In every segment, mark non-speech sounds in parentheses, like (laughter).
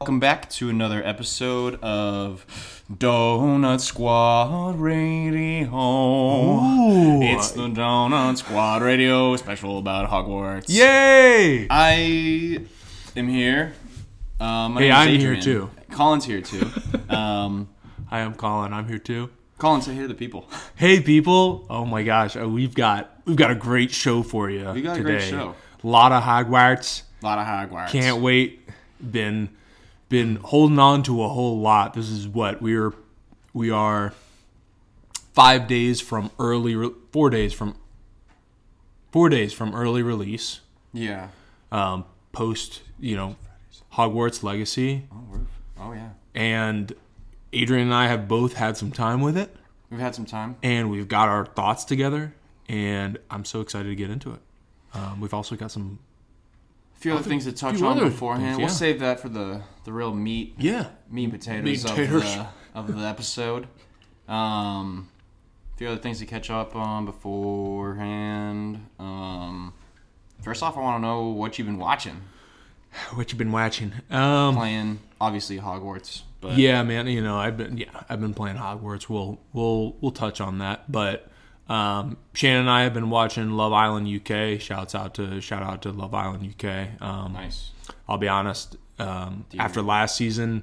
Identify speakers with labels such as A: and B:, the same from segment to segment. A: Welcome back to another episode of Donut Squad Radio. It's the Donut Squad Radio special about Hogwarts.
B: Yay!
A: I am here. Um, my
B: Hey,
A: name is
B: I'm here
A: Adrian.
B: too.
A: Colin's here too. um,
B: Hi, I'm Colin. I'm here too.
A: Colin, say hey to the people.
B: Hey, people! Oh my gosh, uh, we've got we've got a great show for you. We
A: got a
B: today.
A: great show.
B: lot of Hogwarts.
A: A lot of Hogwarts.
B: Can't wait. Been been holding on to a whole lot. This is what we are. We are five days from early. Re- four days from. Four days from early release.
A: Yeah.
B: Um, post, you know, Hogwarts Legacy,
A: Oh, we're, oh yeah.
B: and Adrian and I have both had some time with it.
A: We've had some time.
B: and we've got our thoughts together and i'm so excited to get into it um, we've also got some
A: A few other things to touch
B: few
A: on
B: other
A: beforehand.
B: things,
A: We'll
B: yeah.
A: save that for the the real meat
B: yeah
A: meat and potatoes,
B: Meat
A: of,
B: taters.
A: the, of the episode. Um, a few other things to catch up on beforehand. Um, first off, I want to know what you've been watching,
B: what you've been watching um,
A: playing. Obviously, Hogwarts, but
B: yeah man you know i've been yeah i've been playing hogwarts we'll we'll we'll touch on that but um, shannon and i have been watching love island uk shouts out to shout out to love island uk um,
A: nice.
B: I'll be honest. Um, after last season,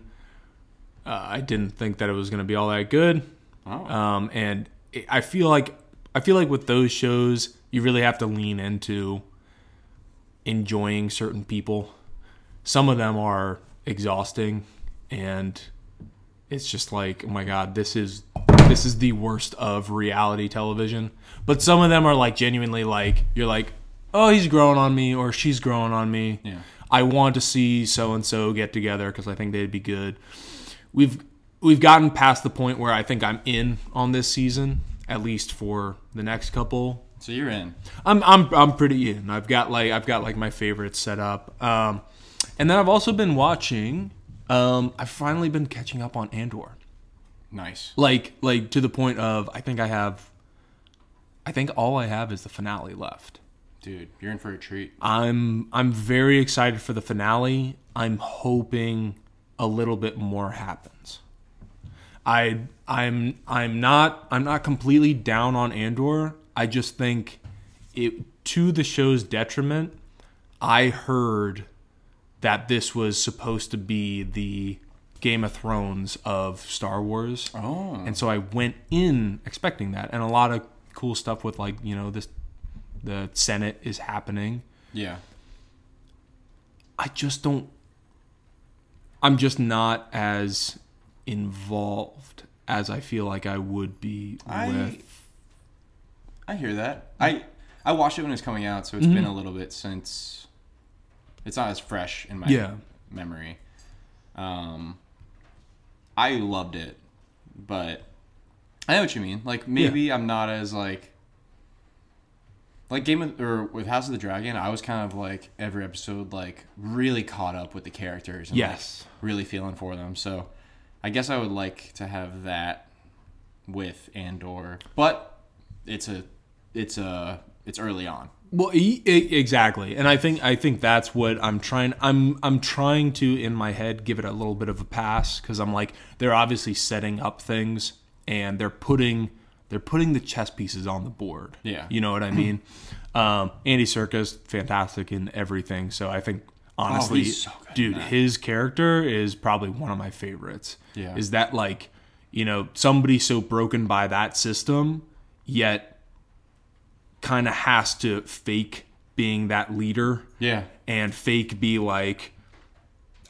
B: uh, I didn't think that it was going to be all that good.
A: Oh.
B: Um, and it, I feel like I feel like with those shows, you really have to lean into enjoying certain people. Some of them are exhausting, and it's just like, oh my god, this is this is the worst of reality television. But some of them are like genuinely like you're like, oh, he's growing on me or she's growing on me.
A: Yeah.
B: I want to see so and so get together because I think they'd be good. We've we've gotten past the point where I think I'm in on this season, at least for the next couple.
A: So you're in.
B: I'm I'm I'm pretty in. I've got like I've got like my favorites set up. Um, and then I've also been watching. Um, I've finally been catching up on Andor
A: Nice.
B: like like to the point of I think I have I think all I have is the finale left.
A: Dude, you're in for a treat.
B: I'm I'm very excited for the finale. I'm hoping a little bit more happens. I I'm I'm not I'm not completely down on Andor. I just think it to the show's detriment, I heard that this was supposed to be the Game of Thrones of Star Wars.
A: Oh.
B: And so I went in expecting that, and a lot of cool stuff with like you know this, the Senate is happening.
A: Yeah.
B: I just don't. I'm just not as involved as I feel like I would be
A: I-
B: with.
A: I hear that. I I watched it when it was coming out, so it's
B: Mm-hmm.
A: been a little bit since. It's not as fresh in my
B: Yeah.
A: memory. Um, I loved it, but I know what you mean. Like maybe I'm not as like like Game of or with House of the Dragon. I was kind of like every episode like really caught up with the characters. And, like,
B: Yes.
A: really feeling for them. So I guess I would like to have that with Andor, but it's a it's a it's early on.
B: Well, e- e- exactly, and I think I think that's what I'm trying. I'm I'm trying to in my head give it a little bit of a pass because I'm like they're obviously setting up things and they're putting they're putting the chess pieces on the board.
A: Yeah.
B: you know what I mean. um, Andy Circus, fantastic in everything. So I think honestly,
A: Oh, he's so good in
B: dude,
A: that.
B: his character is probably one of my favorites.
A: Yeah.
B: is that like you know somebody so broken by that system yet kind of has to fake being that leader
A: Yeah.
B: and fake be like,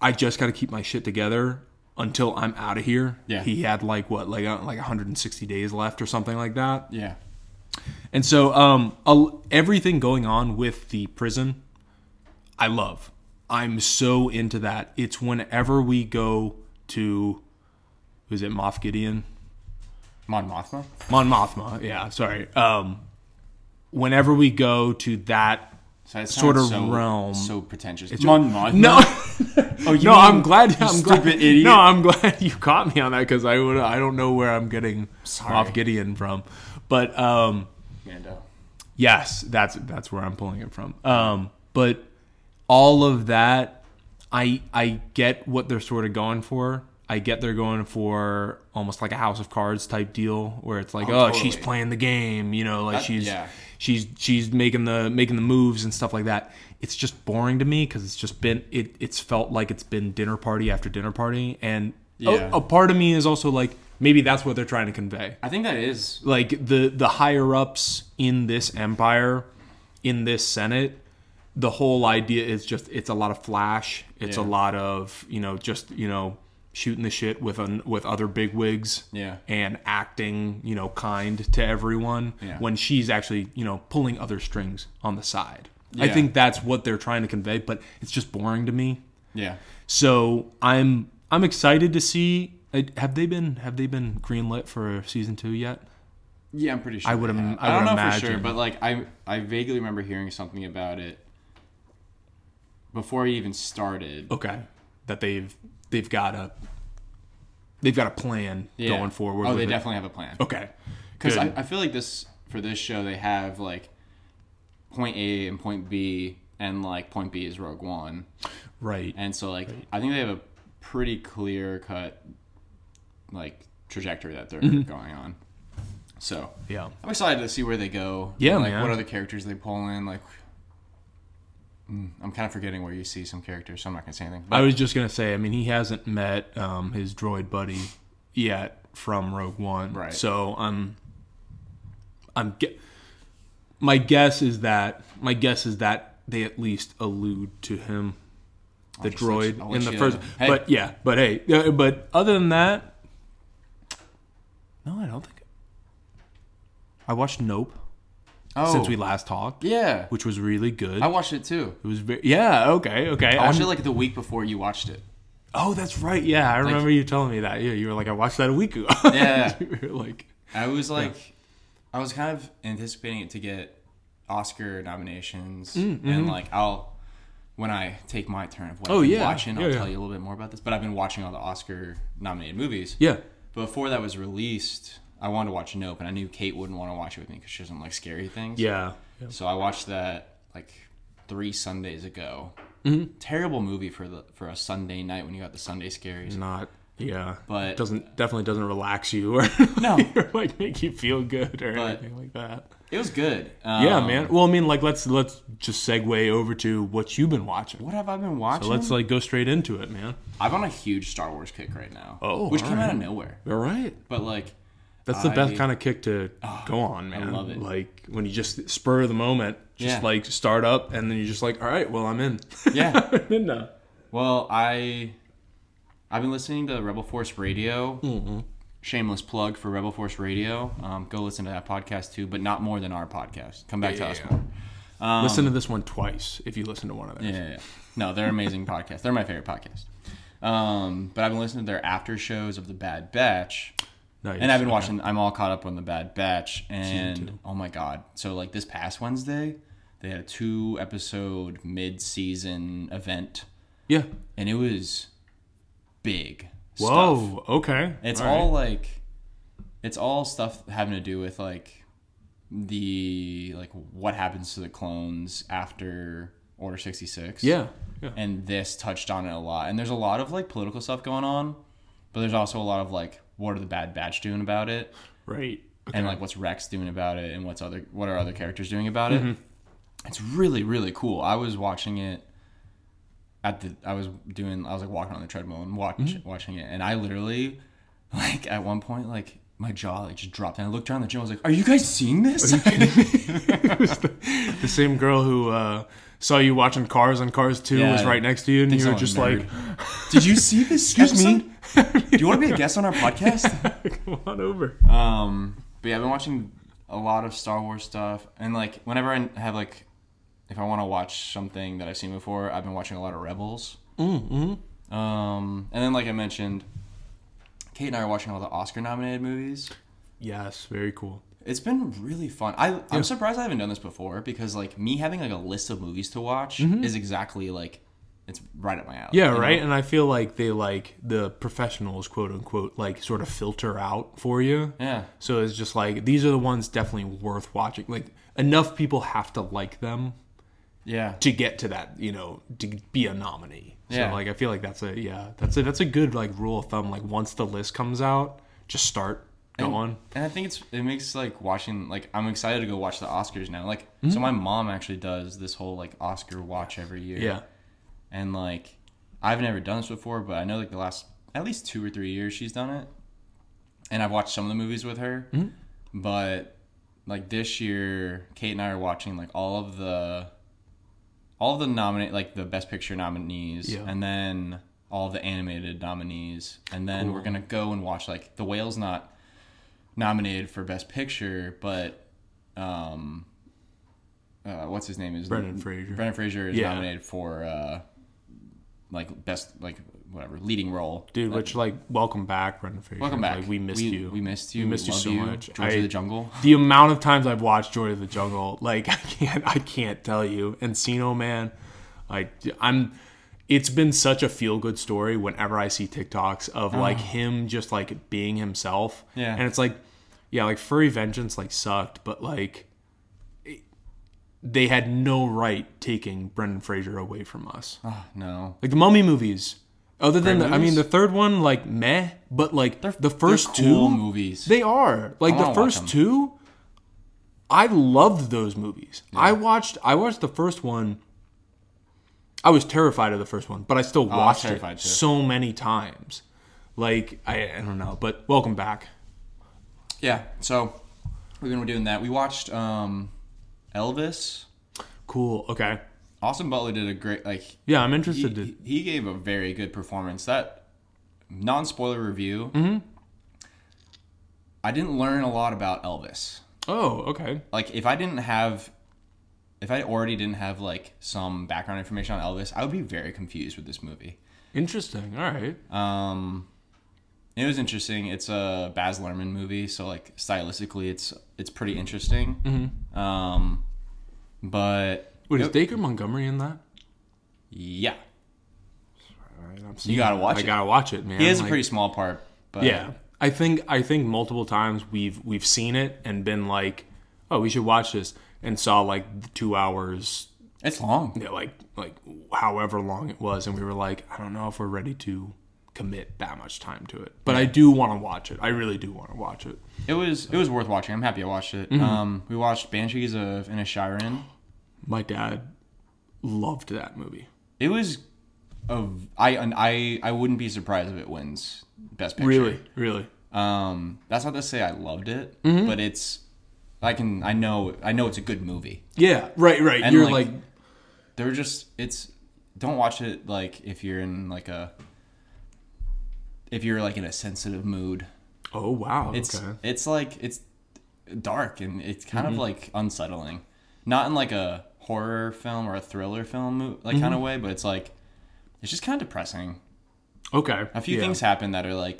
B: I just got to keep my shit together until I'm out of here.
A: Yeah.
B: He had like what, like uh, like 160 days left or something like that.
A: Yeah.
B: And so, um, a- everything going on with the prison, I love. I'm so into that. It's whenever we go to, is it Moff Gideon?
A: Mon Mothma?
B: Mon Mothma. Yeah, sorry. Um, whenever we go to that
A: So that
B: Sort
A: sounds
B: of realm.
A: So pretentious. Mon Mothma.
B: No,
A: (laughs) Oh, you
B: no,
A: mean-
B: I'm glad.
A: you
B: I'm
A: stupid
B: glad,
A: idiot.
B: No, I'm glad (laughs) you caught me on that because I would. I don't know where I'm getting off Gideon from, but um,
A: Mando.
B: yes, that's that's where I'm pulling it from. Um, but all of that, I I get what they're sort of going for. I get they're going for almost like a House of Cards type deal where it's like, oh,
A: Oh,
B: she's
A: totally.
B: playing the game, you know, like
A: That-
B: she's
A: yeah.
B: she's she's making the making the moves and stuff like that. It's just boring to me because it's just been it it's felt like it's been dinner party after dinner party, and a-
A: Yeah.
B: a, part of me is also like maybe that's what they're trying to convey.
A: I think that is
B: Like the the higher ups in this empire, in this senate, the whole idea is just it's a lot of flash. It's a
A: Yeah.
B: lot of you know just you know shooting the shit with an, with other bigwigs
A: Yeah.
B: and acting, you know, kind to everyone
A: Yeah.
B: when she's actually, you know, pulling other strings on the side. I
A: Yeah.
B: think that's what they're trying to convey, but it's just boring to me.
A: yeah.
B: So I'm I'm excited to see. I- Have they been Have they been greenlit for season two yet?
A: Yeah, I'm pretty sure.
B: would
A: they
B: im-
A: have.
B: I
A: don't
B: would
A: know for sure,
B: imagine.
A: but like I I vaguely remember hearing something about it before he even started.
B: Okay, that they've they've got a they've got a plan
A: Yeah.
B: going forward.
A: Oh,
B: with
A: they
B: it.
A: definitely have a plan.
B: Okay,
A: Because
B: good.
A: I, I feel like this for this show they have like point A and point B, and like point B is Rogue One,
B: right.
A: and so like I think they have a pretty clear cut like trajectory that they're
B: Mm-hmm.
A: going on. So
B: Yeah.
A: I'm excited to see where they go.
B: Yeah,
A: like
B: man.
A: what other characters they pull in. Like, mm, I'm kind of forgetting where you see some characters, so I'm not gonna say anything.
B: I
A: But
B: was just gonna say. I mean, he hasn't met um, his droid buddy yet from Rogue One,
A: Right.
B: So I'm, I'm. Ge- my guess is that my guess is that they at least allude to him, the
A: just let you-
B: droid
A: I'll
B: in
A: let
B: the
A: you
B: first.
A: know. Hey.
B: But yeah, but hey, yeah, but other than that, no, I don't think. I watched Nope
A: oh,
B: since we last talked,
A: yeah,
B: which was really good.
A: I watched it too.
B: it was very yeah okay okay.
A: I watched it
B: I'm-
A: like the week before you watched it.
B: Oh, that's right. Yeah, I remember you telling me that. Yeah, you were like, I watched that a week ago. (laughs)
A: Yeah.
B: You were like,
A: I was like, I was kind of anticipating it to get Oscar nominations,
B: Mm,
A: and like I'll when I take my turn of what
B: mm-hmm.
A: I've
B: Oh,
A: been
B: yeah.
A: watching, I'll
B: Yeah,
A: tell
B: yeah.
A: you a little bit more about this. But I've been watching all the Oscar nominated movies.
B: yeah,
A: Before that was released, I wanted to watch Nope, and I knew Kate wouldn't want to watch it with me because she doesn't like scary things.
B: yeah,
A: So I watched that like three Sundays ago.
B: Mm-hmm.
A: Terrible movie for the for a Sunday night when you got the Sunday scaries.
B: not, yeah,
A: But-
B: doesn't definitely doesn't relax you or (laughs)
A: No.
B: or like make you feel good or
A: But-
B: anything like that.
A: It was good.
B: Yeah,
A: Um,
B: man. Well, I mean, like let's let's just segue over to what you've been watching.
A: What have I been watching?
B: So let's like go straight into it, man.
A: I'm on a huge Star Wars kick right now.
B: Oh,
A: which
B: all
A: came
B: right.
A: out of nowhere.
B: All right,
A: But like,
B: that's the best
A: I- Ah,
B: kind of kick to go on, man.
A: love it.
B: Like when you just spur of the moment, just
A: Yeah.
B: like start up, and then you're just like, all right, well, I'm in.
A: (laughs)
B: (laughs)
A: yeah.
B: I'm in now.
A: well, I I've been listening to Rebel Force Radio. Shameless plug for Rebel Force Radio. Um, go listen to that podcast too, but not more than our podcast. Come back to us
B: Yeah.
A: more.
B: listen to this one twice if you listen to one of theirs.
A: Um, Yeah, yeah, yeah. No, they're amazing podcasts. They're my favorite podcast. Um, but I've been listening to their after shows of The Bad Batch.
B: Nice.
A: And I've been
B: Okay.
A: watching, I'm all caught up on The Bad Batch. And oh my God. So, like this past Wednesday, they had a two episode mid season event,
B: Yeah.
A: and it was big.
B: Whoa.
A: stuff.
B: Okay.
A: It's
B: right.
A: all like, it's all stuff having to do with like the, like what happens to the clones after Order 66
B: Yeah. Yeah.
A: and this touched on it a lot. And there's a lot of like political stuff going on, but there's also a lot of like what are the Bad Batch doing about it,
B: Right.
A: and like what's Rex doing about it, and what's other what are other characters doing about it. It's really really cool. I was watching it at the I was doing I was like walking on the treadmill and watch, watching it, and I literally like at one point like. My jaw like just dropped, and I looked around the gym. I was like, "Are you guys seeing this?"
B: The same girl who uh, saw you watching Cars and Cars Two
A: Yeah,
B: was
A: I
B: right next to you, and
A: think
B: you were
A: so,
B: just
A: nerd. (laughs)
B: like,
A: Did you see this? Excuse
B: me?
A: Do you want to be a guest (laughs) on our podcast?
B: (laughs) "Come on over."
A: Um, but yeah, I've been watching a lot of Star Wars stuff, and like whenever I have like, if I want to watch something that I've seen before, I've been watching a lot of Rebels.
B: Mm,
A: Mm-hmm. Um, and then like I mentioned, Kate and I are watching all the Oscar-nominated movies.
B: Yes. Very cool.
A: It's been really fun. I I'm surprised I haven't done this before because like me having like a list of movies to watch is exactly like it's right up my alley. you
B: Mm-hmm. Yeah.
A: know?
B: Right. And I feel like they like the professionals, quote unquote, like sort of filter out for you.
A: Yeah.
B: So it's just like these are the ones definitely worth watching. Like enough people have to like them
A: Yeah.
B: to get to that, you know, to be a nominee.
A: Yeah.
B: So like I feel like that's a yeah, that's a that's a good like rule of thumb. Like once the list comes out, just start going.
A: And I think it's it makes like watching like I'm excited to go watch the Oscars now. Like so my mom actually does this whole like Oscar watch every year.
B: Yeah.
A: And like I've never done this before, but I know like the last at least 2 or 3 years she's done it. And I've watched some of the movies with her.
B: Mm-hmm.
A: But like this year Kate and I are watching like all of the all of the nominate like the best picture nominees
B: Yeah.
A: and then all the animated nominees and then we're going to go and watch like The Whale's not nominated for Best Picture, but um, uh, what's his name is
B: Brendan Fraser.
A: Brendan Fraser is
B: Yeah.
A: nominated for uh, like best like whatever leading role.
B: Dude, which like welcome back, Brendan Fraser.
A: Welcome back.
B: Like, we missed you.
A: We missed you.
B: We missed you
A: love
B: so much.
A: George
B: I-
A: of the Jungle.
B: the amount of times I've watched Joy of the Jungle, like (laughs) I can't, I can't tell you. Encino Man, like I'm. It's been such a feel good story whenever I see TikToks of like him just like being himself.
A: Uh-huh. Yeah.
B: and it's like, yeah, like Furry Vengeance like sucked, but like it- they had no right taking Brendan Fraser away from us.
A: Ah, no,
B: Like the Mummy movies. Other than
A: Great
B: the, I mean
A: movies.
B: the third one like meh, but like the 1st
A: They're cool
B: two
A: movies.
B: they are. Like
A: I
B: the
A: wanna watch
B: first
A: them.
B: two, I loved those movies. I watched I watched the first one. I was terrified of the first one, but I still
A: Oh, was
B: watched it
A: terrified too.
B: so many times. Like I, I don't know, but welcome back.
A: yeah. So we've been doing that. We watched um, Elvis.
B: Cool. Okay.
A: Austin Butler did a great like
B: Yeah, I'm interested to
A: he, he gave a very good performance. That non spoiler review.
B: Mm-hmm.
A: I didn't learn a lot about Elvis.
B: Oh, okay.
A: Like if I didn't have, if I already didn't have like some background information on Elvis, I would be very confused with this movie.
B: Interesting. All right.
A: Um, it was interesting. It's a Baz Luhrmann movie, so like stylistically, it's it's pretty interesting.
B: Mm-hmm.
A: Um, but
B: Wait, is Dacre Montgomery in that?
A: yeah,
B: All right, I'm
A: you gotta watch
B: I
A: it.
B: gotta watch it, man.
A: he has a
B: Like-
A: pretty small part, but
B: yeah i think i think multiple times we've we've seen it and been like oh we should watch this and saw like the two hours
A: it's long.
B: you know, like like however long it was and we were like i don't know if we're ready to commit that much time to it but i do want to watch it i really do want to watch it
A: It was it was worth watching. I'm happy I watched it.
B: Mm-hmm.
A: Um, we watched Banshees of Inisherin.
B: my dad loved that movie
A: It was, a, I and I I wouldn't be surprised if it wins best picture.
B: really really
A: Um, that's not to say I loved it,
B: Mm-hmm.
A: but it's I can I know I know it's a good movie.
B: yeah right right
A: And,
B: you're
A: like-
B: like,
A: They're just it's don't watch it like if you're in like a if you're like in a sensitive mood.
B: oh wow
A: It's
B: okay Mm-hmm.
A: it's like it's dark and it's kind of like unsettling. Not in like a horror film or a thriller film mo- like
B: Mm-hmm.
A: kind of way, but it's like it's just kind of depressing.
B: okay
A: A few
B: yeah. (laughs)
A: things (laughs) happen that are like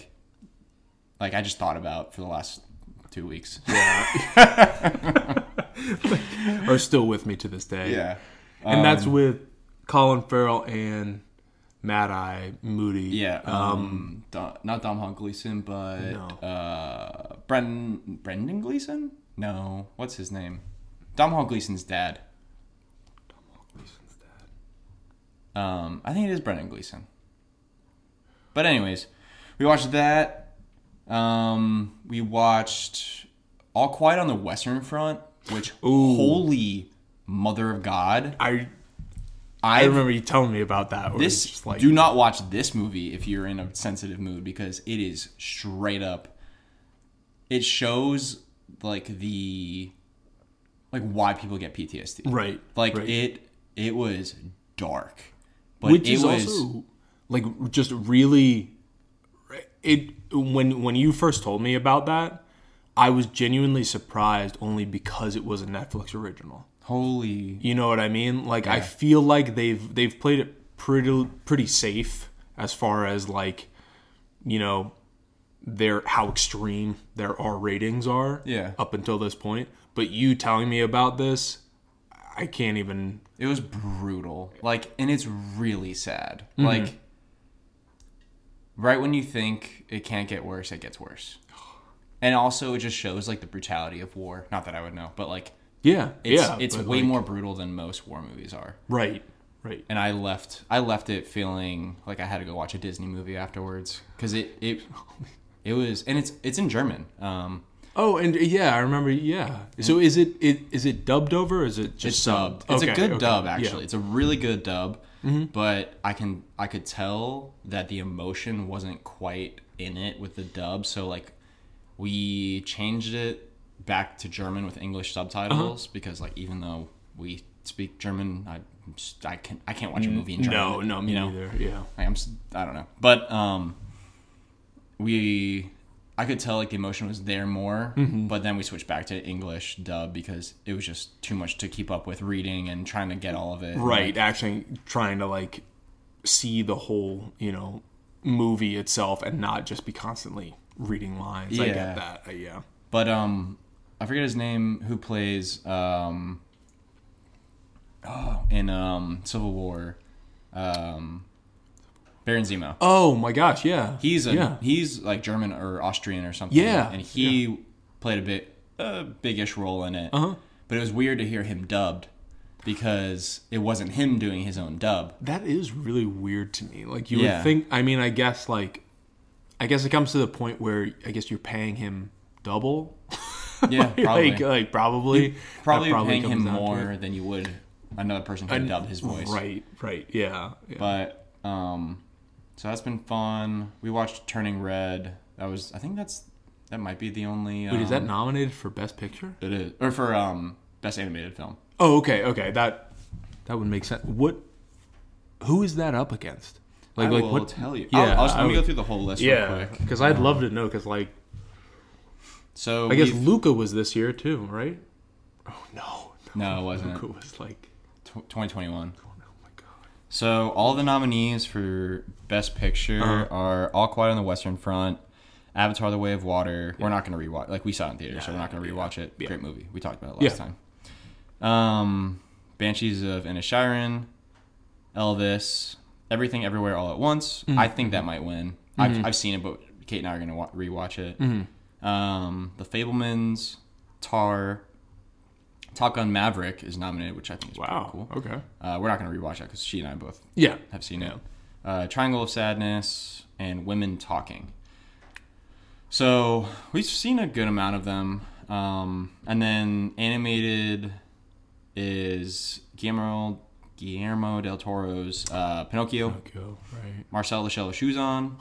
A: like I just thought about for the last 2 weeks.
B: are still with me to this day
A: (laughs) yeah.
B: and
A: Um,
B: that's with Colin Farrell and Mad Eye Moody.
A: Yeah, um, Dom, not Dom Hunt Gleason, but
B: No.
A: uh, Brendan Brendan Gleason. No, what's his name? Dom Hunt Gleason's dad. Um, I think it is Brendan Gleason. But anyways, we watched that. Um, we watched All Quiet on the Western Front, which holy mother of God!
B: I I
A: I
B: remember you telling me about that. where it's
A: this
B: just like
A: do not watch this movie if you're in a sensitive mood because it is straight up it shows like the like why people get PTSD.
B: right,
A: Like
B: right.
A: it it was dark. But
B: which
A: it
B: is
A: was
B: also like just really it when when you first told me about that, I was genuinely surprised only because it was a Netflix original.
A: holy
B: You know what I mean? Like I feel like they've they've played it pretty pretty safe as far as like you know their how extreme their R ratings are.
A: Yeah.
B: Up until this point, but you telling me about this, I can't even.
A: it was brutal. Like and it's really sad.
B: Mm-hmm.
A: Like right when you think it can't get worse, it gets worse. And also it just shows like the brutality of war. Not that I would know, but like
B: Yeah.
A: It's,
B: yeah.
A: it's
B: but,
A: way
B: like,
A: more brutal than most war movies are.
B: right. Right.
A: and I left. I left it feeling like I had to go watch a Disney movie afterwards because it it it was, and it's it's in German. Um,
B: Oh, and uh, yeah, I remember. Yeah. So is it, it is it dubbed over? Or is it just
A: it's subbed. It's a
B: Okay,
A: good
B: okay,
A: dub,
B: yeah. Mm-hmm.
A: actually. It's a really good dub. But I can I could tell that the emotion wasn't quite in it with the dub. So like we changed it back to German with English subtitles
B: Uh-huh.
A: because like even though we speak German, I I can I can't watch a movie in German.
B: Mm, No, no, me
A: you know?
B: neither. Yeah.
A: Like I'm, s- I don't know, but um, we, I could tell like the emotion was there more, but then we switched back to English dub because it was just too much to keep up with reading and trying to get all of it.
B: Right. Actually, trying to like see the whole, you know, movie itself and not just be constantly reading lines. I
A: Yeah.
B: get that. Uh, yeah.
A: But um, I forget his name who plays um, oh, in um Civil War, um, Baron Zemo.
B: Oh my gosh. Yeah.
A: He's a
B: yeah.
A: he's like German or Austrian or something.
B: Yeah,
A: and he played a bit a biggish role in it.
B: Uh-huh.
A: But it was weird to hear him dubbed because it wasn't him doing his own dub.
B: That is really weird to me. Like you
A: Yeah.
B: would think. I mean, I guess like, I guess it comes to the point where I guess you're paying him double. (laughs)
A: Yeah, probably
B: like, like probably
A: probably,
B: that
A: paying him
B: comes down to it.
A: more than you would another person who dubbed his voice.
B: Right. Right. Yeah. yeah.
A: But um, so that's been fun. We watched Turning Red. That was I think that's that might be the only. Um,
B: Wait, is that nominated for best picture?
A: It is or for um best animated film.
B: Oh, okay, okay. That that would make sense. What? Who is that up against?
A: I
B: Like, like
A: will
B: what?
A: tell you.
B: Yeah,
A: I'll, I'll just,
B: I
A: let me go
B: would-
A: through the whole list real
B: yeah,
A: quick.
B: because I'd love to know. Because like,
A: So
B: I guess
A: we've-
B: Luca was this year too, right? Oh no,
A: No, it wasn't.
B: Luca was like,
A: Tw 2021.
B: oh my god.
A: So all the nominees for Best Picture
B: Uh-huh.
A: are All Quiet on the Western Front, Avatar: The Way of Water. We're not going to rewatch. Like we saw it in theaters, so we're not going to rewatch it. Great movie. We talked about it last
B: Yeah.
A: time. Um, Banshees of Inisharan, Elvis, Everything Everywhere All at Once.
B: Mm-hmm.
A: I think that might win. I've, I've seen it, but Kate and I are going to wa- rewatch it.
B: Mm-hmm.
A: Um, the Fablemans, Tar, Top Gun: Maverick is nominated, which I think is pretty
B: Wow.
A: cool.
B: Okay.
A: Uh, we're not going to rewatch that because she and I both
B: Yeah.
A: have seen it. Uh, Triangle of Sadness and Women Talking. So we've seen a good amount of them. Um, and then animated is Guillermo, Guillermo del Toro's uh, Pinocchio,
B: Go right.
A: Marcel Lachelle Shoes On.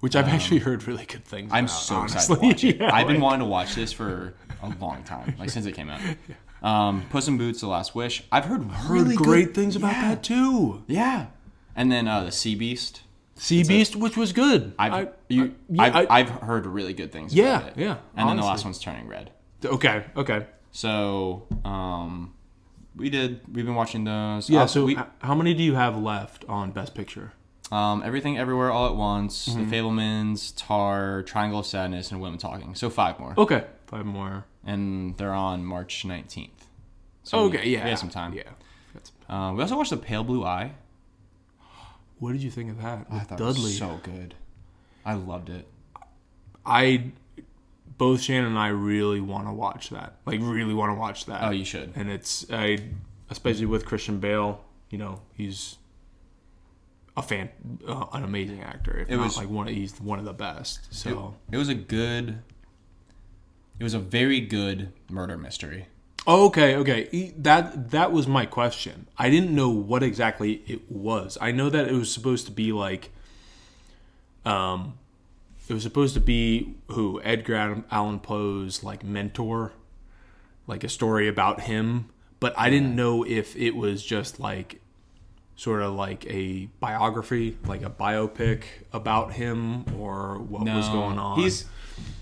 B: Which I've actually heard really good things.
A: Um, I'm
B: about,
A: so
B: Uh, honestly.
A: excited to watch it.
B: (laughs) Yeah,
A: I've been
B: like-
A: wanting to watch this for a long time, like since it came out. Um, Puss in Boots: The Last Wish. I've heard
B: heard
A: really
B: great
A: good-
B: things about
A: yeah.
B: that too.
A: Yeah, and then uh, the Sea Beast.
B: Sea Beast, which was good.
A: I've,
B: I-
A: you,
B: yeah,
A: I've,
B: I-
A: I've heard really good things.
B: Yeah,
A: about it.
B: yeah,
A: And then the
B: honestly.
A: last one's turning red.
B: okay, okay.
A: So um, we did. We've been watching those.
B: Yeah.
A: Uh,
B: so,
A: we,
B: h- how many do you have left on Best Picture?
A: um, everything, everywhere, all at once.
B: Mm-hmm.
A: The Fablemans, Tar, Triangle of Sadness, and Women Talking. So five more,
B: Okay, five more.
A: and they're on March nineteenth. So
B: Okay,
A: we,
B: yeah,
A: we have some time.
B: Yeah.
A: Um, we also watched The Pale Blue Eye.
B: What did you think of that?
A: I
B: With
A: thought it
B: Dudley,
A: was so good. I loved it.
B: I both Shannon and I really want to watch that. Like, really want to watch that.
A: Oh, you should.
B: and it's I, especially with Christian Bale. You know, he's a fan, uh, an amazing actor. If
A: It
B: not,
A: was-
B: like one, of, he's one of the best. So,
A: It was a good. It was a very good murder mystery.
B: Okay, okay. E- That that was my question. I didn't know what exactly it was. I know that it was supposed to be like um it was supposed to be who Edgar Adam- Allan Poe's like mentor, like a story about him, but I didn't know if it was just like sort of like a biography, like a biopic about him or what was
A: No,
B: going on.
A: He's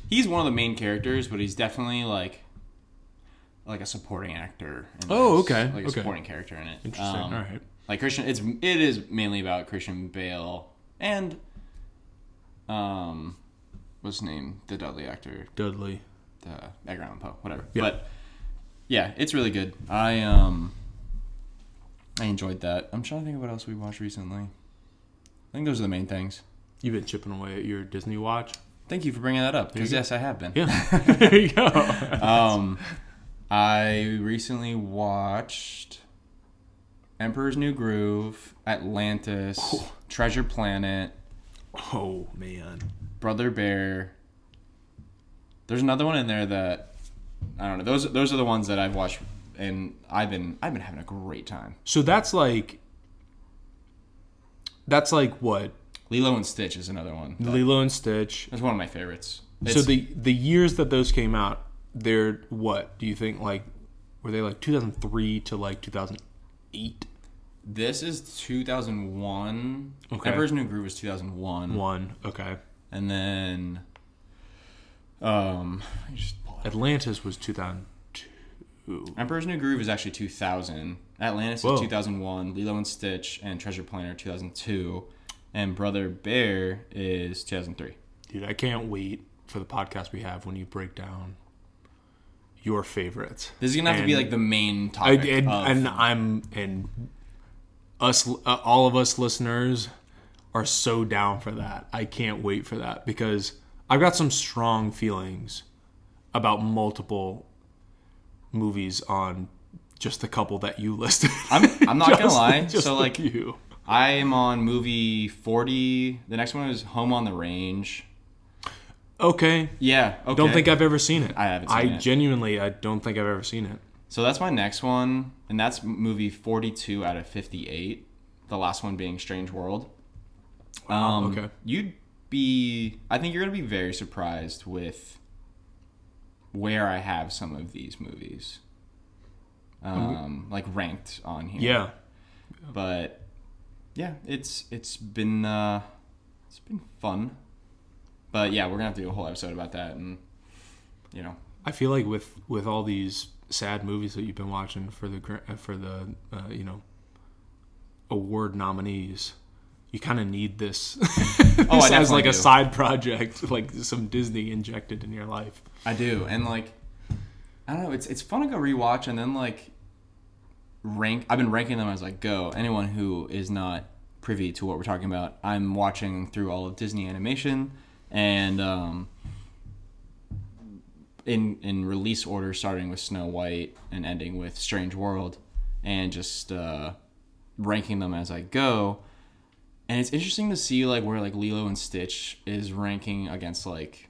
A: he's one of the main characters, but he's definitely like like a supporting actor. in
B: Oh,
A: this,
B: okay,
A: Like a
B: okay.
A: supporting character in it.
B: Interesting.
A: Um,
B: All right.
A: Like Christian, it's it is mainly about Christian Bale and um, what's his name? The Dudley actor,
B: Dudley.
A: the Edgar Allan Poe, whatever.
B: Yeah.
A: But yeah, it's really good. I um I enjoyed that. I'm trying to think of what else we watched recently. I think those are the main things.
B: You've been chipping away at your Disney watch.
A: Thank you for bringing that up because
B: you go.
A: yes, I have been.
B: Yeah. (laughs) there you go.
A: Um, I recently watched Emperor's New Groove, Atlantis, Treasure Planet,
B: Oh man.
A: Brother Bear. There's another one in there that I don't know. Those those are the ones that I've watched and I've been I've been having a great time.
B: So that's like that's like what
A: Lilo and Stitch is another one.
B: Lilo and Stitch.
A: That's one of my favorites.
B: so
A: It's-
B: the the years that those came out, they're what do you think? Like were they like 2003 to like 2008?
A: this is 2001.
B: Okay.
A: Emperor's New Groove was 2001,
B: One okay.
A: and then um, I just pull it up.
B: Atlantis was 2002.
A: Emperor's New Groove is actually 2000. Atlantis
B: Whoa.
A: is 2001. Lilo and Stitch and Treasure Planet are 2002, and Brother Bear is 2003.
B: Dude, I can't wait for the podcast we have when you break down your favorites.
A: This is gonna have to be
B: And-
A: like the main
B: I,
A: topic.
B: and,
A: of-
B: and I'm and us uh, all of us listeners are so down for that. I can't wait for that because I've got some strong feelings about multiple movies on just the couple that you (laughs) listed.
A: I'm,
B: (laughs)
A: I'm not gonna
B: Just-
A: lie.
B: just
A: So like,
B: you.
A: I am on movie 40. The next one is Home on the Range.
B: Okay.
A: Yeah. Okay.
B: Don't think I've ever seen it.
A: I haven't
B: I
A: seen it.
B: genuinely I don't think I've ever seen it.
A: So that's my next one, and that's movie 42 out of 58. The last one being Strange World. Um,
B: okay.
A: You'd be, I think you're gonna be very surprised with where I have some of these movies, um, like ranked on here.
B: Yeah.
A: But yeah, it's it's been uh, it's been fun. But yeah, we're gonna have to do a whole episode about that, and you know,
B: I feel like with with all these sad movies that you've been watching for the gr- uh, for the uh, you know award nominees, you kind of
A: (laughs)
B: need this. (laughs)
A: Oh, I
B: this as
A: definitely
B: like a
A: do.
B: side project, (laughs) like some Disney injected in your life.
A: I do, and like, I don't know. It's it's fun to go rewatch and then like rank. I've been ranking them as I go. Anyone who is not privy to what we're talking about, I'm watching through all of Disney animation and um, in in release order, starting with Snow White and ending with Strange World, and just uh, ranking them as I go. And it's interesting to see like where like Lilo and Stitch is ranking against like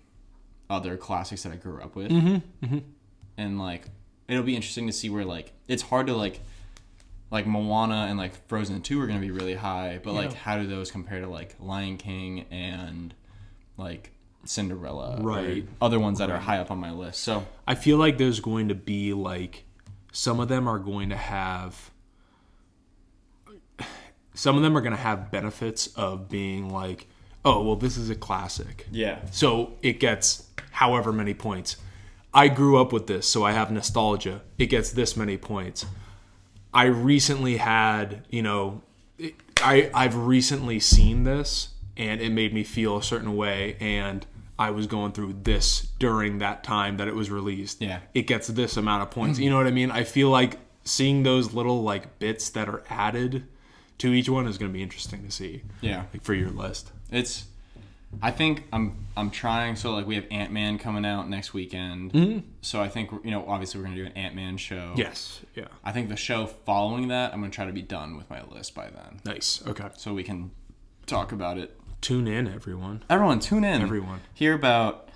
A: other classics that I grew up with. Mm-hmm. And like, it'll be interesting to see where like it's hard to like, like Moana and like Frozen Two are gonna be really high, but like
B: Yeah.
A: how do those compare to like Lion King and like Cinderella, or
B: Right.
A: Other ones that are high up on my list. So
B: I feel like there's going to be like some of them are going to have (sighs) some of them are going to have benefits of being like, oh well, this is a classic.
A: yeah,
B: So it gets however many points. I grew up with this, so I have nostalgia. It gets this many points. I recently had, you know, it, I I've recently seen this and it made me feel a certain way and I was going through this during that time that it was released.
A: Yeah.
B: It gets this amount of points. You know what I mean? I feel like seeing those little like bits that are added to each one is going to be interesting to see.
A: yeah.
B: Like for your list.
A: It's. I think I'm I'm trying so like we have Ant Man coming out next weekend, so I think you know obviously we're gonna do an Ant Man show.
B: Yes. Mm-hmm. Yeah.
A: I think the show following that I'm gonna try to be done with my list by then,
B: Nice. Okay.
A: so we can talk about it.
B: Tune in, everyone.
A: Everyone, tune in.
B: Everyone.
A: hear about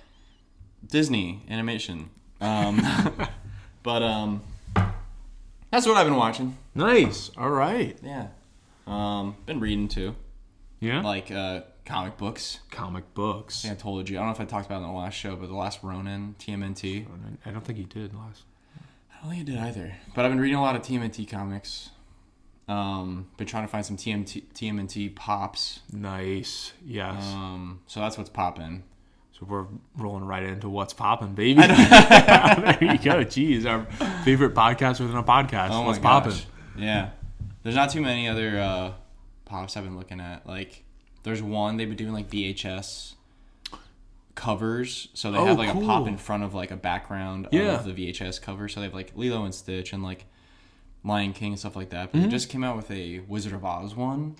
A: Disney animation. Um,
B: (laughs)
A: but um, that's what I've been watching.
B: Nice. All right.
A: Yeah, um, been reading too,
B: Yeah.
A: like uh, comic books.
B: Comic books.
A: Anthology. I don't know if I talked about it in the last show, but the last Ronin TMNT.
B: I don't think you did last.
A: I don't think I did either. But I've been reading a lot of TMNT comics. Um, been trying to find some TMT, TMNT pops.
B: Nice. Yes.
A: Um, so that's what's popping.
B: so we're rolling right into what's (laughs) popping, baby. there you go. Jeez, our favorite podcast within a podcast.
A: Oh my
B: what's
A: gosh.
B: popping?
A: Yeah, there's not too many other uh, pops I've been looking at. Like, there's one they've been doing like VHS covers, so they
B: Oh,
A: have like a pop
B: cool.
A: in front of like a background
B: Yeah.
A: of the VHS cover. So they have like Lilo and Stitch and like Lion King and stuff like that.
B: Mm-hmm.
A: But they just came out with a Wizard of Oz one,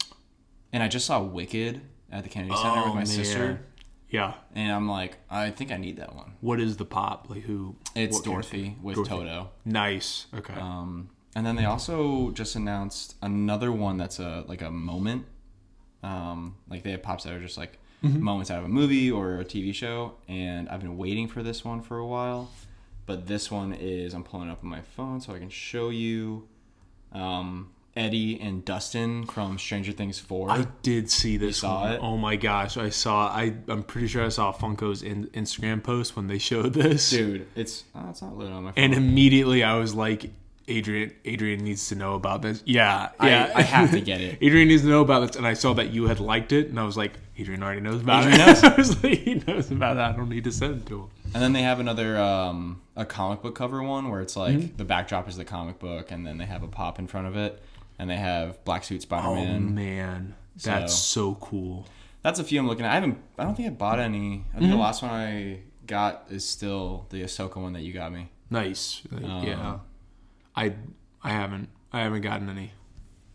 A: and I just saw Wicked at the Kennedy Center
B: Oh,
A: with my
B: man.
A: sister,
B: Yeah.
A: and I'm like, I think I need that one.
B: What is the pop? Like who?
A: It's
B: what character?
A: Dorothy with
B: Dorothy.
A: Toto.
B: Nice. Okay.
A: Um, And then they also just announced another one that's a like a moment. Um, like they have pops that are just like
B: Mm-hmm.
A: moments out of a movie or a TV show, and I've been waiting for this one for a while. But this one is I'm pulling it up on my phone so I can show you. Um, Eddie and Dustin from Stranger Things Four.
B: I did see this
A: saw
B: one.
A: it?
B: Oh my gosh, I saw. I I'm pretty sure I saw Funko's in, Instagram post when they showed this,
A: Dude, it's oh, it's not lit on my phone.
B: and immediately I was like, Adrian, Adrian needs to know about this. Yeah, yeah,
A: I have to
B: (laughs)
A: get it.
B: Adrian needs to know about this, and I saw that you had liked it, and I was like, Adrian already knows about
A: Adrian
B: it.
A: knows.
B: (laughs) I was like, he knows about that. I don't need to send it to him.
A: And then they have another um, a comic book cover one where it's like
B: Mm-hmm.
A: the backdrop is the comic book, and then they have a pop in front of it, and they have black suit Spider
B: Oh
A: Man.
B: man, that's so cool.
A: That's a few I'm looking at. I haven't. I don't think I bought any. I think
B: Mm-hmm.
A: the last one I got is still the Ahsoka one that you got me.
B: Nice. Like,
A: Oh.
B: yeah. I I haven't I haven't gotten any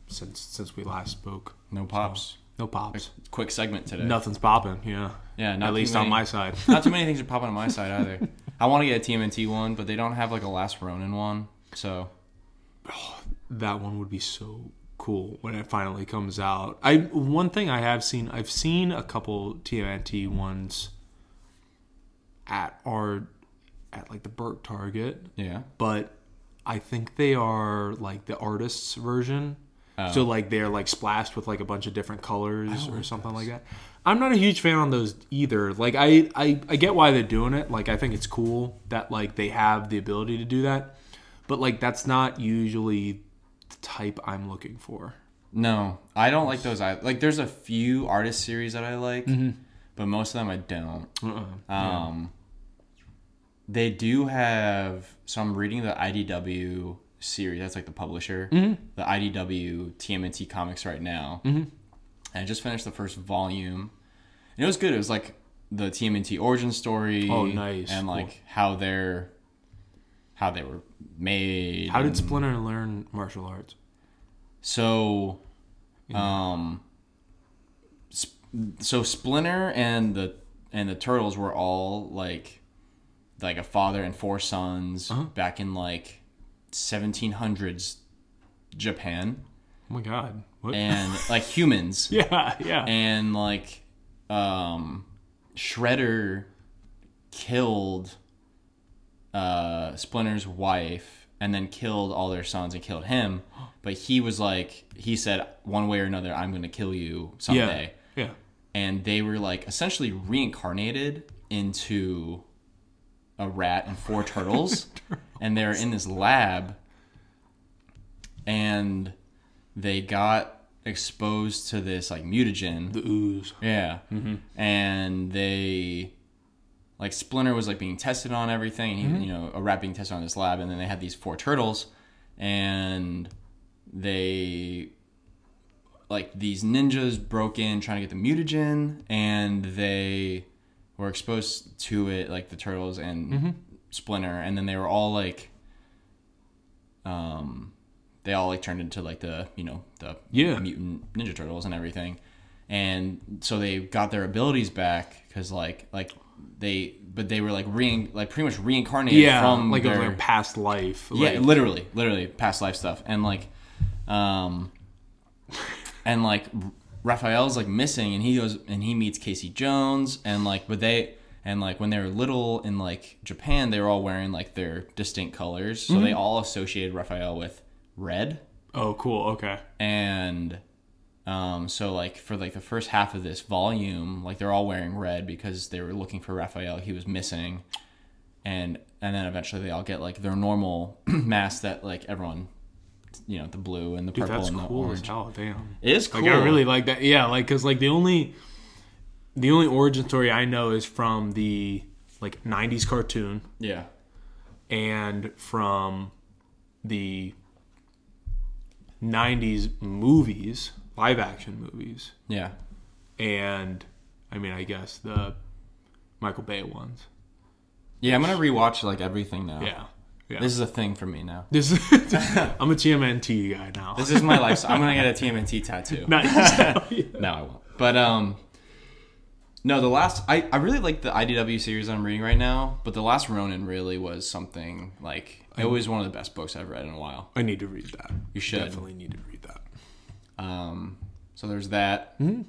B: since since we last spoke.
A: No pops.
B: No pops.
A: Quick segment today.
B: Nothing's popping. Yeah.
A: Yeah, not
B: At
A: too
B: least
A: many,
B: on my side.
A: (laughs) not too many things are popping on my side
B: (laughs)
A: either. I want to get a TMNT one, but they don't have like a Last Ronin one. So
B: that one would be so cool when it finally comes out. I one thing I have seen I've seen a couple TMNT ones at our at like the Burke Target.
A: yeah,
B: but I think they are like the artist's version. So like they're like splashed with like a bunch of different colors or something like that. I'm not a huge fan on those either. Like I, I I get why they're doing it. Like I think it's cool that like they have the ability to do that. But like that's not usually the type I'm looking for.
A: no, I don't like those. I like. There's a few artist series that I like,
B: Mm-hmm.
A: but most of them I don't.
B: Uh-uh.
A: Um, They do have. So I'm reading the IDW series. That's like the publisher.
B: Mm-hmm.
A: The IDW TMNT comics right now. Mm-hmm. And I just finished the first volume. And it was good. It was like the TMNT origin story.
B: Oh, nice.
A: And like how they're how they were made.
B: How
A: and-
B: did Splinter learn martial arts?
A: so, um, sp- so Splinter and the and the turtles were all like, like a father and four sons back in like 1700s Japan,
B: Oh my god. What?
A: and like humans,
B: (laughs) yeah, yeah.
A: and like, um, Shredder killed uh, Splinter's wife and then killed all their sons and killed him. But he was like, he said, one way or another, I'm going to kill you
B: yeah.
A: someday.
B: Yeah.
A: And they were like essentially reincarnated into a rat and four turtles. and they're in this lab and they got exposed to this like mutagen.
B: The ooze.
A: Yeah. And they, like, Splinter was like being tested on everything, and he, you know, a rat being tested on this lab, and then they had these four turtles, and they, like, these ninjas broke in trying to get the mutagen, and they were exposed to it, like the turtles and
B: Mm-hmm.
A: Splinter, and then they were all like, um, they all like turned into like the you know the
B: Yeah.
A: mutant ninja turtles and everything and so they got their abilities back because like like they but they were like rein like pretty much reincarnated
B: Yeah.
A: from
B: like
A: their,
B: of their past life.
A: yeah
B: like-
A: literally literally past life stuff and like um and like R- Raphael's like missing and he goes and he meets Casey Jones and like but they and like when they were little in like Japan they were all wearing like their distinct colors so they all associated Raphael with red
B: Oh, cool. Okay.
A: and um, so like for like the first half of this volume like they're all wearing red because they were looking for raphael he was missing and and then eventually they all get like their normal (clears throat) mask that like everyone you know the blue and the
B: Dude,
A: purple
B: that's
A: and the
B: cool as
A: orange
B: hell. Damn.
A: it is cool
B: Like I really like that. Yeah, like because like the only the only origin story I know is from the like '90s cartoon
A: yeah
B: and from the '90s movies, live action movies,
A: yeah
B: and I mean, I guess the Michael Bay ones.
A: yeah i'm gonna rewatch like everything now
B: Yeah, yeah.
A: this is a thing for me now
B: (laughs) This, (laughs) I'm a TMNT guy now. (laughs)
A: this is my (laughs) life i'm gonna get a tmnt tattoo
B: Nice.
A: no i won't but um No, the last I, I really like the IDW series I'm reading right now, but the last Ronin really was something like it was one of the best books I've read in a while.
B: I need to read that.
A: You should.
B: Definitely need to read that.
A: Um, so there's that,
B: Mhm.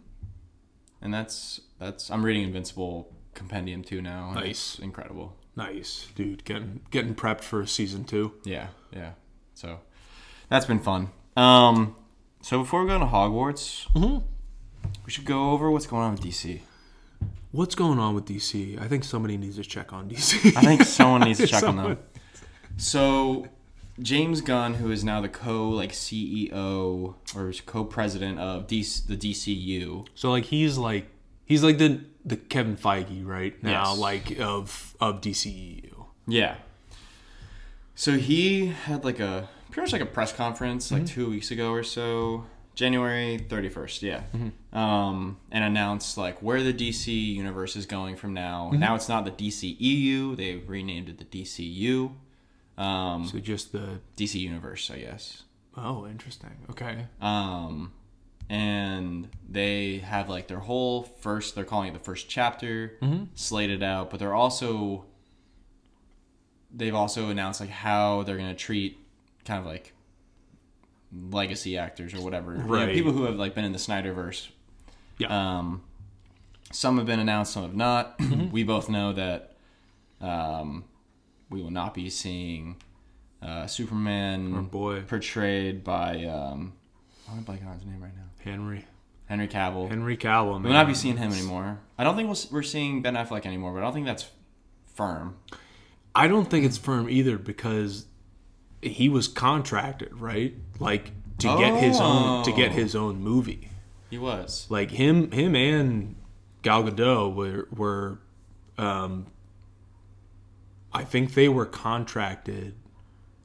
A: and that's that's I'm reading Invincible Compendium two now. and
B: Nice.
A: it's incredible.
B: Nice, dude. Getting getting prepped for season two.
A: Yeah, yeah. So that's been fun. Um, so before we go into Hogwarts,
B: Mhm.
A: we should go over what's going on with DC.
B: What's going on with DC? I think somebody needs to check on DC.
A: (laughs) I think someone needs to check on
B: Someone.
A: them. So James Gunn, who is now the co like CEO or co president of DC, the DCU,
B: so like he's like he's like the the Kevin Feige right now
A: Yes.
B: like of of E DCEU.
A: Yeah. So he had like a pretty much like a press conference like two weeks ago or so, January thirty first, yeah, um, and announced like where the DC universe is going from now. Now it's not the DC EU; they renamed it the DCU, um,
B: So just the
A: DC Universe, I guess.
B: oh interesting. Okay.
A: Um, and they have like their whole first, they're calling it the first chapter
B: Mm-hmm.
A: slated out, but they're also, they've also announced like how they're going to treat kind of like legacy actors or whatever. You know,
B: Right.
A: people who have like been in the Snyderverse.
B: Yeah.
A: Um, some have been announced, some have not. (clears throat)
B: Mm-hmm.
A: we both know that, um, we will not be seeing, uh, Superman
B: Our boy
A: portrayed by um I'm blanking on his name right now.
B: Henry
A: Henry Cavill.
B: Henry Cavill. Man.
A: We'll not be seeing him anymore. I don't think we'll, s- we're seeing Ben Affleck anymore, but I don't think that's firm.
B: I don't think it's firm either because he was contracted right like to get his own to get
A: Oh.
B: his own movie.
A: He was.
B: like him him and Gal Gadot were were um I think they were contracted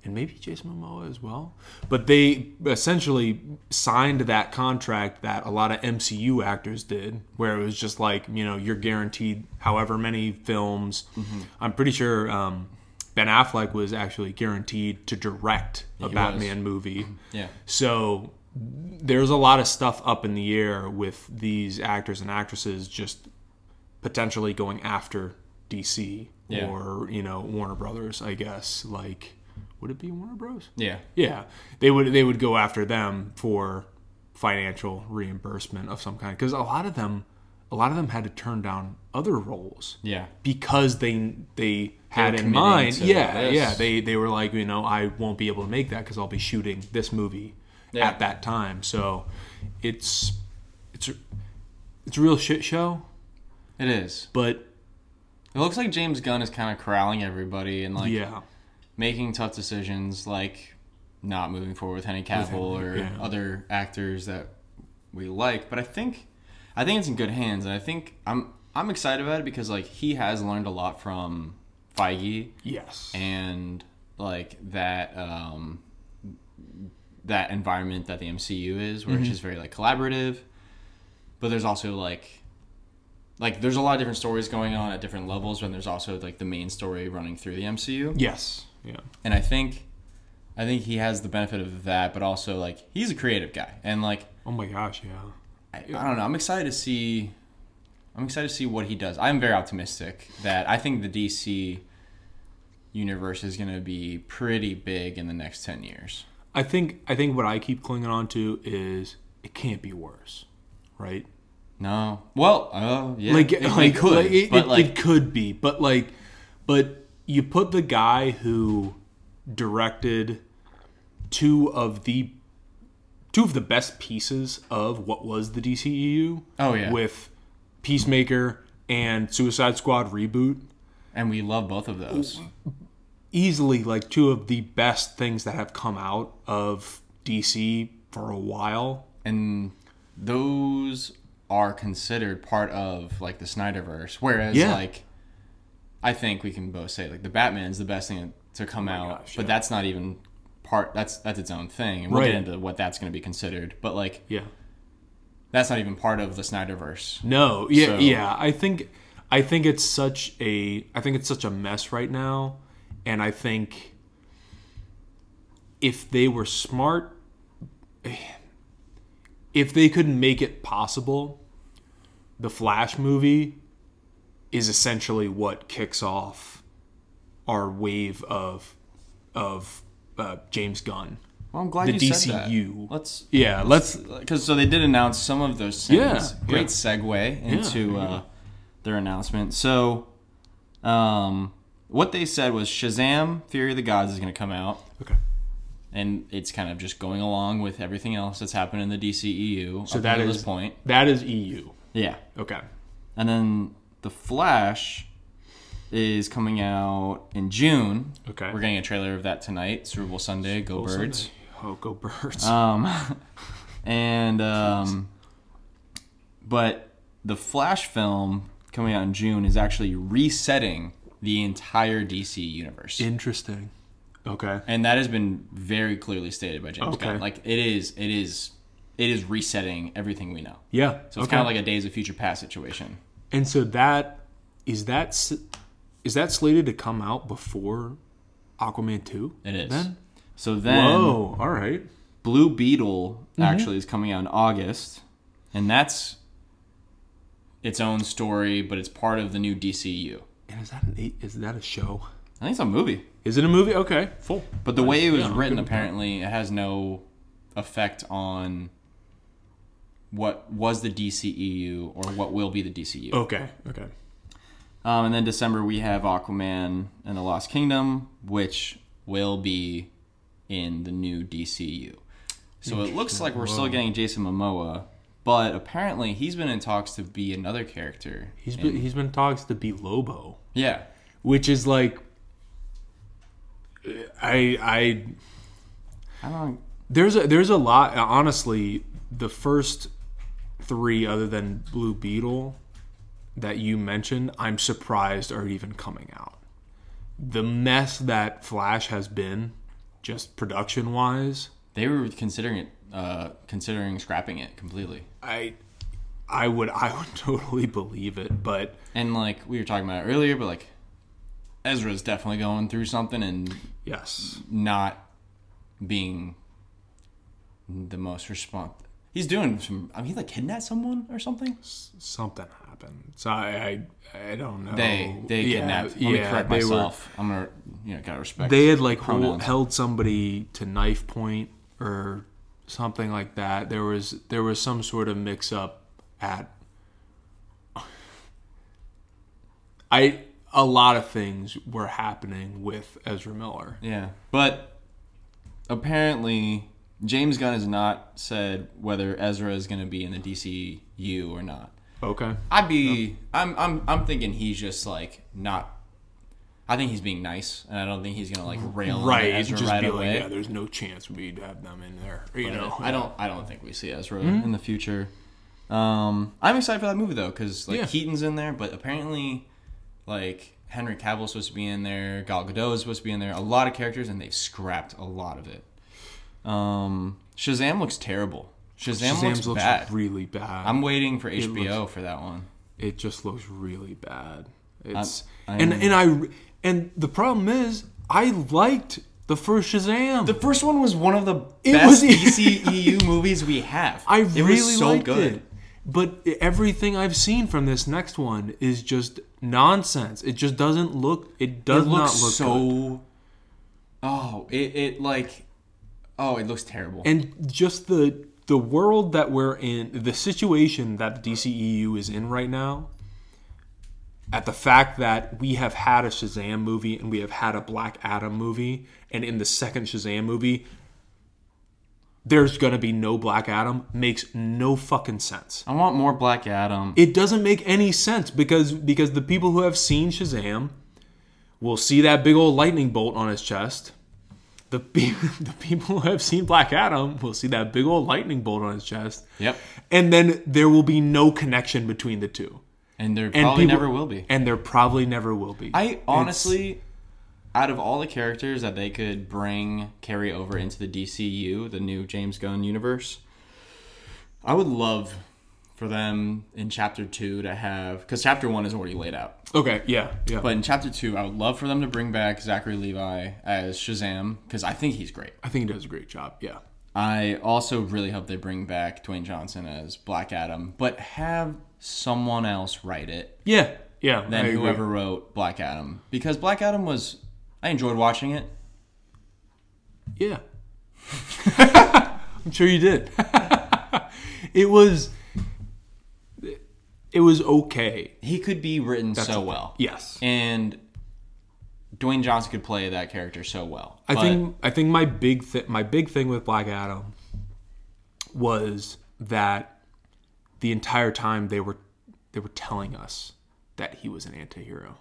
B: and maybe Jason Momoa as well but they essentially signed that contract that a lot of MCU actors did where it was just like you know you're guaranteed however many films
A: Mm-hmm.
B: I'm pretty sure um Ben Affleck was actually guaranteed to direct a
A: he was. Mm-hmm.
B: Batman movie
A: Yeah.
B: so there's a lot of stuff up in the air with these actors and actresses just potentially going after DC
A: Yeah.
B: or, you know, Warner Brothers, I guess. Like would it be Warner Bros?
A: Yeah.
B: Yeah. They would they would go after them for financial reimbursement of some kind cuz a lot of them a lot of them had to turn down other roles
A: Yeah.
B: because they they had in
A: committing
B: mind
A: to
B: yeah
A: this.
B: yeah they they were like you know i won't be able to make that because i'll be shooting this movie
A: Yeah.
B: at that time so it's it's a- it's a real shit show
A: It is.
B: but
A: It looks like James Gunn is kind of corralling everybody and like
B: yeah
A: making tough decisions, like not moving forward with Henry Cavill or
B: yeah.
A: other actors that we like. But I think, I think it's in good hands, and I think I'm I'm excited about it because like he has learned a lot from Feige.
B: yes
A: and like that um that environment that the MCU is where it's just very like collaborative but there's also like like there's a lot of different stories going on at different levels and there's also like the main story running through the MCU
B: yes yeah
A: and I think I think he has the benefit of that but also like he's a creative guy and like
B: oh my gosh yeah
A: I, I don't know I'm excited to see I'm excited to see what he does I'm very optimistic that I think the DC universe is going to be pretty big in the next 10 years.
B: i think i think what i keep clinging on to is it can't be worse right
A: No. Well, oh, yeah.
B: like
A: it,
B: like,
A: it could,
B: like, it,
A: but
B: it-
A: like
B: it could be but like but you put the guy who directed two of the two of the best pieces of what was the DCEU
A: Oh, yeah.
B: with Peacemaker and Suicide Squad reboot
A: and we love both of those.
B: easily like two of the best things that have come out of DC for a while
A: And those are considered part of like the Snyderverse whereas
B: Yeah.
A: like I think we can both say like the Batman's the best thing to come out,
B: Oh gosh,
A: but
B: yeah.
A: that's not even part that's that's its own thing and we'll
B: Right.
A: get into what that's going to be considered but like
B: yeah
A: that's not even part of the Snyderverse
B: No, yeah,
A: So-
B: yeah. I think I think it's such a I think it's such a mess right now, and I think if they were smart, if they could make it possible the Flash movie is essentially what kicks off our wave of of uh, James Gunn.
A: Well, I'm glad
B: The
A: you said that.
B: DCU.
A: Let's
B: Yeah, let's
A: because so they did announce some of those things.
B: Yeah,
A: great
B: yeah.
A: segue
B: there
A: into
B: you
A: uh, their announcement. So, um, what they said was Shazam: Fury of the Gods is going to come out,
B: okay.
A: and it's kind of just going along with everything else that's happened in the DCEU. So up
B: that
A: until
B: is-
A: this point,
B: That is EU.
A: yeah.
B: Okay.
A: And then the Flash is coming out in June.
B: Okay.
A: We're getting a trailer of that tonight, Super Bowl Sunday. Go Birds.
B: Oh, go birds.
A: Um, and um, but the Flash film coming out in June is actually resetting the entire DC universe,
B: Interesting. Okay.
A: and that has been very clearly stated by James
B: Okay.
A: Gunn. Like it is, it is, it is resetting everything we know.
B: Yeah.
A: So it's
B: okay.
A: kind of like a Days of Future Past situation.
B: and so that is that s- is that slated to come out before Aquaman two?
A: It is.
B: Then?
A: So then,
B: Whoa! Mm-hmm. All right.
A: Blue Beetle actually is coming out in August, and that's its own story, but it's part of the new DCU.
B: And is that an eight, is that a show?
A: I think it's a movie.
B: Is it a movie? Okay. Full.
A: But the way it was
B: Yeah, I'm
A: written,
B: good with that.
A: apparently, it has no effect on what was the DCEU or what will be the DCU.
B: Okay. Okay.
A: Um, and then December, we have Aquaman and the Lost Kingdom, which will be in the new DCU. So it looks like we're still getting Jason Momoa, but apparently he's been in talks to be another character.
B: He's been he's been talks to be Lobo,
A: Yeah.
B: which is like I I
A: I don't.
B: there's a there's a lot honestly the first three other than blue beetle that you mentioned i'm surprised are even coming out the mess that flash has been just production wise
A: They were considering it, uh, considering scrapping it completely.
B: i i would i would (laughs) totally believe it but
A: And like we were talking about it earlier, but like Ezra's definitely going through something and
B: yes
A: not being the most respond. He's doing some. I mean, he like kidnapped someone or something.
B: something happened so i i, I don't know
A: They they
B: Yeah,
A: kidnapped. Let me correct
B: they were-
A: myself. I'm gonna you know gotta respect.
B: they had like hol-
A: pronouns.
B: held somebody to knife point or something like that. There was there was some sort of mix up at (sighs) I a lot of things were happening with Ezra Miller.
A: Yeah, but apparently James Gunn has not said whether Ezra is gonna be in the DCU or not.
B: Okay.
A: I'd be.
B: Um,
A: I'm. I'm. I'm thinking he's just like not. I think he's being nice, and I don't think he's gonna like rail on
B: Right,
A: Ezra
B: just
A: right
B: be
A: away.
B: like, yeah, there's no chance we'd have them in there. You Hmm? know,
A: I don't. I don't think we see Ezra in the future. Um, I'm excited for that movie though, because like
B: Yeah.
A: Keaton's in there, but apparently, like Henry Cavill's supposed to be in there, Gal Gadot's supposed to be in there, a lot of characters, and they've scrapped a lot of it. Um, Shazam looks terrible. Shazam
B: Shazam's
A: looks,
B: looks
A: bad.
B: really bad.
A: I'm waiting for HBO for that one.
B: it just looks really bad. It's
A: I'm-
B: and and I and the problem is I liked the first Shazam.
A: The first one was one of the
B: It
A: best E
B: was- (laughs)
A: DCEU movies we have.
B: I
A: It was
B: really liked it. But e, everything I've seen from this next one is just nonsense. It just doesn't look. It
A: It
B: does
A: looks
B: not look
A: so.
B: good.
A: Oh, it, it like. Oh, it looks terrible.
B: And just the the world that we're in, the situation that the DCEU is in right now, at the fact that we have had a Shazam movie and we have had a Black Adam movie, and in the second Shazam movie, there's gonna be no Black Adam makes no fucking sense.
A: I want more Black Adam.
B: it doesn't make any sense because because the people who have seen Shazam will see that big old lightning bolt on his chest. The, pe- (laughs) the people who have seen Black Adam will see that big old lightning bolt on his chest.
A: Yep.
B: And then there will be no connection between the two.
A: And there
B: And
A: probably
B: people-
A: never will be.
B: And there probably never will be.
A: I honestly, out of all the characters that they could bring carry over into the DCU, the new James Gunn universe, I would love for them in chapter two to have because chapter one is already laid out.
B: okay, yeah, yeah.
A: But in chapter two, I would love for them to bring back Zachary Levi as Shazam because I think he's great.
B: I think he does a great job. Yeah.
A: I also really hope they bring back Dwayne Johnson as Black Adam, but have someone else write it
B: Yeah, yeah.
A: than
B: I agree.
A: whoever wrote Black Adam because Black Adam was I enjoyed watching it.
B: Yeah. I'm sure you did. (laughs) it was it was okay.
A: He could be written so well.
B: Yes.
A: And Dwayne Johnson could play that character so well.
B: I
A: But
B: think I think my big th- my big thing with Black Adam was that the entire time they were they were telling us that he was an antihero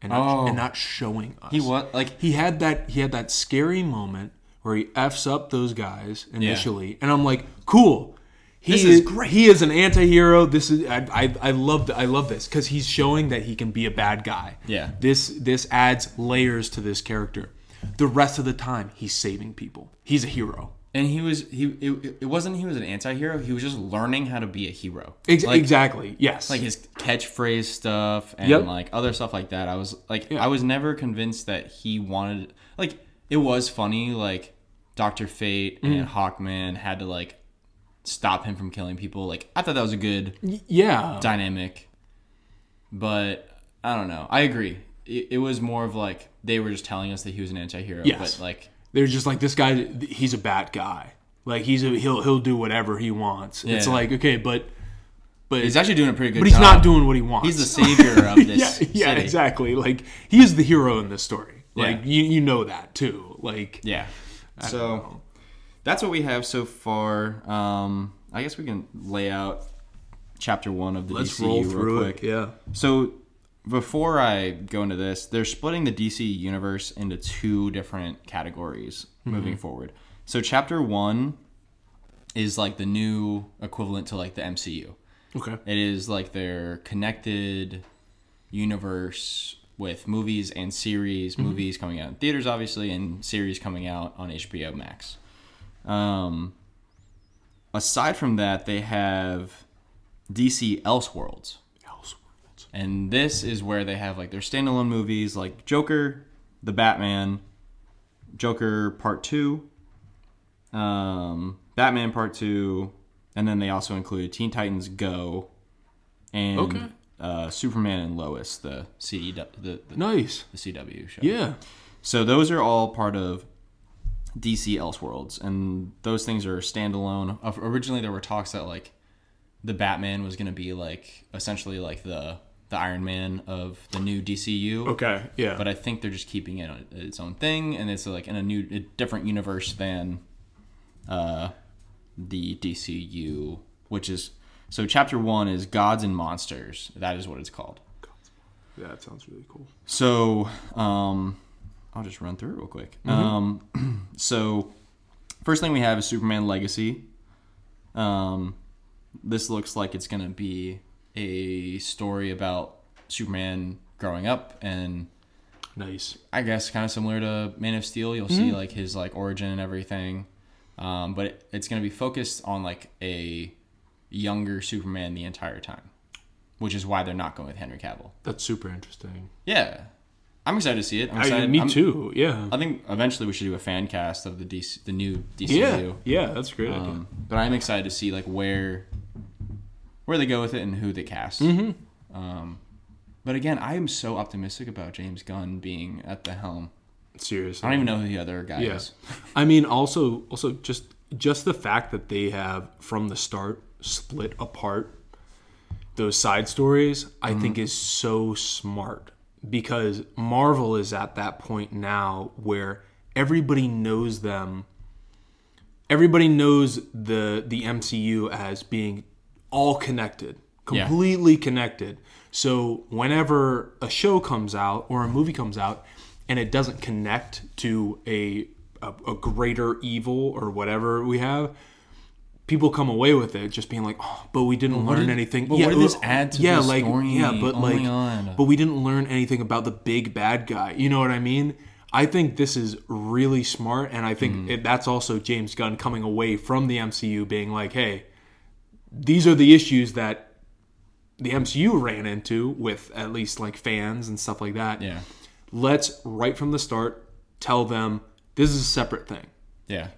B: and not,
A: Oh.
B: and not showing us.
A: he was like
B: he had that he had that scary moment where he f's up those guys initially, and I'm like, cool. He
A: This is
B: is,
A: great.
B: He is an antihero. This is I I, I love th- I love this because he's showing that he can be a bad guy.
A: Yeah.
B: This this adds layers to this character. The rest of the time, he's saving people. He's a hero.
A: and he was he it, it wasn't he was an anti-hero, he was just learning how to be a hero.
B: Ex-
A: Like-
B: exactly. Yes.
A: like his catchphrase stuff and
B: Yep.
A: like other stuff like that. I was like, I was never convinced that he wanted like it was funny. Like Doctor Fate
B: Mm-hmm.
A: and Hawkman had to like stop him from killing people. Like I thought that was a good
B: yeah.
A: dynamic, but I don't know. I agree. It, it was more of like they were just telling us that he was an anti-hero,
B: Yes.
A: but like
B: They're just like this guy. th- He's a bad guy. Like he's a, he'll he'll do whatever he wants. It's
A: Yeah.
B: like okay, but but
A: he's actually doing a pretty good.
B: but he's
A: job.
B: not doing what he wants.
A: He's the savior
B: (laughs)
A: of this.
B: yeah, yeah,
A: city.
B: exactly. Like he is the hero in this story.
A: Yeah.
B: Like you, you know that too. Like
A: Yeah.
B: don't
A: So
B: know.
A: that's what we have so far. Um, I guess we can lay out chapter one of the
B: let's
A: DCU
B: roll
A: real
B: through
A: quick.
B: it. Yeah,
A: So before I go into this, they're splitting the DC universe into two different categories
B: Mm-hmm.
A: moving forward. So chapter one is like the new equivalent to like the MCU.
B: okay,
A: It is like their connected universe with movies and series, movies coming out in theaters, obviously, and series coming out on HBO Max. Um, aside from that, they have DC Elseworlds,
B: Elseworlds.
A: and this is where they have like their standalone movies, like Joker, The Batman, Joker Part Two, um, Batman Part Two, and then they also include Teen Titans Go, and
B: Okay.
A: uh, Superman and Lois, the CD the, the,
B: nice.
A: the CW show.
B: Yeah,
A: So those are all part of DC Elseworlds, and those things are standalone. Of- Originally, there were talks that like the Batman was going to be like essentially like the the Iron Man of the new DCU,
B: okay, yeah,
A: but I think they're just keeping it on its own thing, and it's like in a new, a different universe than uh, the DCU, which is so. Chapter one is Gods and Monsters. That is what it's called.
B: that sounds really cool.
A: So, um, I'll just run through it real quick. Um, (clears throat) so, first thing we have is Superman Legacy. Um, this looks like it's going to be a story about Superman growing up and
B: Nice.
A: I guess kind of similar to Man of Steel. You'll see like his like origin and everything, um, but it, it's going to be focused on like a younger Superman the entire time, which is why they're not going with Henry Cavill.
B: That's super interesting.
A: Yeah, I'm excited to see it. I'm
B: I,
A: excited.
B: Oh, me
A: I'm-
B: too. Yeah.
A: I think eventually we should do a fan cast of the DC, the new DCU.
B: yeah. Yeah. That's a great idea.
A: Um, but I'm excited to see like where where they go with it and who they cast.
B: Mm-hmm.
A: Um, but again, I am so optimistic about James Gunn being at the helm.
B: Seriously.
A: I don't even know who the other guy
B: Yeah.
A: is.
B: I mean, also, also just just the fact that they have from the start split apart those side stories, I think is so smart because Marvel is at that point now where everybody knows them. Everybody knows the the MCU as being all connected,
A: Yeah.
B: completely connected. So whenever a show comes out or a movie comes out and it doesn't connect to a a, a greater evil or whatever we have, people come away with it just being like, "Oh, but we didn't learn
A: did-
B: anything."
A: but what did this add to
B: yeah,
A: the
B: like,
A: story?
B: Yeah, but
A: Oh my
B: like,
A: God.
B: but we didn't learn anything about the big bad guy. You know what I mean? I think this is really smart, and I
A: Hmm.
B: think it, that's also James Gunn coming away from the MCU being like, "Hey, these are the issues that." The MCU ran into with at least like fans and stuff like that.
A: Yeah,
B: Let's right from the start tell them this is a separate thing
A: yeah,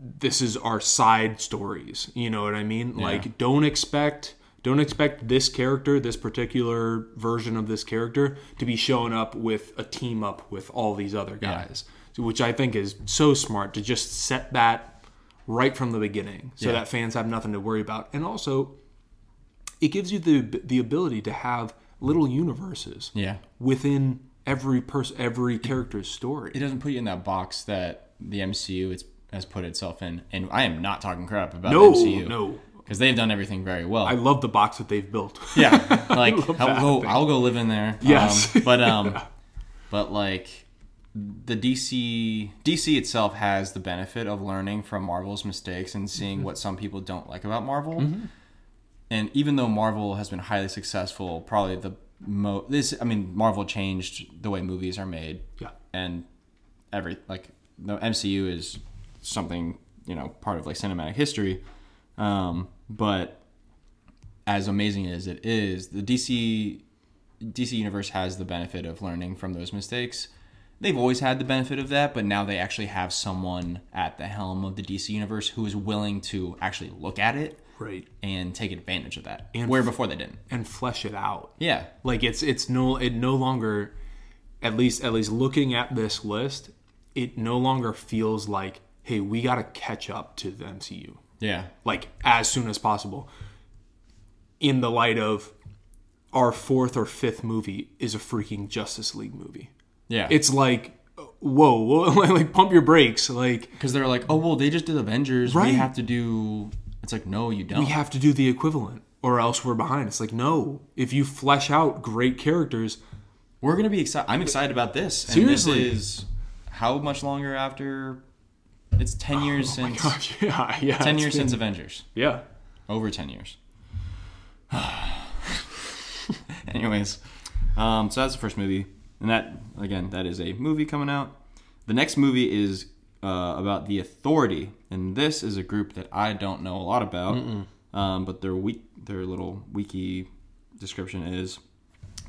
B: this is our side stories. You know what I mean? Like, don't expect Don't expect this character, this particular version of this character, to be showing up with a team up with all these other
A: Yeah.
B: guys, So- which I think is so smart to just set that right from the beginning so
A: Yeah.
B: that fans have nothing to worry about. And also, it gives you the, the ability to have little universes
A: Yeah.
B: within every person, every character's story.
A: It doesn't put you in that box that the MCU it's, has put itself in. And I am not talking crap about
B: no,
A: the MCU.
B: no.
A: Because they've done everything very well.
B: I love the box that they've built.
A: (laughs)
B: (laughs)
A: yeah. Like
B: love that
A: I'll go
B: thing.
A: I'll go live in there.
B: Yes.
A: Um, but
B: (laughs)
A: um but like the DC DC itself has the benefit of learning from Marvel's mistakes and seeing what some people don't like about Marvel. And even though Marvel has been highly successful, probably the mo this I mean Marvel changed the way movies are made
B: yeah.
A: and every like the MCU is something you know part of like cinematic history, um, but as amazing as it is, the DC DC universe has the benefit of learning from those mistakes. They've always had the benefit of that, but now they actually have someone at the helm of the DC universe who is willing to actually look at it
B: Right.
A: and take advantage of that,
B: And-
A: where before they didn't.
B: And flesh it out.
A: Yeah,
B: Like it's it's no it no longer at least at least looking at this list, it no longer feels like, hey, we gotta catch up to the MCU.
A: yeah,
B: Like as soon as possible. In the light of our fourth or fifth movie is a freaking Justice League movie.
A: yeah.
B: It's like whoa, whoa (laughs) like pump your brakes. Like
A: because they're like, oh well, they just did Avengers. We
B: Right.
A: have to do. It's like no, you don't.
B: we have to do the equivalent or else we're behind. It's like, no. If you flesh out great characters, (laughs)
A: We're gonna be excited. I'm excited about this.
B: Seriously.
A: and this is how much longer after? It's ten years since
B: gosh, yeah, yeah.
A: ten
B: Oh it's
A: years
B: been-
A: since Avengers.
B: Yeah.
A: Over ten years. (sighs) Anyways, um, so that's the first movie, and that again, that is a movie coming out. The next movie is uh, about the Authority, and this is a group that I don't know a lot about, um, but their week, their little wiki description is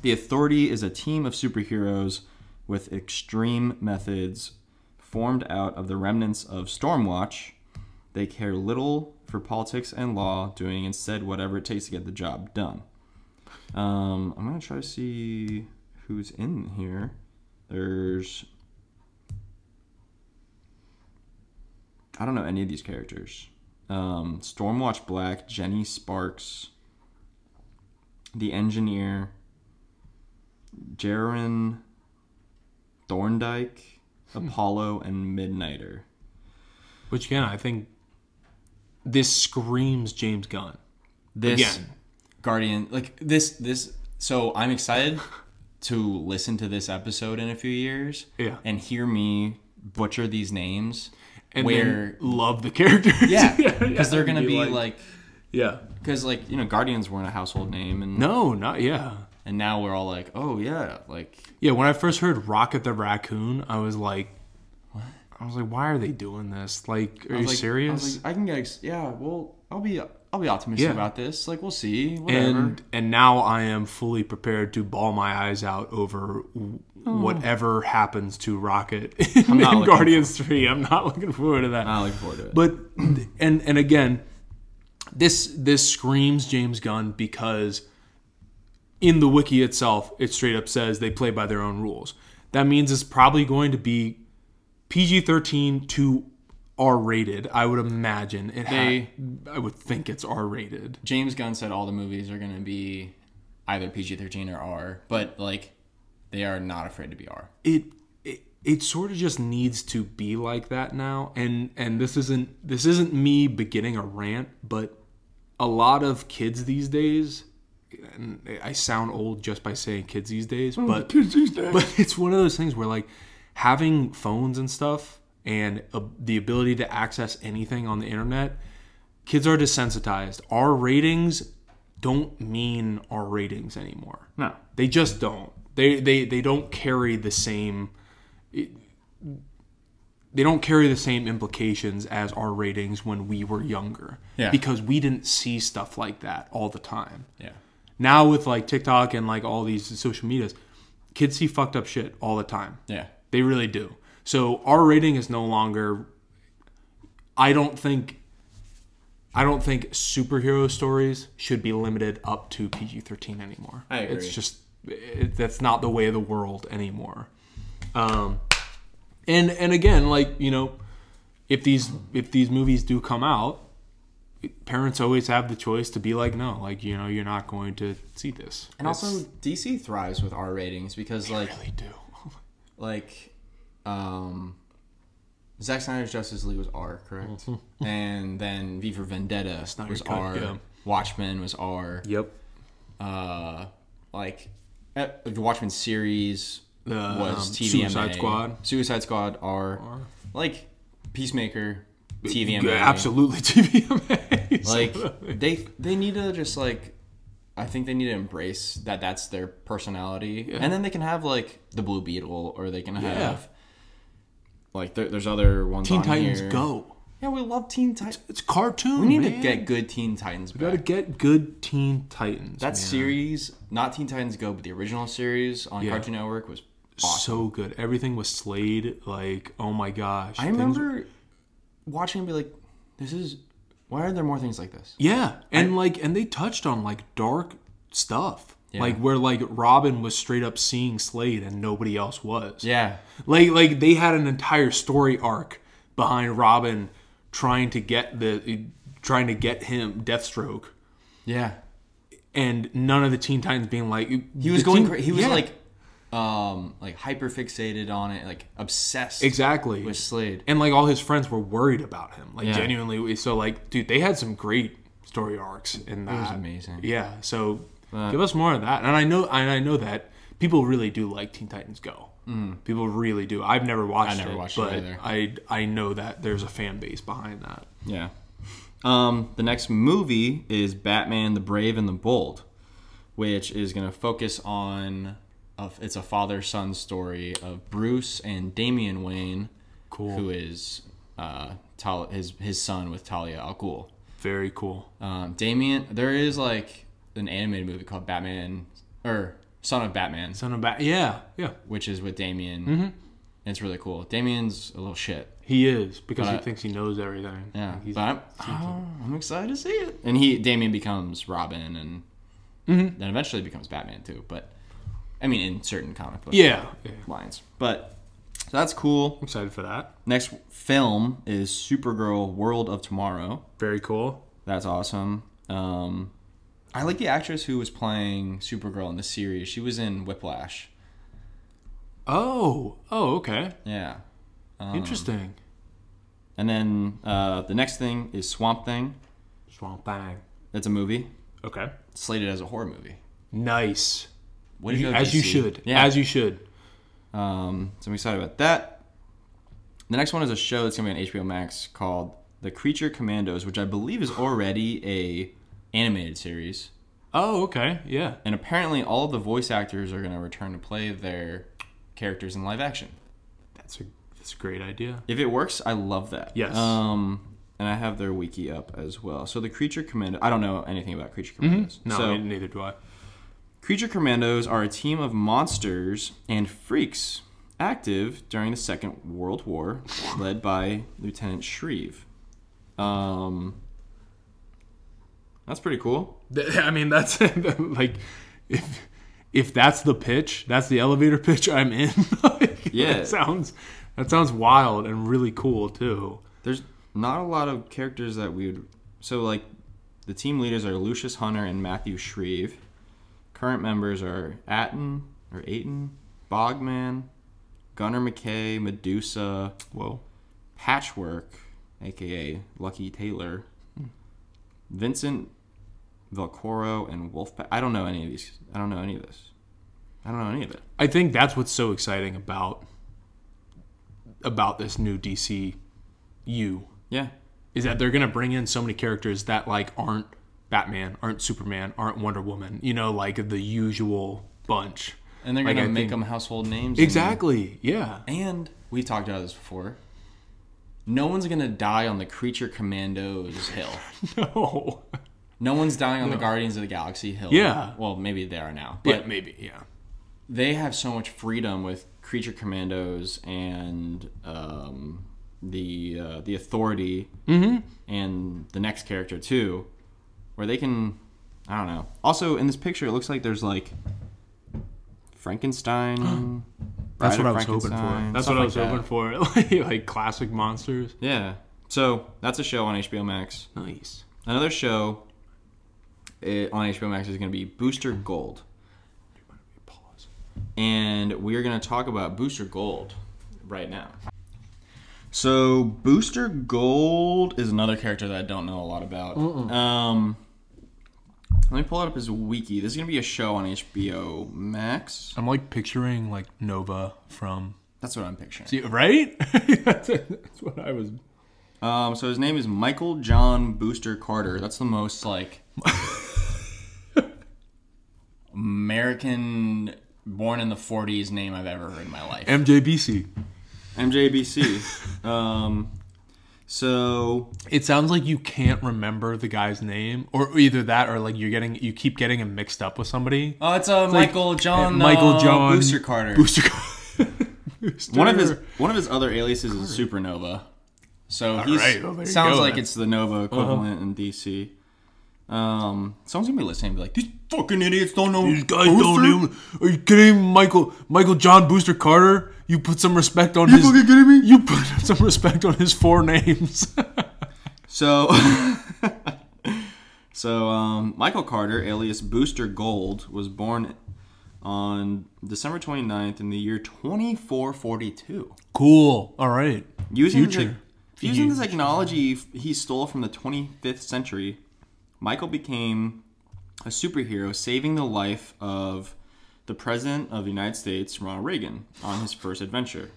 A: the Authority is a team of superheroes with extreme methods formed out of the remnants of Stormwatch. They care little for politics and law, doing instead whatever it takes to get the job done. Um, I'm going to try to see who's in here. There's. I don't know any of these characters. Um, Stormwatch Black, Jenny Sparks, the engineer, Jaren Thorndike, Apollo, and Midnighter.
B: Which again, I think this screams James Gunn.
A: This
B: Again.
A: Guardian, like this, this. So I'm
B: (laughs)
A: excited to listen to this episode in a few years,
B: Yeah.
A: and hear me butcher these names.
B: And
A: where,
B: then love the characters.
A: (laughs) yeah,
B: (laughs)
A: because they're gonna
B: Be
A: be
B: like-
A: like,
B: yeah.
A: because like you know, Guardians weren't a household name, and
B: No, not yeah.
A: and now we're all like, oh yeah, like
B: Yeah, when I first heard Rocket the Raccoon, I was like I was like, why are they doing this? Like, are
A: I was
B: you
A: like- I,
B: serious?
A: was like, I can get, ex- yeah. Well, I'll be, I'll be optimistic
B: Yeah.
A: about this. Like we'll see, whatever.
B: and and now I am fully prepared to ball my eyes out over w whatever happens to Rocket (laughs) in
A: Oh. not looking
B: Guardians Three. I'm not looking forward to that.
A: I look forward to it.
B: But and and again, this this screams James Gunn because in the wiki itself, it straight up says they play by their own rules. That means it's probably going to be PG thirteen to R rated. I would imagine it. ha-
A: They-
B: I would think it's R rated.
A: James Gunn said all the movies are going to be either PG 13 or R, but like they are not afraid to be R.
B: it it, it sort of just needs to be like that now and and this isn't this isn't me beginning a rant but a lot of kids these days and I sound old just by saying kids these days but Oh, kids these days but it's one of those things where like having phones and stuff and uh, the ability to access anything on the internet kids are desensitized our ratings don't mean our ratings anymore
A: No.
B: they just don't. They they they don't carry the same. They don't carry the same implications as our ratings when we were younger.
A: Yeah.
B: Because we didn't see stuff like that all the time.
A: Yeah.
B: Now with like TikTok and like all these social medias, kids see fucked up shit all the time.
A: Yeah.
B: They really do. So our rating is no longer. I don't think. I don't think superhero stories should be limited up to PG 13 anymore.
A: I agree.
B: It's just, it, that's not the way of the world anymore. Um, and, and again, like, you know, if these, if these movies do come out, parents always have the choice to be like, no, like, you know, you're not going to see this.
A: And
B: It's-
A: also, DC thrives with R ratings because, like,
B: really do.
A: like, um, Zack Snyder's Justice League was R, correct? And then V for Vendetta
B: Snyder
A: was
B: Cut,
A: R.
B: yeah.
A: Watchmen was R.
B: Yep.
A: Uh, like, eh, the Watchmen series
B: Uh,
A: was
B: um,
A: TVMA.
B: Suicide Squad.
A: Suicide Squad R. Like, Peacemaker, TVMA.
B: Yeah, Absolutely (laughs)
A: (laughs)
B: TVMA. (laughs)
A: like they they need to just like I think they need to embrace that that's their personality, and then they can have like the Blue Beetle, or they can have like there, there's other ones.
B: Teen
A: on
B: Titans
A: here.
B: Go.
A: Yeah, we love Teen Titans.
B: It's cartoon.
A: We need to get good Teen Titans
B: You gotta
A: back.
B: get good Teen Titans.
A: That
B: man.
A: series, not Teen Titans Go, but the original series on
B: Yeah.
A: Cartoon Network was awesome.
B: so good. Everything was slayed. Like, oh my gosh.
A: I
B: Things-
A: remember watching and be like, "This is why are there more things like this?"
B: Yeah, and like, and they touched on like dark stuff.
A: Yeah.
B: Like where like Robin was straight up seeing Slade and nobody else was.
A: Yeah,
B: Like like they had an entire story arc behind Robin trying to get the trying to get him Deathstroke
A: yeah.
B: and none of the Teen Titans being like
A: He was going. cra- he was like, um, like hyper fixated on it, like obsessed
B: exactly
A: with Slade.
B: and like all his friends were worried about him like
A: Yeah.
B: genuinely so like dude they had some great story arcs in that
A: It was amazing.
B: yeah so give us more of that and i know and i know that people really do like teen titans go people really do i've never watched
A: Mm-hmm. never
B: it
A: watched it
B: but
A: either.
B: i i know that there's a fan base behind that
A: Yeah. Um, the next movie is Batman: The Brave and the Bold, which is going to focus on. A, it's a father-son story of Bruce and Damian Wayne,
B: Cool.
A: who is uh, Tal- his his son with Talia al Ghul.
B: very cool
A: Um, Damien, there is like an animated movie called Batman or Son of Batman.
B: son of bat yeah yeah
A: which is with Damien.
B: Mm-hmm.
A: It's really cool. Damien's a little shit.
B: he is because he
A: But-
B: thinks he knows everything
A: Yeah,
B: Like, he's,
A: but I'm, oh, I'm excited to see it. And he Damien becomes Robin, and
B: Mm-hmm.
A: then eventually becomes Batman too. But I mean, in certain comic book
B: yeah, yeah
A: lines. But so that's cool.
B: i'm excited for that
A: Next film is Supergirl: World of Tomorrow.
B: very cool
A: That's awesome. Um, I like the actress who was playing Supergirl in the series. She was in Whiplash.
B: oh oh okay
A: Yeah, Um,
B: interesting
A: and then uh, the next thing is Swamp Thing.
B: swamp bang
A: That's a movie.
B: okay
A: slated as a horror movie.
B: Nice.
A: What did
B: as you should.
A: Yeah.
B: As you should.
A: um, so I'm excited about that. The next one is a show that's gonna be on HBO Max called The Creature Commandos, which I believe is already a animated series.
B: Oh, okay. Yeah.
A: And apparently, all of the voice actors are gonna return to play their characters in live action.
B: That's a that's a great idea.
A: If it works, I love that.
B: Yes.
A: Um, and I have their wiki up as well. So the Creature Commando. I don't know anything about Creature Commandos.
B: Mm-hmm. No,
A: So-
B: ne- neither do I.
A: Creature Commandos are a team of monsters and freaks active during the Second World War, (laughs) led by Lieutenant Shreve. Um, that's pretty cool.
B: Th- (laughs) I mean, that's (laughs) like if if that's the pitch, that's the elevator pitch I'm in. (laughs) Like,
A: Yeah.
B: That sounds that sounds wild and really cool too.
A: There's not a lot of characters that we would. So, like, the team leaders are Lucius Hunter and Matthew Shreve. Current members are Atten or Aiton, Bogman, Gunnar McKay, Medusa,
B: Whoa.
A: Patchwork, aka Lucky Taylor, Vincent Velcoro, and Wolfpack. I don't know any of these. I don't know any of this. I don't know any of it.
B: I think that's what's so exciting about about this new DC U
A: Yeah.
B: is that they're gonna bring in so many characters that like aren't Batman, aren't Superman, aren't Wonder Woman. You know, like the usual bunch.
A: And they're
B: Like,
A: gonna
B: I
A: make
B: think-
A: them household names. and-
B: Exactly. (laughs) Yeah.
A: And, we've talked about this before. No one's gonna die on the Creature Commandos hill.
B: No.
A: No one's dying on the Guardians of the Galaxy hill.
B: Yeah.
A: Well, maybe they are now, but
B: But maybe. Yeah.
A: they have so much freedom with creature commandos and um, the uh, the authority
B: Mm-hmm.
A: and the next character too, where they can. I don't know. Also, in this picture, it looks like there's like Frankenstein.
B: (gasps) That's
A: Bride
B: what I
A: of
B: was hoping for.
A: Frankenstein,
B: That's
A: stuff
B: what I
A: like
B: was
A: that.
B: hoping for. (laughs) like, like classic monsters.
A: Yeah. So that's a show on HBO Max.
B: Nice.
A: Another show eh, on HBO Max is going to be Booster Gold.
B: Pause.
A: and we are going to talk about Booster Gold right now. So Booster Gold is another character that I don't know a lot about. Um, let me pull up his wiki. This is going to be a show on HBO Max.
B: I'm like picturing like Nova from
A: That's what I'm picturing.
B: See, right? (laughs) that's, that's what I was.
A: Um, so his name is Michael John Booster Carter. That's the most like American born in the 40s name I've ever heard in my life.
B: MJBC.
A: MJBC. um, so
B: It sounds like you can't remember the guy's name, or either that, or like you're getting you keep getting him mixed up with somebody.
A: Oh, it's, uh,
B: like,
A: Michael John.
B: Michael
A: uh,
B: John
A: Booster Carter.
B: Booster. (laughs) Gold. Booster.
A: One of his one of his other aliases is Supernova. So he
B: right, well, there you
A: sounds
B: go,
A: like
B: then. Uh-huh.
A: it's the Nova equivalent in DC. Um, someone's gonna be listening, and be like, "These fucking idiots don't know."
B: These guys don't
A: Booster?
B: even. Are you kidding, Michael? Michael John Booster Carter? You put some respect on his.
A: fucking kidding me?
B: You put (laughs) some respect on his four names. (laughs)
A: So, (laughs) so um, Michael Carter, alias Booster Gold, was born on December 29th in the year 2442.
B: cool. All right.
A: Using the
B: Future.
A: tech- using the technology f- he stole from the 25th century, Michael became a superhero, saving the life of the President of the United States, Ronald Reagan, on his first adventure.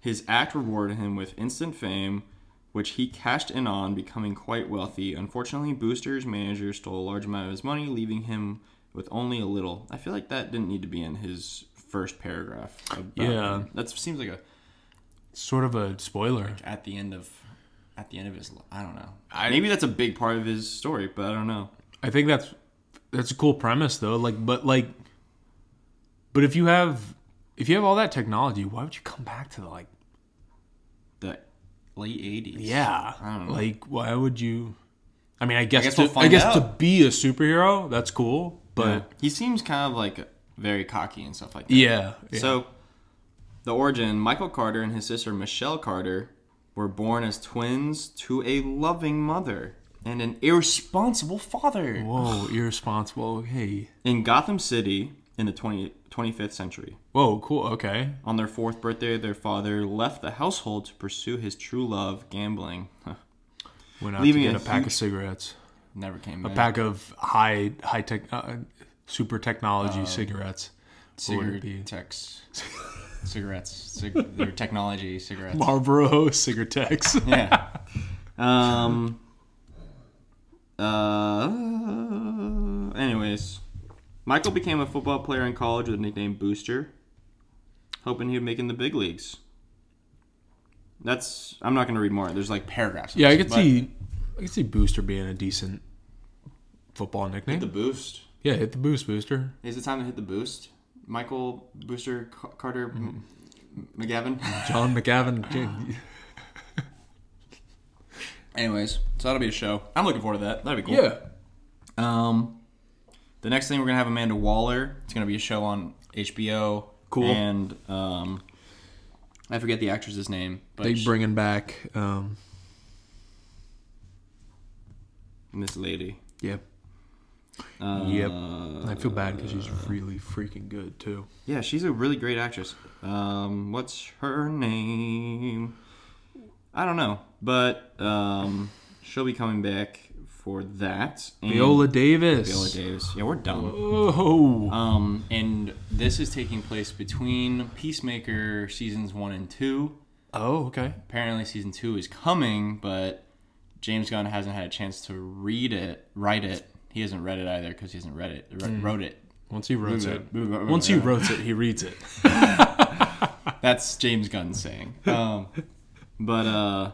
A: His act rewarded him with instant fame, which he cashed in on, becoming quite wealthy. Unfortunately, Booster's manager stole a large amount of his money, leaving him with only a little. I feel like that didn't need to be in his first paragraph. About
B: Yeah.
A: That seems like a
B: Sort of a spoiler.
A: at the end of at the end of his li- I don't know. Maybe that's a big part of his story, but I don't know.
B: I think that's that's a cool premise though. Like, but like, but if you have if you have all that technology, why would you come back to the like?
A: The late 80s.
B: Yeah,
A: I don't know.
B: like why would you? I mean, I guess,
A: guess
B: to,
A: we'll
B: I
A: find
B: guess to
A: out.
B: be a superhero, that's cool.
A: Yeah.
B: But
A: he seems kind of like very cocky and stuff like that.
B: yeah, yeah.
A: So the origin, Michael Carter and his sister Michelle Carter were born as twins to a loving mother and an irresponsible father.
B: whoa, irresponsible. Hey,
A: In Gotham City in the 20, 25th century.
B: whoa, cool. Okay,
A: On their fourth birthday, their father left the household to pursue his true love, gambling. (laughs)
B: went out
A: Leaving
B: to get
A: a
B: a, pack
A: huge-
B: of cigarettes,
A: Never came back.
B: pack of high high tech, uh, super technology cigarettes. What would it be?
A: Um, cigarette techs, cigarettes, cig- their technology cigarettes.
B: Marlboro (laughs) cigarettes.
A: (laughs) Yeah. Um. Uh. Anyways, Michael became a football player in college with the nickname Booster, hoping he'd make it in the big leagues. That's. I'm not gonna read more. There's like paragraphs.
B: Yeah, I could
A: But
B: see, I could see Booster being a decent football nickname.
A: the boost.
B: yeah, hit the boost, Booster.
A: Is it time to hit the boost? Michael Booster Ca- Carter M- McGavin.
B: John McGavin.
A: (laughs)
B: J-
A: Anyways, so that'll be a show. I'm looking forward to that. That'd be cool.
B: yeah,
A: Um, the next thing we're gonna have Amanda Waller. It's gonna be a show on HBO.
B: Cool.
A: And um, I forget the actress's name, but
B: they
A: she-
B: bringing back. Um,
A: this lady.
B: yeah,
A: Uh,
B: yep. I feel bad because she's really freaking good too.
A: Yeah, she's a really great actress. Um, what's her name? I don't know, but um, she'll be coming back for that. And
B: Viola Davis.
A: mm. Viola Davis. Yeah, we're dumb.
B: Oh,
A: Um, and this is taking place between Peacemaker seasons one and two.
B: oh, okay.
A: apparently season two is coming, but James Gunn hasn't had a chance to read it, write it. He hasn't read it either because he hasn't read it, wr- wrote it.
B: Once he wrote it, once
A: Once
B: he wrote it, he reads it.
A: that's James Gunn saying. Um, but uh,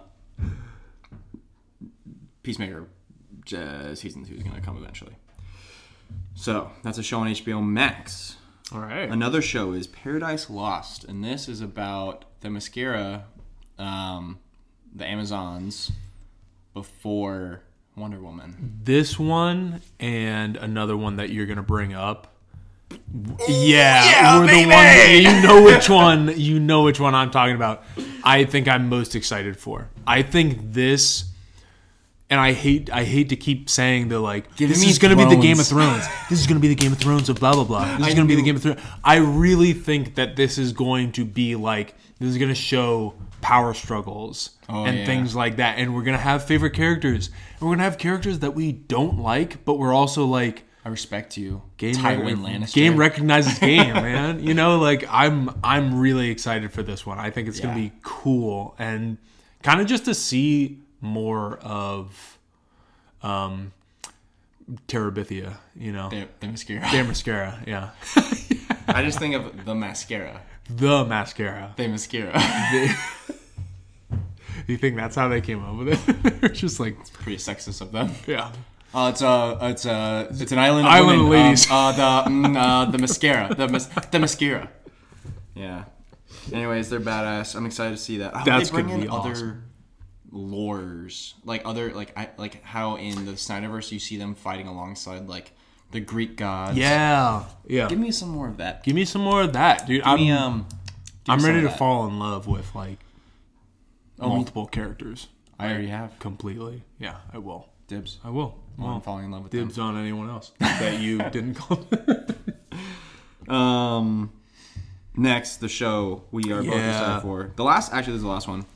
A: Peacemaker uh, season two is going to come eventually. So that's a show on HBO Max.
B: (laughs) All right.
A: Another show is Paradise Lost, and this is about the mascara um, the Amazons before Wonder Woman.
B: This one and another one that you're gonna bring up. Yeah, we're the one. You know which one. You know which one I'm talking about. I think I'm most excited for. I think this, and I hate. I hate to keep saying the like.
A: Give
B: this
A: me
B: is going to be the Game of
A: Thrones. (gasps)
B: Thrones. This is going to be the Game of Thrones of blah blah blah. This
A: I
B: is going to be the
A: knew-
B: Game of Thrones. I really think that this is going to be like. This is going to show power struggles
A: Oh,
B: and
A: yeah.
B: things like that, and we're going to have favorite characters, and we're going to have characters that we don't like, but we're also like.
A: I respect you,
B: Game
A: Tywin
B: rec-
A: Lannister. (laughs)
B: Game recognizes game, man. you know, like I'm I'm really excited for this one. I think it's gonna
A: Yeah.
B: be cool and kind of just to see more of um Terabithia, you know.
A: the, the mascara.
B: Their mascara, yeah.
A: (laughs) I just think of the mascara.
B: The mascara.
A: The mascara. (laughs)
B: You think that's how they came up with it? (laughs) It's just like
A: Pretty sexist of them.
B: yeah.
A: Uh, it's a, it's a, it's an island. Of
B: Island
A: women.
B: ladies.
A: Um, uh, the, mm, uh, the mascara, the, mas- the mascara. Yeah. Anyways, they're badass. I'm excited to see that. I hope
B: That's
A: they bring
B: gonna
A: in
B: be
A: other lores, like other, like I, like how in the Snyderverse you see them fighting alongside like the Greek gods.
B: Yeah. Yeah.
A: Give me some more of that.
B: Give me some more of that, dude. I'm
A: Give me, um, give me
B: I'm
A: some
B: ready
A: of
B: to
A: that.
B: fall in love with like multiple characters
A: I already have
B: completely. Yeah, I will.
A: dibs.
B: I will.
A: I'm falling in love with them.
B: dibs on anyone (laughs) else that you didn't (laughs) call.
A: Um, next, the show we are both
B: Yeah.
A: excited for. The last, actually, this is the last one.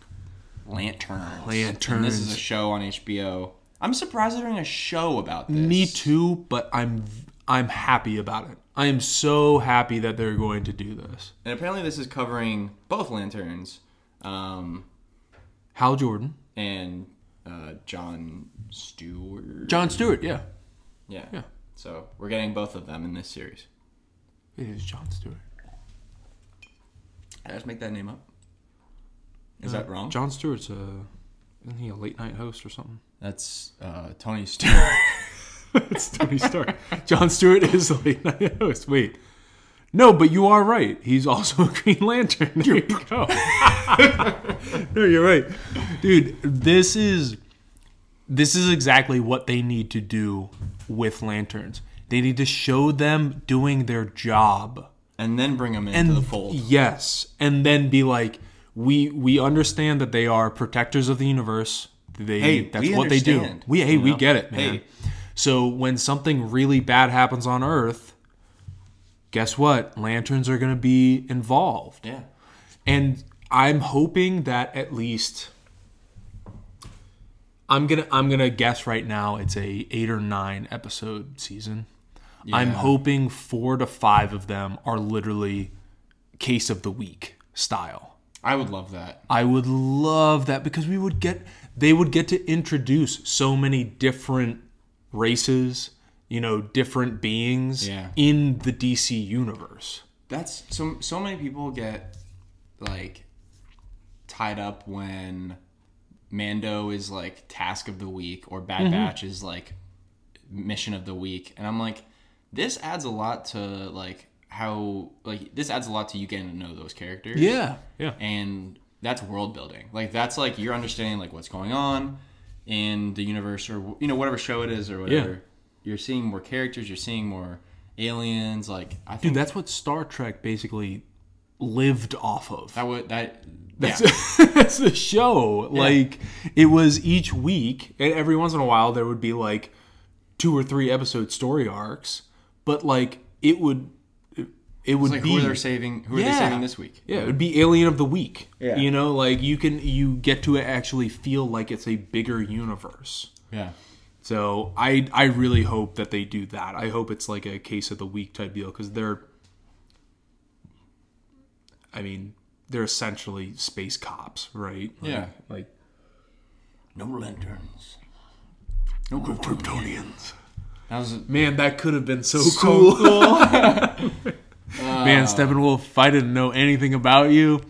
A: Lanterns. And this is
B: Lanterns.
A: a show on HBO. I'm surprised they're doing a show about this.
B: Me too, but I'm I'm happy about it. I am so happy that they're going to do this.
A: And apparently, this is covering both lanterns, um,
B: Hal Jordan,
A: and uh, John Stewart.
B: John Stewart, yeah,
A: Yeah.
B: yeah.
A: So we're getting both of them in this series.
B: it is John Stewart.
A: Did I just make that name up? Uh, Is that wrong?
B: John Stewart's a isn't he a late night host or something?
A: That's uh, Tony Stewart.
B: (laughs)
A: (laughs)
B: it's Tony Stark. (laughs) John Stewart is a late night host. Wait. No, but you are right. He's also a Green Lantern. There you go. (laughs) no, you're right. Dude, this is this is exactly what they need to do with lanterns. They need to show them doing their job.
A: and then bring him into the fold.
B: Yes, and then be like, we we understand that they are protectors of the universe. They
A: Hey,
B: that's
A: we
B: what they do.
A: understand,
B: We hey
A: you
B: we
A: know?
B: get it, man.
A: Hey.
B: So when something really bad happens on Earth, guess what? Lanterns are going to be involved,
A: Yeah.
B: and I'm hoping that at least. I'm gonna I'm gonna guess right now it's a eight or nine episode season. I'm
A: Yeah.
B: hoping four to five of them are literally case of the week style.
A: I would love that.
B: I would love that because we would get they would get to introduce so many different races, you know, different beings
A: Yeah.
B: in the DC universe.
A: That's so. So many people get like tied up when Mando is like task of the week or Bad
B: Mm-hmm.
A: Batch is like mission of the week, and I'm like, this adds a lot to like how like this adds a lot to you getting to know those characters.
B: Yeah.
A: and that's world building. Like that's like you're understanding like what's going on in the universe or you know whatever show it is or whatever.
B: Yeah.
A: You're seeing more characters. You're seeing more aliens. Like I think
B: Dude, that's what Star Trek basically lived off of. (laughs)
A: That would that.
B: That's, (laughs)
A: yeah.
B: that's the show. Like it was each week, and every once in a while there would be like two or three episode story arcs, but like it would it would
A: like
B: be
A: who are they saving? Who are they
B: Yeah.
A: saving this week?
B: yeah, it would be Alien of the Week.
A: Yeah.
B: You know, like you can you get to actually feel like it's a bigger universe.
A: Yeah,
B: So I I really hope that they do that. I hope it's like a case of the week type deal because they're, I mean, they're essentially space cops, right? Like-
A: Yeah.
B: Like
A: no lanterns.
B: no Kryptonians.
A: That was
B: Man, that could have been so,
A: so
B: cool. (laughs) Uh, Man, Steppenwolf, if I didn't know anything about you,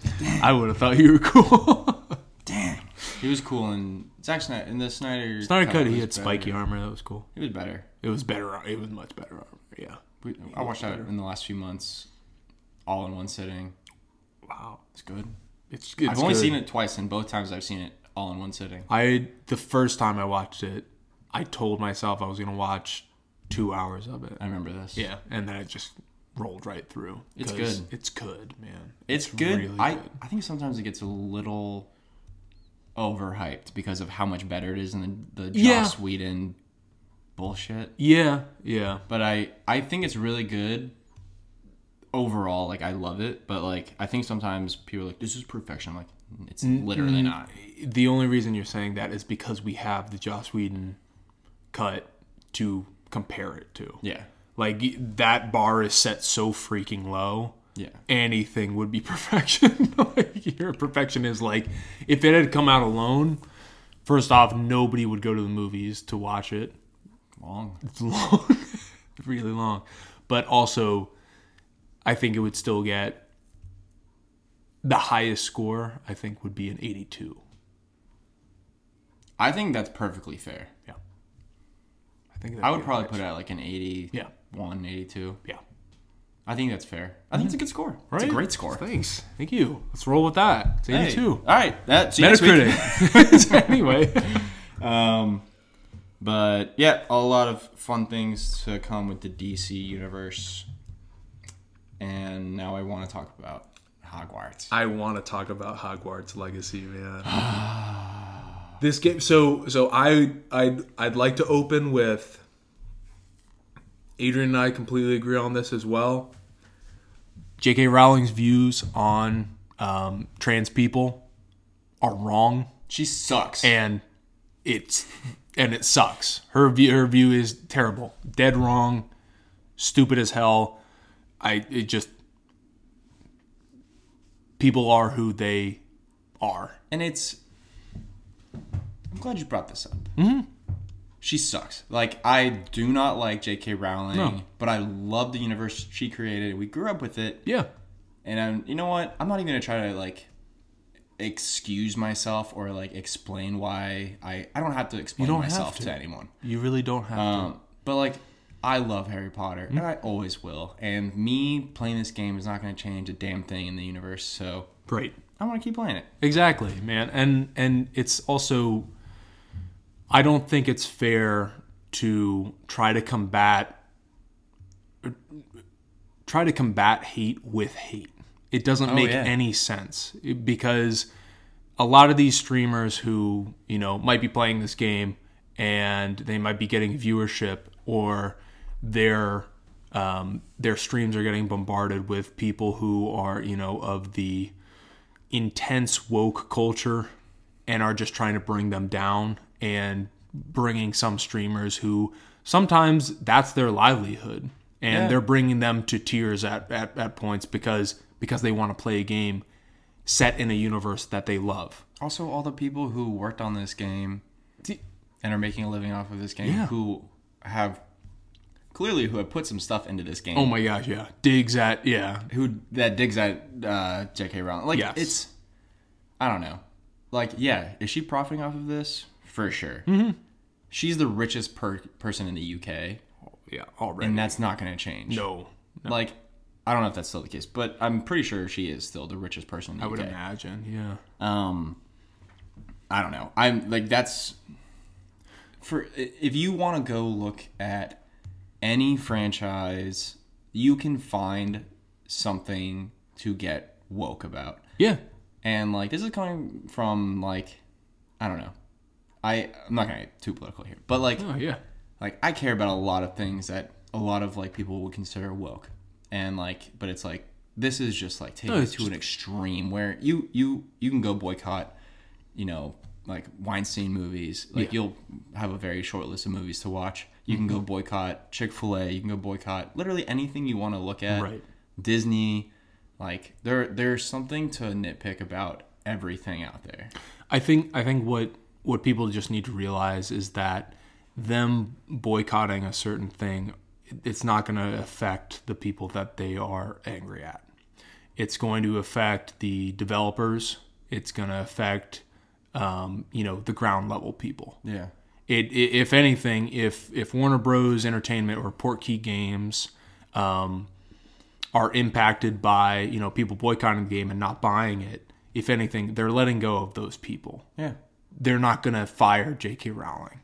B: I would have thought you were (laughs) cool.
A: damn. He was cool in Zack Snyder in the Snyder.
B: Snyder
A: cut,
B: Cut,
A: was
B: he had
A: better.
B: spiky armor. That was cool.
A: It was better.
B: It was better. ar- It was much better armor. Yeah.
A: We, I watched that in the last few months, all in one sitting.
B: Wow.
A: It's good.
B: It's, it's
A: I've only
B: good.
A: seen it twice, and both times I've seen it all in one sitting.
B: I the first time I watched it, I told myself I was gonna watch two hours of it.
A: I remember this.
B: Yeah, and then I just rolled right through.
A: It's
B: 'cause
A: good.
B: It's good, man.
A: It's, good.
B: really
A: I,
B: good.
A: I think sometimes it gets a little overhyped because of how much better it is than the, the Joss
B: Yeah.
A: Whedon bullshit.
B: Yeah, yeah,
A: But I, I think it's really good overall. Like, I love it. But, like, I think sometimes people are like, this is perfection. I'm like, it's
B: Mm-hmm.
A: literally not.
B: the only reason you're saying that is because we have the Joss Whedon cut to compare it to.
A: Yeah.
B: Like that bar is set so freaking low.
A: Yeah.
B: Anything would be (laughs) perfection. like you're a perfectionist. Like if it had come out alone, first off, nobody would go to the movies to watch it.
A: Long.
B: It's long, (laughs) really long. But also, I think it would still get the highest score. I think would be an 82.
A: I think that's perfectly fair.
B: Yeah. I think
A: I would probably put it at like an 81,
B: Yeah. Mm-hmm.
A: 82.
B: Yeah.
A: I think that's fair. I think it's a good score. It's a great score.
B: Thanks. Thank you. Let's roll with that. It's
A: Hey,
B: 82.
A: All right. That, see you next week.
B: Metacritic. (laughs) anyway.
A: Um, but yeah, a lot of fun things to come with the DC universe. And now I want to talk about Hogwarts.
B: I want to talk about Hogwarts Legacy, man. this game. So, so I, I'd, I'd like to open with. Adrian and I completely agree on this as well. J.K. Rowling's views on um, trans people are wrong.
A: She sucks.
B: and it's (laughs) and it sucks. Her view, her view is terrible, dead wrong, stupid as hell. I it just people are who they are.
A: and it's. I'm glad you brought this up.
B: Mm-hmm.
A: She sucks. Like I do not like J.K. Rowling,
B: No.
A: but I love the universe she created. We grew up with it,
B: Yeah,
A: and I'm, you know what? I'm not even gonna try to like excuse myself or like explain why I. I don't have to explain
B: don't have
A: myself
B: to.
A: to anyone.
B: you really don't have
A: Um, but like, I love Harry Potter, and I always will. And me playing this game is not going to change a damn thing in the universe. So
B: to. Great.
A: I want to keep playing it.
B: Exactly, man. And and it's also I don't think it's fair to try to combat try to combat hate with hate. It doesn't make
A: yeah.
B: any sense It- because a lot of these streamers who, you know, might be playing this game and they might be getting viewership or their um, their streams are getting bombarded with people who are, you know, of the intense woke culture and are just trying to bring them down and bringing some streamers who sometimes that's their livelihood and
A: Yeah.
B: they're bringing them to tears at, at, at points because because they want to play a game set in a universe that they love
A: Also, all the people who worked on this game
B: D-
A: and are making a living off of this game,
B: Yeah.
A: who have clearly who have put some stuff into this game,
B: oh my gosh yeah digs at yeah
A: who that digs at uh, J.K. Rowling. Like
B: Yes.
A: it's, I don't know. Like yeah, is she profiting off of this for sure?
B: Mm-hmm.
A: She's the richest per- person in the UK,
B: yeah already
A: and that's not going to change.
B: no
A: Like, I don't know if that's still the case, but I'm pretty sure she is still the richest person. In the
B: i would
A: UK.
B: imagine yeah
A: Um, I don't know. I'm like that's for i- if you want to go look at any franchise, you can find something to get woke about.
B: yeah
A: And like this is coming from like I don't know. I I'm not gonna get too political here, but like
B: oh yeah
A: like I care about a lot of things that a lot of like people would consider woke, and like, but it's like this is just like taking
B: No,
A: it
B: it's
A: to an extreme where you you you can go boycott, you know, like Weinstein movies. Like you'll have a very short list of movies to watch. You can
B: Mm-hmm.
A: go boycott Chick Fil A. You can go boycott literally anything you want to look at.
B: Right.
A: Disney, like there there's something to nitpick about everything out there.
B: I think I think what what people just need to realize is that them boycotting a certain thing, it's not going to affect the people that they are angry at. It's going to affect the developers. It's going to affect um, you know the ground level people.
A: Yeah.
B: It, i if anything, if if Warner Bros. Entertainment or Portkey Games um, are impacted by you know people boycotting the game and not buying it, if anything, they're letting go of those people
A: Yeah.
B: they're not gonna fire J.K. Rowling.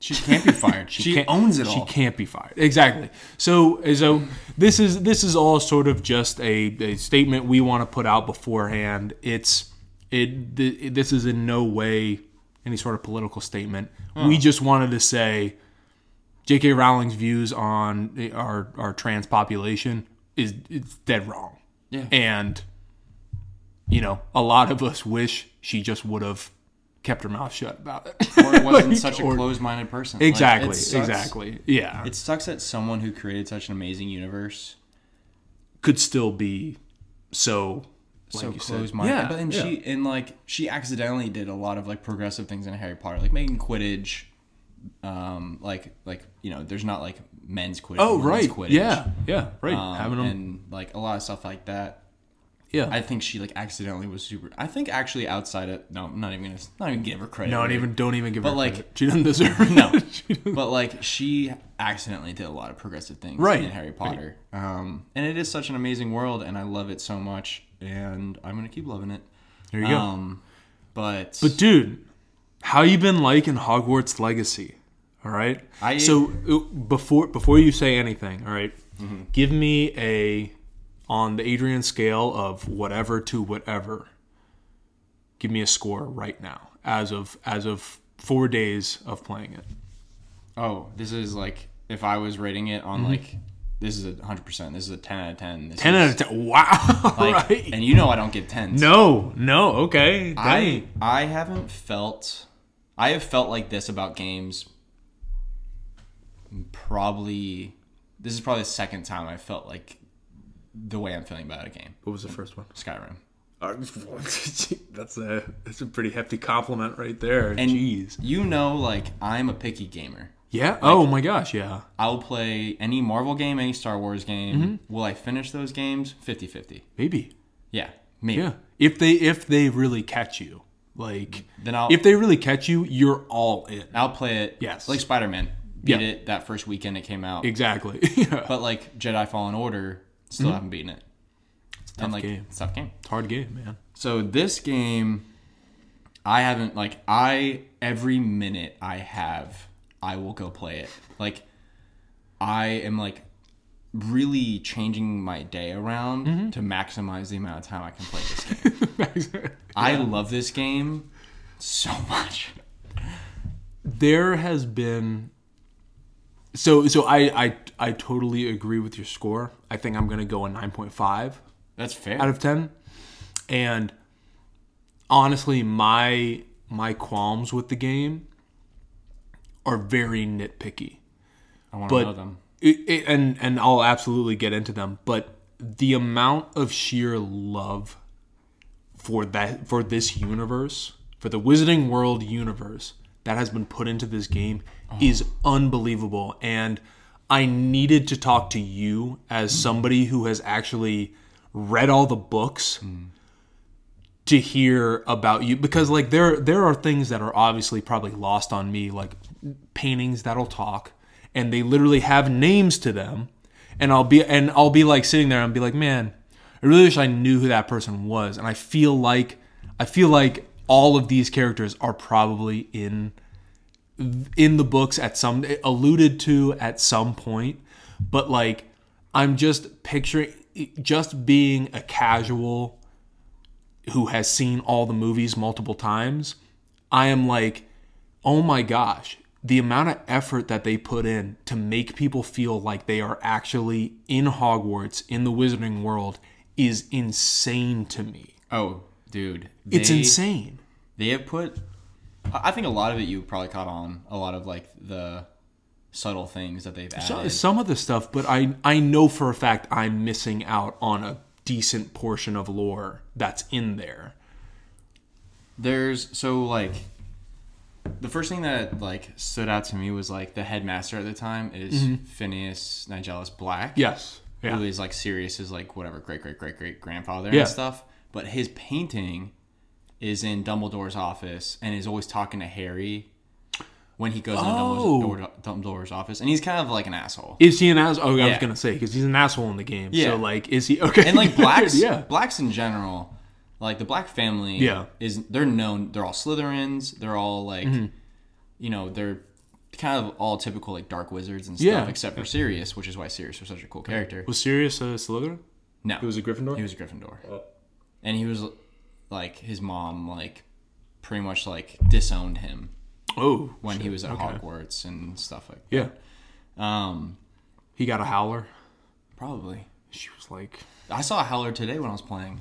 A: She can't be
B: (laughs)
A: fired. She,
B: can't-
A: owns it
B: She
A: all.
B: can't be fired. Exactly. So so this is this is all sort of just a, a statement we want to put out beforehand. It's it th- this is in no way any sort of political statement.
A: Hmm.
B: We just wanted to say J.K. Rowling's views on our our trans population is it's dead wrong.
A: Yeah.
B: And you know, a lot of us wish she just would have kept her mouth shut about it.
A: Or
B: (laughs)
A: wasn't
B: Like,
A: such a
B: or-
A: closed-minded person. Like, it
B: Exactly.
A: sucks.
B: exactly. Yeah.
A: It sucks that someone who created such an amazing universe
B: could still be so like
A: so
B: you said.
A: closed-minded.
B: Yeah,
A: but then
B: yeah.
A: she and like she accidentally did a lot of like progressive things in Harry Potter, like making Quidditch. Um, like like you know, there's not like men's Quidditch.
B: Oh
A: women's
B: right.
A: Quidditch.
B: Yeah. Yeah. Right.
A: Um,
B: Having them.
A: and like a lot of stuff like that.
B: yeah.
A: I think she like accidentally was super. I think actually outside of no, I'm not even gonna not even give her credit.
B: don't
A: right?
B: even don't even give her
A: like-
B: credit. (laughs) she doesn't
A: (laughs)
B: deserve it.
A: No.
B: She doesn't-
A: but like she accidentally did a lot of progressive things
B: Right.
A: in Harry Potter. Um, and it is such an amazing world, and I love it so much, and I'm gonna keep loving it.
B: there you go.
A: Um, but
B: But dude, how you been liking Hogwarts Legacy? All right.
A: I-
B: so uh, before before you say anything, all right,
A: Mm-hmm.
B: give me a on the Adrian scale of whatever to whatever. Give me a score right now, as of as of four days of playing it.
A: oh, this is like if I was rating it on like this is a hundred percent. This is a ten out of ten. This
B: Mm-hmm. Ten
A: is,
B: out of ten. Wow. (laughs)
A: like,
B: right.
A: And you know I don't give tens.
B: no. No. Okay.
A: I
B: Dang.
A: I haven't felt I have felt like this about games probably this is probably the second time I felt like the way I'm feeling about a game.
B: what was the first one? (laughs)
A: Skyrim.
B: that's a that's a pretty hefty compliment right there.
A: And
B: Jeez.
A: you know like I'm a picky gamer.
B: Yeah. oh my gosh. Yeah.
A: I'll play any Marvel game, any Star Wars game.
B: Mm-hmm.
A: Will I finish those games? 50-50.
B: Maybe.
A: Yeah. Maybe.
B: Yeah. If they if they really catch you, like
A: Then I'll
B: if they really catch you, you're all in.
A: I'll play it.
B: Yes.
A: Like Spider-Man. Beat
B: Yeah.
A: it that first weekend it came out.
B: Exactly. (laughs) yeah.
A: But like Jedi Fallen Order, still haven't beaten it. It's a tough
B: Mm-hmm. game.
A: It's a tough game.
B: It's a hard game, man.
A: So this game, I haven't like I every minute I have, I will go play it. Like I am like really changing my day around
B: Mm-hmm.
A: to maximize the amount of time I can play
B: (laughs)
A: this game. I love this game so much.
B: there has been so so I, I I totally agree with your score. I think I'm gonna go a nine point five
A: That's fair.
B: out of ten. And honestly, my my qualms with the game are very nitpicky.
A: I want to
B: but-
A: know them.
B: it, it, and and I'll absolutely get into them, but the amount of sheer love for that for this universe, for the Wizarding World universe that has been put into this game is unbelievable and I needed to talk to you as somebody who has actually read all the books to hear about you because like there there are things that are obviously probably lost on me like paintings that'll talk and they literally have names to them and I'll be and I'll be like sitting there and be like man I really wish I knew who that person was and I feel like I feel like all of these characters are probably in in the books at some alluded to at some point but like I'm just picturing just being a casual who has seen all the movies multiple times, I am like, oh my gosh, the amount of effort that they put in to make people feel like they are actually in Hogwarts, in the wizarding world, is insane to me.
A: Oh, dude.
B: It's
A: they-
B: insane.
A: they have put i I think a lot of it you probably caught on a lot of like the subtle things that they've
B: So-
A: added
B: Some of the stuff, but I I know for a fact I'm missing out on a decent portion of lore that's in there.
A: there's so like the first thing that like stood out to me was like the headmaster at the time is phineas nigellus black
B: Yes.
A: who
B: Mm-hmm. Yeah.
A: is like Sirius's like whatever great great great great grandfather
B: Yeah.
A: and stuff. But his painting is in Dumbledore's office and is always talking to Harry when he goes into
B: Oh.
A: Dumbledore's, Dumbledore's office, and he's kind of like an asshole.
B: Is he an asshole? Oh, I was
A: Yeah.
B: gonna say because he's an asshole in the game.
A: Yeah.
B: (laughs) So like, is he okay?
A: and like blacks
B: yeah.
A: blacks in general Like the black family
B: Yeah.
A: is they're known they're all Slytherins, they're all like
B: Mm-hmm.
A: you know, they're kind of all typical like dark wizards and stuff
B: Yeah.
A: except for Sirius, which is why Sirius was such a cool character.
B: Was Sirius a Slytherin?
A: No.
B: He was a Gryffindor.
A: He was a Gryffindor. And he was like his mom like pretty much like disowned him
B: oh,
A: when he was at Hogwarts and stuff like
B: yeah.
A: um
B: He got a howler.
A: probably.
B: She was like,
A: I saw a howler today when I was playing.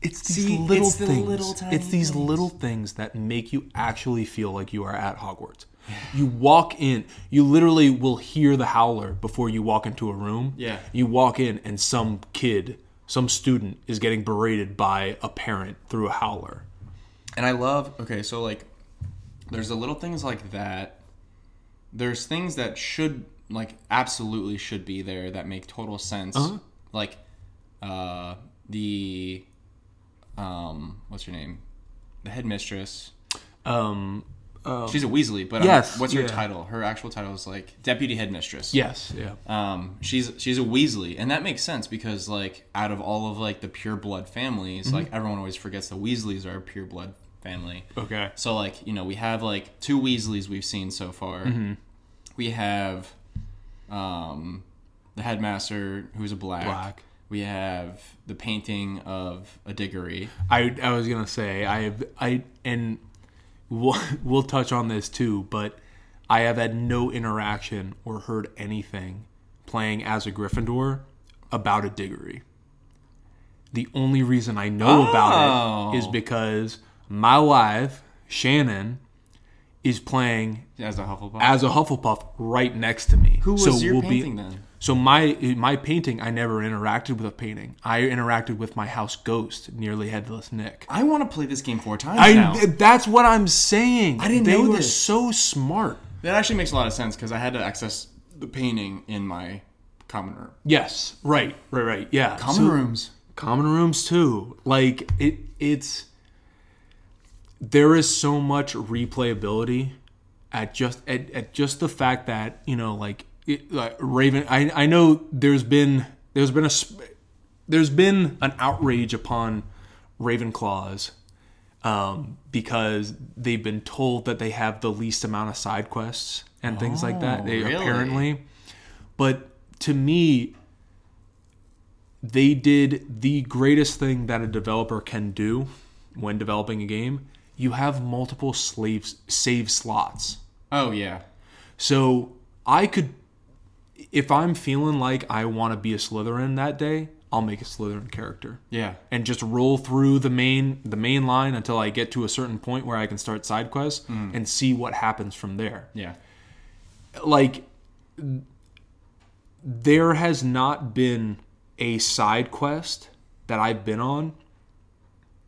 B: "It's
A: these little things.
B: it's these little things that make you actually feel like you are at Hogwarts. You walk in, you literally will hear the howler before you walk into a room.
A: Yeah.
B: You walk in, and some kid, some student, is getting berated by a parent through a howler.
A: And I love okay, so like there's the little things like that. There's things that should like absolutely should be there that make total sense.
B: Uh-huh.
A: Like uh the um what's her name? The headmistress.
B: Um,
A: She's a Weasley, but
B: Yes,
A: yes, what's her
B: yeah.
A: title? Her actual title is like deputy headmistress.
B: yes, yeah,
A: Um, she's she's a Weasley, and that makes sense because like out of all of like the pure blood families,
B: Mm-hmm.
A: like everyone always forgets the Weasleys are a pure blood family.
B: okay,
A: So like you know we have like two Weasleys we've seen so far.
B: Mm-hmm.
A: We have um, the headmaster who's a black.
B: Black.
A: We have the painting of a Diggory.
B: I I was gonna say I have I and we'll, (laughs) we'll touch on this too, but I have had no interaction or heard anything playing as a Gryffindor about a Diggory. The only reason I know about it is
A: Oh.
B: because my wife Shannon is playing
A: as a Hufflepuff.
B: as a Hufflepuff right next to me.
A: Who was your painting
B: be,
A: then?
B: So my my painting, I never interacted with a painting. I interacted with my house ghost, nearly headless Nick.
A: I want to play this game four times now.
B: I, th- that's what I'm saying.
A: I didn't
B: they
A: know
B: were
A: this.
B: so smart.
A: that actually makes a lot of sense because I had to access the painting in my common room.
B: Yes, right, right, right. Yeah,
A: Common
B: So-
A: rooms.
B: common rooms too. Like it, it's there is so much replayability at just at, at just the fact that you know, like, it, like Raven. I I know there's been there's been a sp- there's been an outrage upon Ravenclaws um, because they've been told that they have the least amount of side quests and things like that. They
A: really?
B: apparently, but to me, they did the greatest thing that a developer can do when developing a game. You have multiple slaves save slots.
A: Oh yeah.
B: So I could, if I'm feeling like I want to be a Slytherin that day, I'll make a Slytherin character
A: Yeah.
B: and just roll through the main the main line until I get to a certain point where I can start side quests and see what happens from there.
A: Yeah.
B: Like there has not been a side quest that I've been on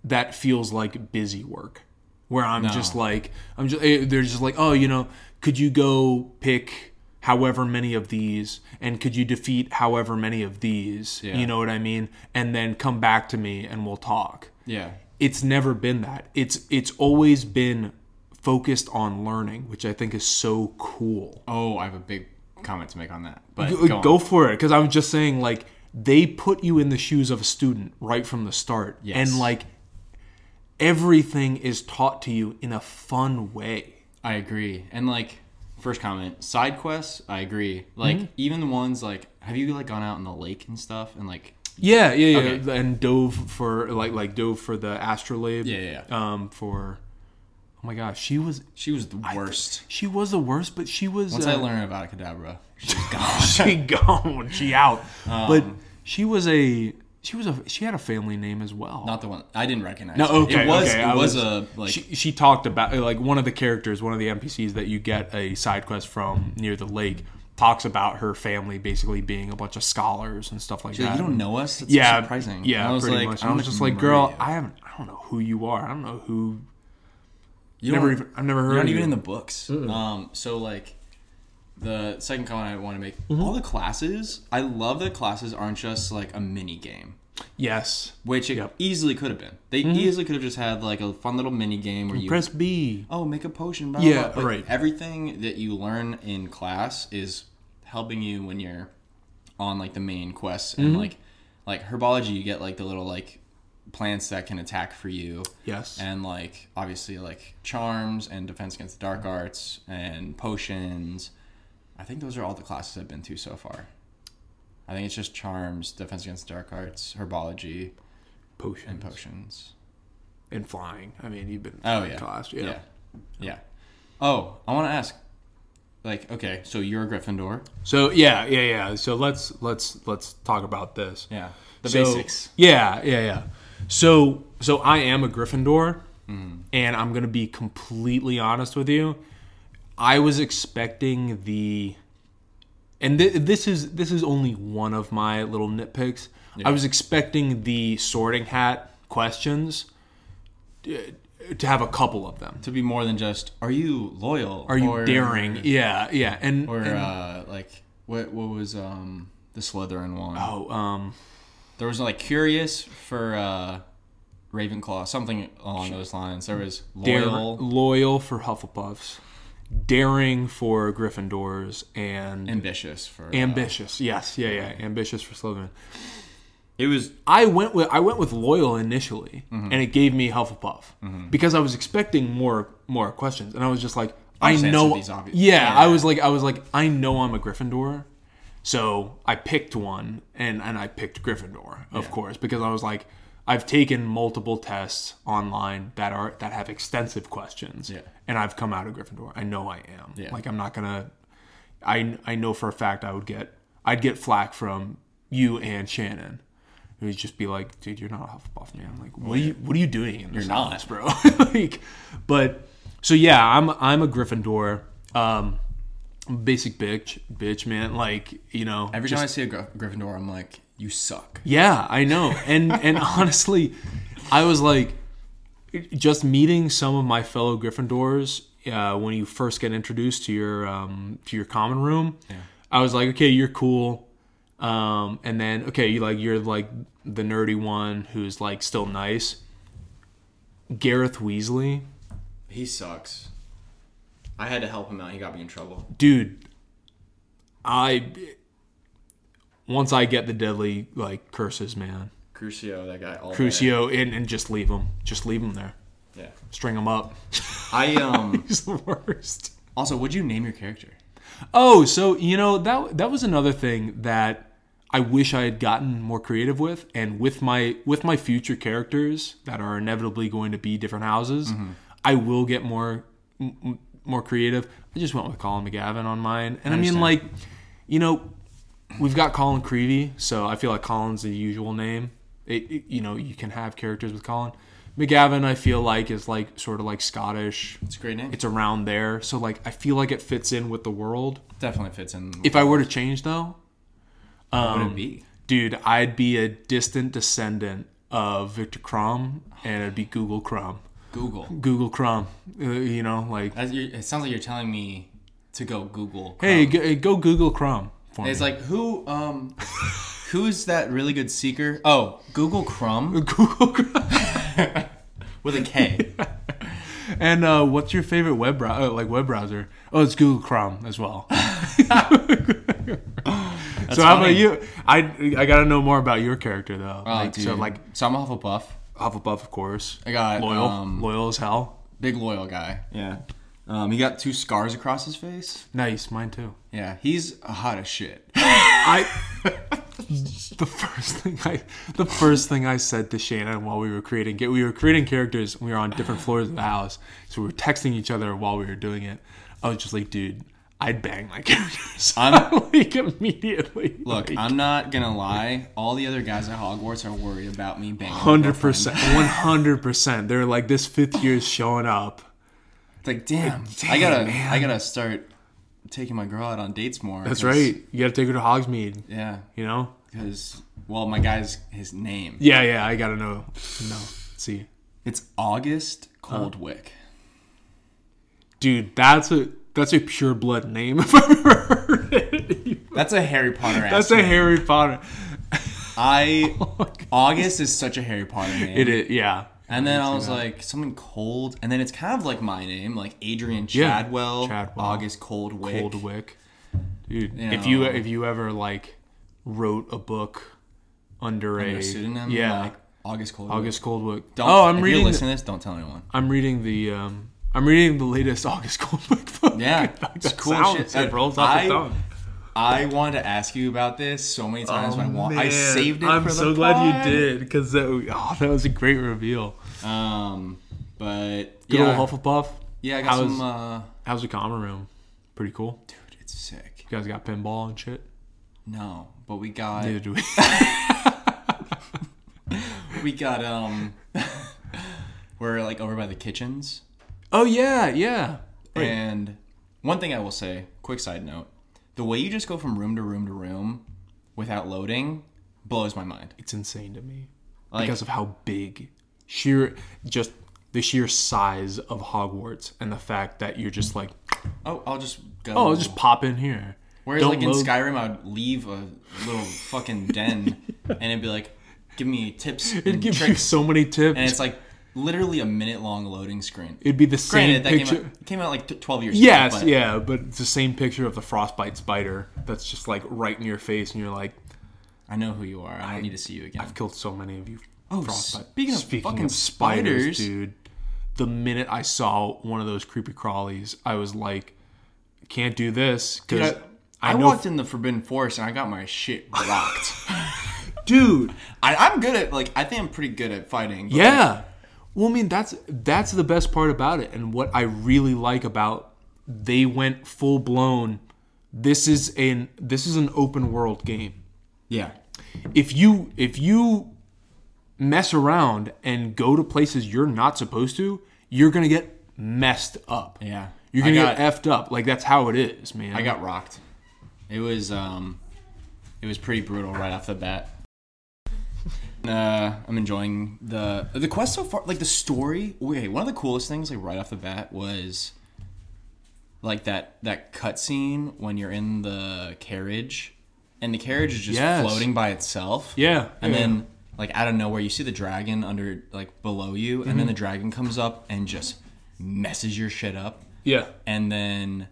B: that feels like busy work where I'm just like I'm just eh, they're just like oh you know could you go pick however many of these and could you defeat however many of these
A: Yeah.
B: you know what I mean and then come back to me and we'll talk
A: Yeah.
B: it's never been that. It's it's always been focused on learning, which I think is so cool.
A: Oh, I have a big comment to make on that. But
B: Go,
A: go. on.
B: go for it, because I'm just saying like they put you in the shoes of a student right from the start,
A: Yes.
B: and like everything is taught to you in a fun way.
A: I agree. And like first comment, side quests, I agree. Like
B: Mm-hmm.
A: even the ones like have you like gone out in the lake and stuff and like
B: Yeah, yeah, yeah.
A: Okay.
B: And dove for like like dove for the astrolabe.
A: Yeah, yeah,
B: Um, for oh my gosh, she was
A: she was the worst.
B: she was the worst, but she was
A: Once
B: uh,
A: I learned about Kadabra, she's gone.
B: (laughs) she gone. She out. but
A: Um,
B: she was a she was a she had a family name as well.
A: Not the one I didn't recognize.
B: No,
A: her.
B: okay,
A: It was
B: okay,
A: it
B: I
A: was,
B: was-
A: a like
B: she, she talked about like one of the characters, one of the NPCs that you get a side quest from near the lake talks about her family basically being a bunch of scholars and stuff like
A: She's like,
B: that.
A: you don't know us. That's
B: yeah,
A: surprising.
B: Yeah,
A: And I was
B: pretty
A: like,
B: much.
A: I'm
B: I'm
A: gonna
B: just like,
A: murder
B: girl,
A: you.
B: I haven't, I don't know who you are. I don't know who.
A: You
B: Never
A: don't-
B: even, I've never heard.
A: You're not
B: of
A: even
B: you.
A: in the books. Um, so like the second comment I want to make,
B: Mm-hmm.
A: all the classes, I love that classes aren't just like a mini game,
B: Yes.
A: which it
B: Yep. Mm-hmm.
A: easily could have been. They easily could have just had like a fun little mini game where you
B: Press B.
A: oh make a potion. Blah, blah,
B: Yeah,
A: blah. But
B: right.
A: Everything that you learn in class is helping you when
B: Mm-hmm.
A: you're on like the main quests and like like herbology. You get like the little like plants that can attack for you
B: Yes.
A: and like obviously like charms and defense against the dark arts and potions. I think those are all the classes I've been to so far. I think it's just charms, defense against the dark arts, herbology,
B: potion.
A: and potions.
B: And flying. I mean, you've been
A: Oh
B: flying
A: yeah.
B: class.
A: yeah. Yeah. Oh, I want to ask like okay, so you're a Gryffindor?
B: So yeah, yeah, yeah. So let's let's let's talk about this.
A: Yeah. The
B: So-
A: basics.
B: Yeah, yeah, yeah. So so I am a Gryffindor,
A: Mm-hmm.
B: and I'm gonna be completely honest with you. I was expecting the, and th- this is this is only one of my little nitpicks. I was expecting the Sorting Hat questions uh, to have a couple of them.
A: To be more than just are you loyal?
B: Are you daring? Yeah, yeah, and
A: Or
B: and-
A: uh like what what was um the Slytherin one?
B: oh, um,
A: There was like curious for uh, Ravenclaw, something along those lines. There was
B: dare,
A: loyal
B: loyal. loyal for Hufflepuffs, daring for Gryffindors, and
A: ambitious for uh,
B: ambitious. Yes, yeah, yeah, ambitious for Slytherin.
A: it was
B: I went with I went with loyal initially,
A: Mm-hmm.
B: and it gave me Hufflepuff because I was expecting more more questions, and I was just like, I
A: just answer
B: know,
A: these obvious-
B: yeah,
A: yeah.
B: I was like, I was like, I know I'm a Gryffindor, so I picked one, and and I picked Gryffindor, of course, because I was like, I've taken multiple tests online that are that have extensive questions,
A: Yeah.
B: and I've come out of Gryffindor. I know I am.
A: Yeah.
B: Like I'm not gonna. I I know for a fact I would get I'd get flack from you and Shannon. It would just be like, dude, you're not a Hufflepuff, man. Like, what are you what are you doing in this
A: You're not.
B: house, bro? (laughs) like, but so yeah, I'm I'm a Gryffindor. Um, basic bitch, bitch, man. Like, you know,
A: every time I see a Gry- Gryffindor, I'm like, you suck.
B: yeah, I know. And and honestly, I was like just meeting some of my fellow Gryffindors uh, when you first get introduced to your um, to your common room. I was like, okay, you're cool. Um, and then okay, you like you're like the nerdy one who's like still nice. Gareth Weasley,
A: He sucks. I had to help him out. He got me in trouble.
B: dude. I once I get the deadly like curses, man.
A: Crucio, that guy. All
B: Crucio in and just leave him. Just leave him there.
A: Yeah.
B: string them (laughs) up.
A: I um. (laughs)
B: He's the worst.
A: also, would you name your character?
B: Oh, so you know that that was another thing that I wish I had gotten more creative with, and with my with my future characters that are inevitably going to be different houses, I will get more m- m- more creative. I just went with Colin McGavin on mine, and I, mean
A: understand.
B: like, you know, we've got Colin Creevy, so I feel like Colin's the usual name. It, it- you know you can have characters with Colin McGavin. I feel like is like sort of like Scottish.
A: It's a great name. It
B: it's around there. So like I feel like it fits in with the world.
A: definitely fits in.
B: If I were to change though,
A: what would it be?
B: dude, I'd be a distant descendant of Victor Crumb and it'd be Google Crumb.
A: Google.
B: Google Crumb, uh, you know, like
A: As you, it sounds like you're telling me to go Google.
B: hey, go, go Google Crumb for
A: It's
B: me.
A: like who um who's that really good seeker? Oh, Google Crumb
B: (laughs) Google Crumb.
A: with a
B: (laughs)
A: K. Oh,
B: And uh, what's your favorite web browser? like web browser? Oh, it's Google Chrome
A: (laughs)
B: as well. (laughs) so how about
A: funny.
B: you? I I gotta know more about your character though.
A: Oh,
B: like, so
A: dude.
B: like
A: so I'm a Hufflepuff.
B: Hufflepuff, of course.
A: I got
B: loyal,
A: um,
B: loyal as hell.
A: big loyal guy. Yeah. Um, he got two scars across his face.
B: Nice, mine too.
A: Yeah, he's hot as shit.
B: I (laughs) the first thing I the first thing I said to Shannon while we were creating we were creating characters. We were on different floors of the house, so we were texting each other while we were doing it. I was just like, dude, I'd bang my (laughs) characters
A: I'm-
B: (laughs) like immediately.
A: Look, I'm not gonna lie. All the other guys at Hogwarts are worried about me banging.
B: (laughs) hundred percent, one hundred percent. They're like, this fifth year's showing up.
A: It's like, damn, I
B: Damn,
A: gotta,
B: man.
A: I gotta start taking my girl out on dates more.
B: That's
A: 'cause-
B: right. You gotta take her to Hogsmeade.
A: Yeah,
B: You know?
A: because well, my guy's his name.
B: Yeah, yeah. I gotta know. No, see.
A: It's August Coldwick.
B: Dude, that's a that's a pure blood name (laughs) if I've ever heard it.
A: That's a Harry Potter.
B: (laughs) That's
A: ass
B: a Harry Potter. (laughs)
A: I August is such a Harry Potter name.
B: It is, yeah.
A: And then I was like something cold, and then it's kind of like my name, like Adrian
B: Yeah,
A: Chadwell,
B: Chadwell.
A: August Coldwick.
B: Cold Wick. Dude,
A: You
B: if you
A: know.
B: if you ever like wrote a book under, a
A: a pseudonym,
B: yeah,
A: like- August Coldwood.
B: August Coldwood.
A: Don't,
B: oh, I'm
A: if
B: reading.
A: You're
B: the-
A: listening to this? Don't tell anyone.
B: I'm reading the. Um, I'm reading the latest (laughs) August Coldwood book. (laughs)
A: Yeah,
B: That
A: it's cool
B: sounds-
A: shit.
B: It rolls off
A: I-
B: the tongue.
A: I wanted to ask you about this so many times. when I want. I saved it.
B: Oh, I'm
A: for the
B: so glad
A: pod.
B: you did because that, oh, that was a great reveal.
A: Um, but
B: Good
A: yeah,
B: old Hufflepuff.
A: yeah, I got
B: How's-
A: some. Uh,
B: How's the common room? Pretty cool.
A: dude, it's sick.
B: You guys got pinball and shit.
A: No, but we got
B: Neither do we. (laughs)
A: we got um, (laughs) we're like over by the kitchens.
B: oh yeah, yeah. Wait.
A: And one thing I will say, quick side note, the way you just go from room to room to room without loading blows my mind.
B: It's insane to me
A: Like-
B: because of how big, sheer, just the sheer size of Hogwarts and the fact that you're just like,
A: Oh, I'll just go.
B: oh, just pop in here.
A: Whereas,
B: Don't
A: like in
B: load-
A: Skyrim, I'd leave a little fucking
B: (laughs)
A: den, and it'd be like, "Give me tips
B: It'd
A: and
B: give you
A: tricks,"
B: so many tips.
A: and it's like literally a minute long loading screen.
B: It'd be the same
A: Granted, that
B: picture.
A: came out, came out like t- twelve years.
B: Yes,
A: ago, but
B: yeah, but it's the same picture of the frostbite spider that's just like right in your face, and you're like,
A: I know who you are. I don't need to see you again.
B: I've killed so many of you.
A: Oh, speaking of fucking spiders.
B: dude, the minute I saw one of those creepy crawlies, I was like, can't do this because
A: Dude, I, I,
B: I, know,
A: walked in the Forbidden Forest and I got my shit rocked.
B: (laughs) dude.
A: I, I'm good at like I think I'm pretty good at fighting. but, like,
B: Yeah. Well, I mean that's that's the best part about it, and what I really like about they went full blown. This is an this is an open world game.
A: yeah,
B: if you if you mess around and go to places you're not supposed to, you're gonna get messed up.
A: yeah.
B: You're gonna
A: I
B: get
A: got,
B: effed up. Like that's how it is, man.
A: I got rocked. It was um, it was pretty brutal right off the bat. Uh, I'm enjoying the the quest so far. Like the story. Wait, one of the coolest things like right off the bat was like that that cutscene when you're in the carriage, and the carriage is just
B: Yes.
A: floating by itself.
B: yeah.
A: And
B: yeah.
A: then like out of nowhere you see the dragon under like below you and
B: Mm-hmm.
A: then the dragon comes up and just messes your shit up.
B: yeah,
A: And then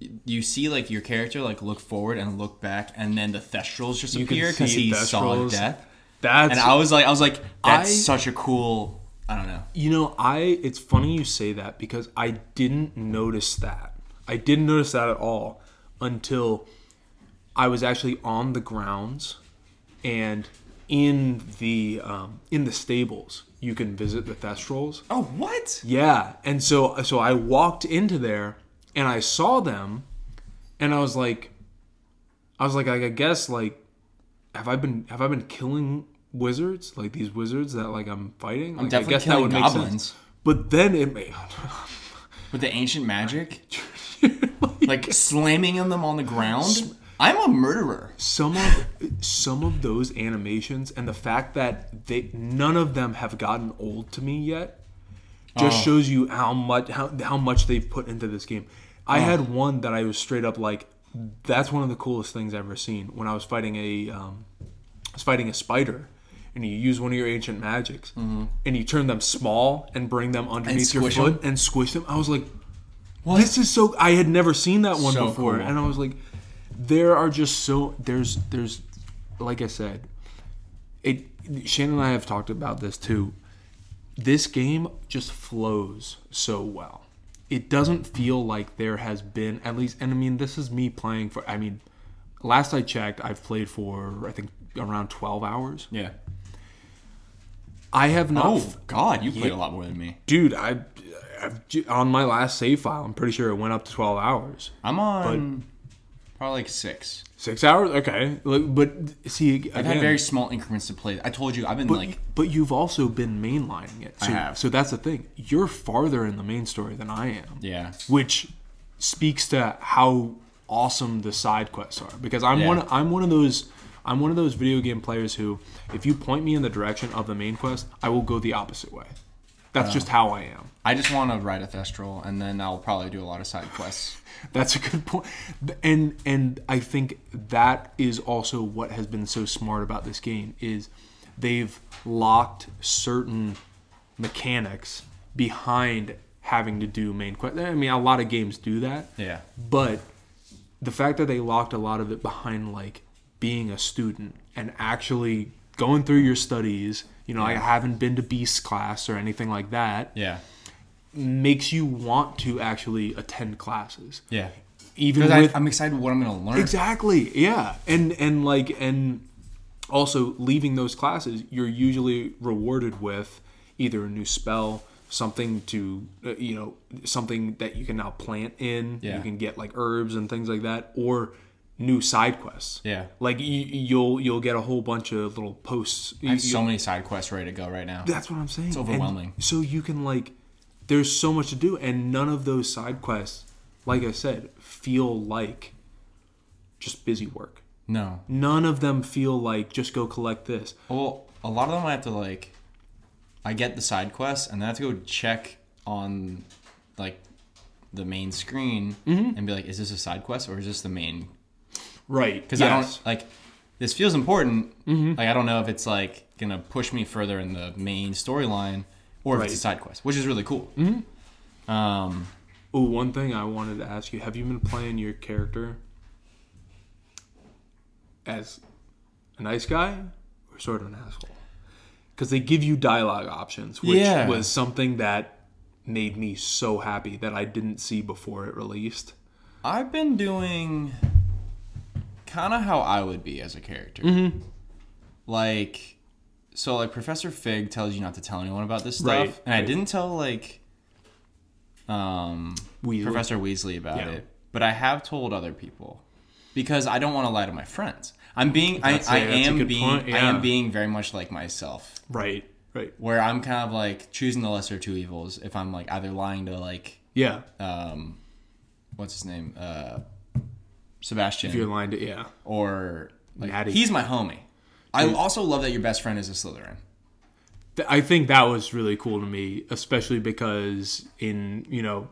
A: y- you see like your character like look forward and look back and then the thestrals just
B: can
A: appear because
B: see
A: he saw
B: thestrals.
A: death.
B: that's
A: And I was like I was like that's
B: I-
A: such a cool I don't know.
B: you know I. It's funny you say that because I didn't notice that. I didn't notice that at all until I was actually on the grounds and in the um, in the stables. You can visit the thestrals.
A: Oh what?
B: Yeah, and so so I walked into there and I saw them, and I was like, I was like, I guess like, have I been have I been killing wizards like these wizards that like I'm fighting? Like,
A: definitely
B: I guess
A: killing
B: make sense.
A: goblins.
B: But then it made (laughs)
A: With the ancient magic? like slamming on them on the ground? I'm a murderer.
B: some of some of those animations and the fact that they none of them have gotten old to me yet just
A: Oh.
B: shows you how much how, how much they've put into this game. I had one that I was straight up like that's one of the coolest things I've ever seen when I was fighting a um, I was fighting a spider and you use one of your ancient magics and you turn them small and bring them underneath your
A: squish
B: foot and squish them. I was like this is so I had never seen that one
A: So
B: before
A: cool.
B: and I was like there are just so there's there's like I said it Shannon and I have talked about this too. This game just flows so well. It doesn't feel like there has been at least and I mean this is me playing for I mean last I checked I've played for I think around 12 hours.
A: Yeah.
B: I have not
A: Oh god, you played a lot more than me.
B: dude I I've, on my last save file I'm pretty sure it went up to 12 hours.
A: I'm on probably like six.
B: Six hours, okay. Like, but see, again,
A: I've had very small increments to play. I told you, I've been
B: but,
A: like,
B: but you've also been mainlining it. So,
A: have.
B: So that's the thing. You're farther in the main story than I am.
A: yeah,
B: Which speaks to how awesome the side quests are. Because I'm
A: Yeah.
B: one. I'm one of those. I'm one of those video game players who, if you point me in the direction of the main quest, I will go the opposite way. That's
A: Uh.
B: just how I am.
A: I just want to ride a Thestral, and then I'll probably do a lot of side quests.
B: That's a good point. And and I think that is also what has been so smart about this game is they've locked certain mechanics behind having to do main quest. I mean, a lot of games do that.
A: Yeah.
B: But the fact that they locked a lot of it behind like being a student and actually going through your studies you know, I haven't been to Beast class or anything like that,
A: Yeah.
B: makes you want to actually attend classes.
A: Yeah.
B: Even
A: Because
B: with
A: I, I'm excited what I'm going to learn.
B: Exactly. Yeah. And and like and also leaving those classes, you're usually rewarded with either a new spell, something to uh, you know, something that you can now plant in.
A: Yeah.
B: You can get like herbs and things like that, or new side quests.
A: Yeah.
B: Like you, you'll you'll get a whole bunch of little posts.
A: I have so many side quests ready to go right now.
B: That's what I'm saying. It's
A: overwhelming.
B: so you can like, there's so much to do, and none of those side quests, like I said, feel like just busy work.
A: No.
B: None of them feel like just go collect this.
A: Well, a lot of them I have to like. I get the side quests, and then I have to go check on, like, the main screen
B: Mm-hmm.
A: and be like, is this a side quest or is this the main?
B: Right.
A: Because I don't like. This feels important.
B: Mm-hmm.
A: Like I don't know if it's like gonna push me further in the main storyline or if it's a
B: Right.
A: side quest, which is really cool. Um,
B: Oh, one thing I wanted to ask you: Have you been playing your character as a nice guy or sort of an asshole? Because they give you dialogue options, which
A: Yeah.
B: was something that made me so happy that I didn't see before it released.
A: I've been doing kind of how I would be as a character.
B: Mm-hmm.
A: Like, so like Professor Fig tells you not to tell anyone about this stuff,
B: Right,
A: and I
B: right.
A: didn't tell like um,
B: Weasley.
A: Professor Weasley about
B: Yeah.
A: it, but I have told other people because I don't want to lie to my friends. I'm being, I,
B: That's a-
A: I
B: that's a
A: am
B: good
A: being,
B: point,
A: I
B: yeah.
A: am being very much like myself,
B: Right. Right.
A: where I'm kind of like choosing the lesser of two evils. If I'm like either lying to like
B: Yeah.
A: um, what's his name, uh, Sebastian,
B: If you're lying to yeah.
A: or like,
B: Natty.
A: he's my homie. I also love that your best friend is a Slytherin.
B: Th- I think that was really cool to me, especially because in you know,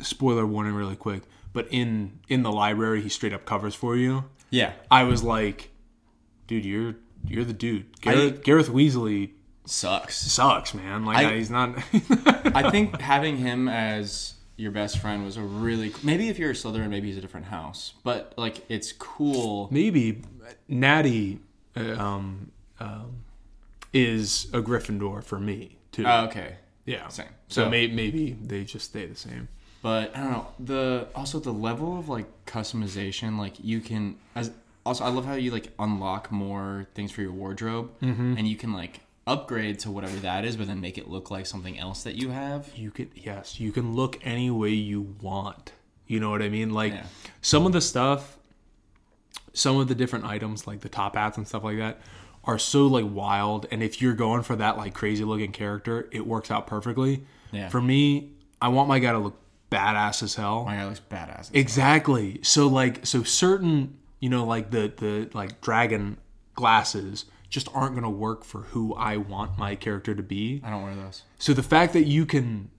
B: spoiler warning, really quick. But in in the library, he straight up covers for you.
A: Yeah,
B: I was like, dude, you're you're the dude. Gareth,
A: I-
B: Gareth Weasley
A: sucks.
B: sucks, man. Like
A: I-
B: he's not.
A: (laughs) I think having him as your best friend was a really maybe if you're a Slytherin, maybe he's a different house, but like it's cool.
B: Maybe Natty uh, um, um, is a Gryffindor for me too.
A: Oh, okay,
B: yeah,
A: same.
B: So,
A: So-
B: may, maybe they just stay the same.
A: but I don't know the also the level of like customization. Like you can as also I love how you like unlock more things for your wardrobe, and you can like upgrade to whatever that is, but then make it look like something else that you have.
B: You could yes, you can look any way you want. You know what I mean? Like
A: Yeah.
B: some of the stuff, some of the different items, like the top hats and stuff like that, are so like wild. And if you're going for that like crazy looking character, it works out perfectly.
A: Yeah.
B: For me, I want my guy to look badass as hell.
A: My guy looks badass.
B: Exactly. So like so certain you know like the the like dragon glasses just aren't gonna work for who I want my character to be.
A: I don't wear those.
B: So the fact that you can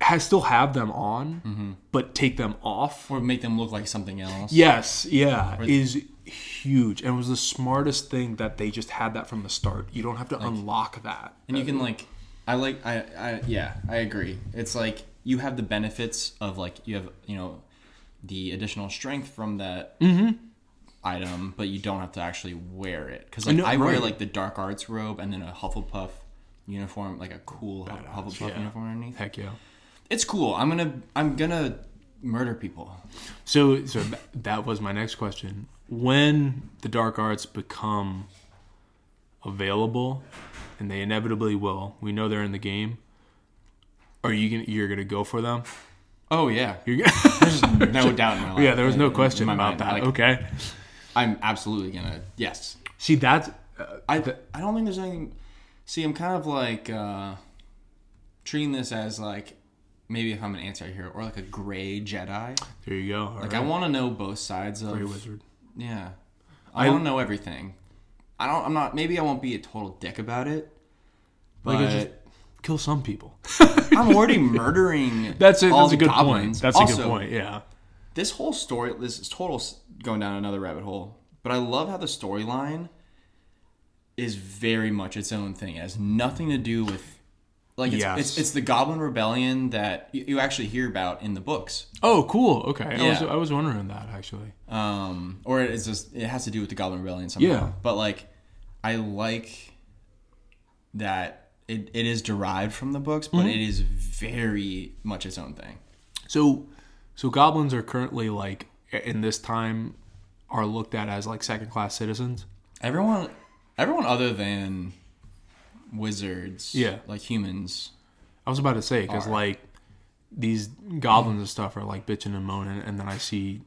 B: has still have them on,
A: Mm-hmm.
B: but take them off.
A: Or make them look like something else.
B: Yes, yeah, is huge and was the smartest thing that they just had that from the start. You don't have to unlock that.
A: And you can like I like I, I yeah, I agree. It's like you have the benefits of like you have, you know, the additional strength from that
B: Mm-hmm.
A: item, but you don't have to actually wear it. Cuz like
B: know,
A: I wear
B: right.
A: like the dark arts robe and then a Hufflepuff uniform, like a cool Huff- Hufflepuff
B: yeah.
A: uniform underneath.
B: Heck yeah.
A: It's cool. I'm going to I'm going to murder people.
B: So so th- that was my next question. When the dark arts become available, and they inevitably will, we know they're in the game. Are you gonna you're gonna go for them?
A: Oh yeah.
B: You're gonna, (laughs)
A: There's no doubt in my life.
B: yeah, there was no
A: (laughs) In- in
B: question
A: my
B: about
A: mind.
B: that.
A: Like,
B: okay.
A: I'm absolutely going to yes.
B: See that's uh,
A: I I don't think there's anything. See, I'm kind of like uh, treating this as like maybe if I'm an anti-hero or like a gray Jedi.
B: There you go. All
A: Like
B: right.
A: I want to know both sides of.
B: Grey Wizard.
A: Yeah, I,
B: I-
A: want to know everything. I don't. I'm not. Maybe I won't be a total dick about it. But
B: Like, I just- Kill some people.
A: I'm already murdering.
B: (laughs) That's a,
A: all
B: that's a
A: the
B: good
A: goblins.
B: point. That's a good
A: Also,
B: point. Yeah.
A: This whole story, this is total s- going down another rabbit hole. But I love how the storyline is very much its own thing. It has nothing to do with like it's
B: Yes.
A: it's, it's the Goblin Rebellion that you, you actually hear about in the books,
B: Oh, cool. Okay. I was
A: Yeah.
B: I was wondering that actually.
A: um, or it's just it has to do with the Goblin Rebellion somehow.
B: Yeah.
A: But like, I like that it, it is derived from the books, but it is very much its own thing.
B: So, so goblins are currently like in this time are looked at as like second class citizens.
A: Everyone, everyone other than wizards,
B: Yeah.
A: like humans,
B: I was about to say because like these goblins and stuff are like bitching and moaning, and then I see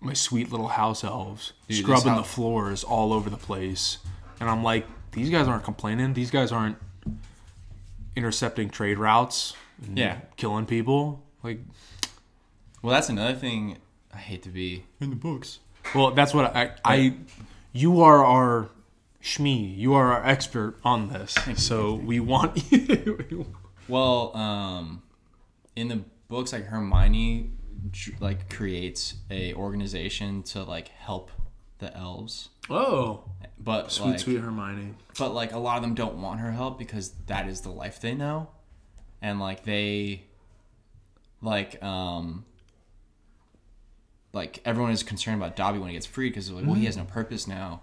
B: my sweet little house elves
A: Dude, this
B: scrubbing the
A: house-
B: floors all over the place, and I'm like, these guys aren't complaining. These guys aren't intercepting trade routes, and
A: Yeah.
B: killing people. Like,
A: Well, that's another thing I hate to be in the books.
B: well, that's what I, I you are our shmee. You are our expert on this, so we want (laughs) you.
A: Well, um, in the books, like Hermione, dr- like creates a organization to like help the elves,
B: oh,
A: but
B: sweet,
A: like,
B: sweet Hermione.
A: but like a lot of them don't want her help because that is the life they know, and like they, like um. Like everyone is concerned about Dobby when he gets freed because like, well, he has no purpose now,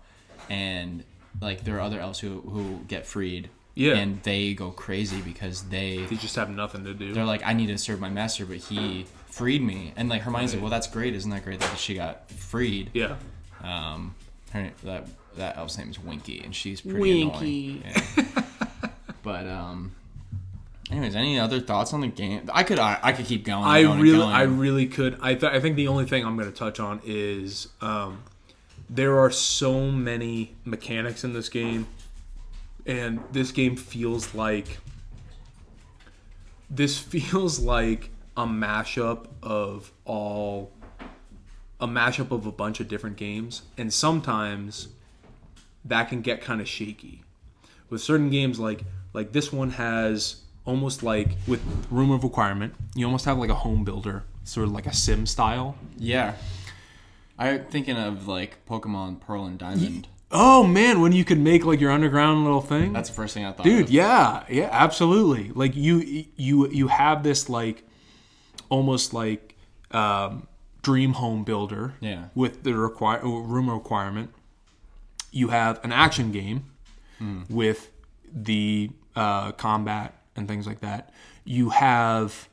A: and like there are other elves who who get freed,
B: Yeah.
A: and they go crazy because they
B: They just have nothing to do.
A: they're like, I need to serve my master, but he freed me. And like Hermione's like, well, that's great, isn't that great that she got freed?
B: Yeah.
A: Um, her that that elf's name is Winky, and she's pretty
B: Winky.
A: annoying. Yeah. but um, anyways, any other thoughts on the game? I could I, I could keep going.
B: I
A: and going and
B: really,
A: going.
B: I really could. I, th- I think the only thing I'm going to touch on is um, there are so many mechanics in this game, and this game feels like this (laughs) feels like a mashup of all a mashup of a bunch of different games, and sometimes that can get kind of shaky. With certain games like like this one has almost like with room of requirement, you almost have like a home builder, sort of like a sim style.
A: yeah. I'm thinking of like Pokemon Pearl and Diamond.
B: Oh man, when you could make like your underground little thing.
A: That's the first thing I thought.
B: Dude,
A: of.
B: yeah, yeah, absolutely. Like you you you have this like almost like um, dream home builder
A: Yeah.
B: with the require room requirement. You have an action game
A: Hmm.
B: with the uh, combat and things like that. You have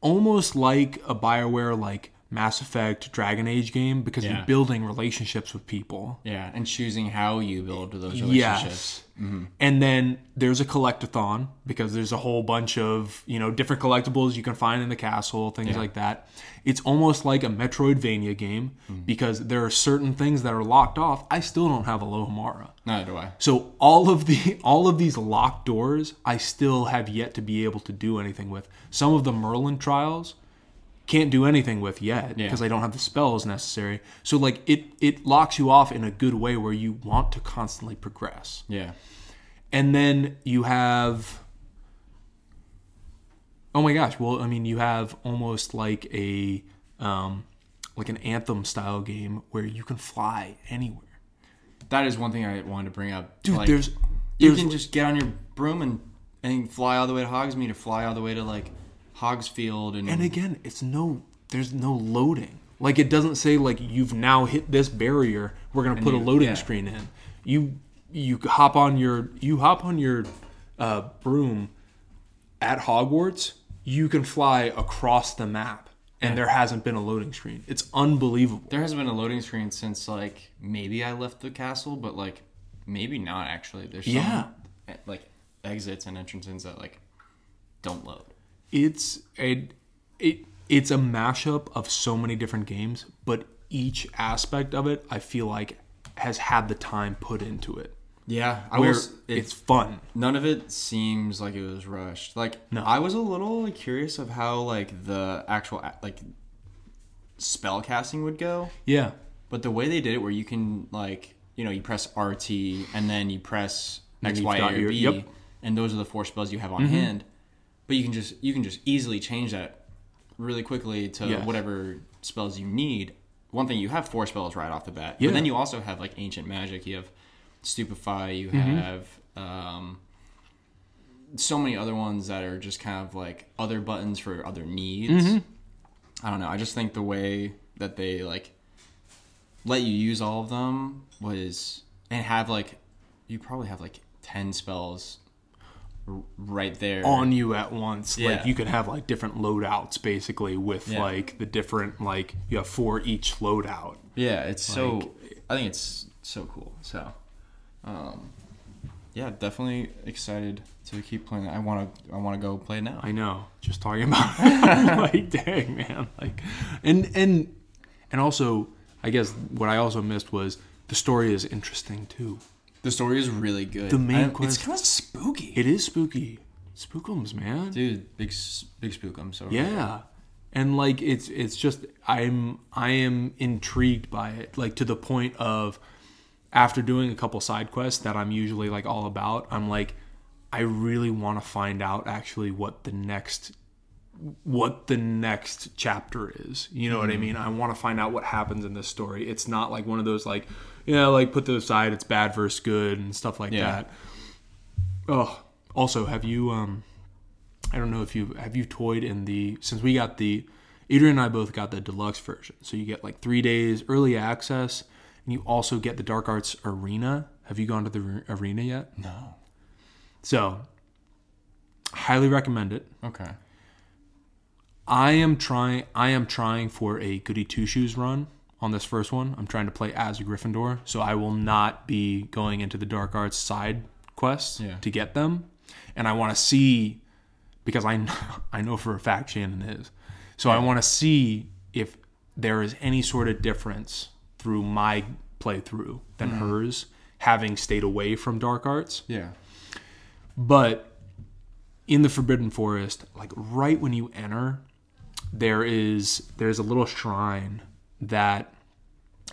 B: almost like a Bioware like Mass Effect Dragon Age game because
A: Yeah.
B: you're building relationships with people.
A: yeah, and choosing how you build those relationships.
B: Yes. Mm-hmm. And then there's a collectathon because there's a whole bunch of, you know, different collectibles you can find in the castle, things like that. It's almost like a Metroidvania game because there are certain things that are locked off. I still don't have a Lohomara.
A: Neither do I.
B: So all of the (laughs) all of these locked doors, I still have yet to be able to do anything with. Some of the Merlin trials can't do anything with yet because I don't have the spells necessary. So like it it locks you off in a good way where you want to constantly progress.
A: Yeah.
B: And then you have Oh my gosh, well I mean you have almost like a um like an anthem style game where you can fly anywhere.
A: That is one thing I wanted to bring up.
B: Dude,
A: Like,
B: there's
A: You
B: there's-
A: can just get on your broom and and fly all the way to Hogsmeade or fly all the way to like Hogsfield and,
B: And again, it's no there's no loading. Like it doesn't say like you've now hit this barrier. We're gonna put a
A: you-
B: loading
A: yeah.
B: screen in. You you hop on your you hop on your uh, broom at Hogwarts. You can fly across the map, and there hasn't been a loading screen. It's unbelievable.
A: there hasn't been a loading screen since like maybe I left the castle, but like maybe not actually. There's some,
B: Yeah.
A: eh, like exits and entrances that like don't load.
B: It's a it it's a mashup of so many different games, but each aspect of it, I feel like, has had the time put into it.
A: Yeah, I
B: Where
A: was.
B: it's fun.
A: none of it seems like it was rushed. Like I was a little like, curious of how like the actual a- like spell casting would go.
B: Yeah.
A: But the way they did it, where you can like, you know, you press RT and then you press X,
B: you've
A: Y,
B: got
A: A, or
B: your-
A: B,
B: yep. Mm-hmm.
A: and those are the four spells you have on hand. But you can just you can just easily change that really quickly to
B: Yes.
A: whatever spells you need. One thing you have four spells right off the bat,
B: Yeah.
A: but then you also have like ancient magic. You have stupefy.
B: Mm-hmm.
A: You have um, so many other ones that are just kind of like other buttons for other needs.
B: Mm-hmm.
A: I don't know. I just think the way that they like let you use all of them was and have like you probably have like ten spells r- right there.
B: on you at once.
A: Yeah.
B: Like you can have like different loadouts basically with
A: Yeah.
B: like the different like you have four each loadout.
A: yeah, it's so. I think it's so cool. So, um, yeah, definitely excited to keep playing. it. I want to. I want to go play it now.
B: I know. Just talking about (laughs)
A: (laughs)
B: it. I'm like dang man. Like and and and also I guess what I also missed was the story is interesting too.
A: The story is really good.
B: The main
A: I- It's
B: quest-
A: kind of spooky,
B: It is spooky. Spookums, man.
A: dude. Big s- big spook. I'm sorry.
B: Yeah. And like it's it's just I'm I am intrigued by it like to the point of after doing a couple side quests that I'm usually like all about I'm like I really want to find out actually what the next what the next chapter is. You know
A: Hmm.
B: what I mean? I want to find out what happens in this story. It's not like one of those like you know like put those aside it's bad versus good and stuff like
A: Yeah.
B: that. Oh, also have you um I don't know if you have you toyed in the since we got the Adrian and I both got the deluxe version. So you get like three days early access, and you also get the Dark Arts Arena. Have you gone to the re- arena yet?
A: No.
B: So highly recommend it.
A: Okay.
B: I am trying. I am trying for a goody two shoes run on this first one. I'm trying to play as a Gryffindor, so I will not be going into the dark arts side quests
A: Yeah.
B: to get them. And I want to see because I know, (laughs) I know for a fact Shannon is. So I want to see if there is any sort of difference through my playthrough than hers, having stayed away from dark arts.
A: Yeah.
B: But in the Forbidden Forest, like right when you enter, there is there's a little shrine that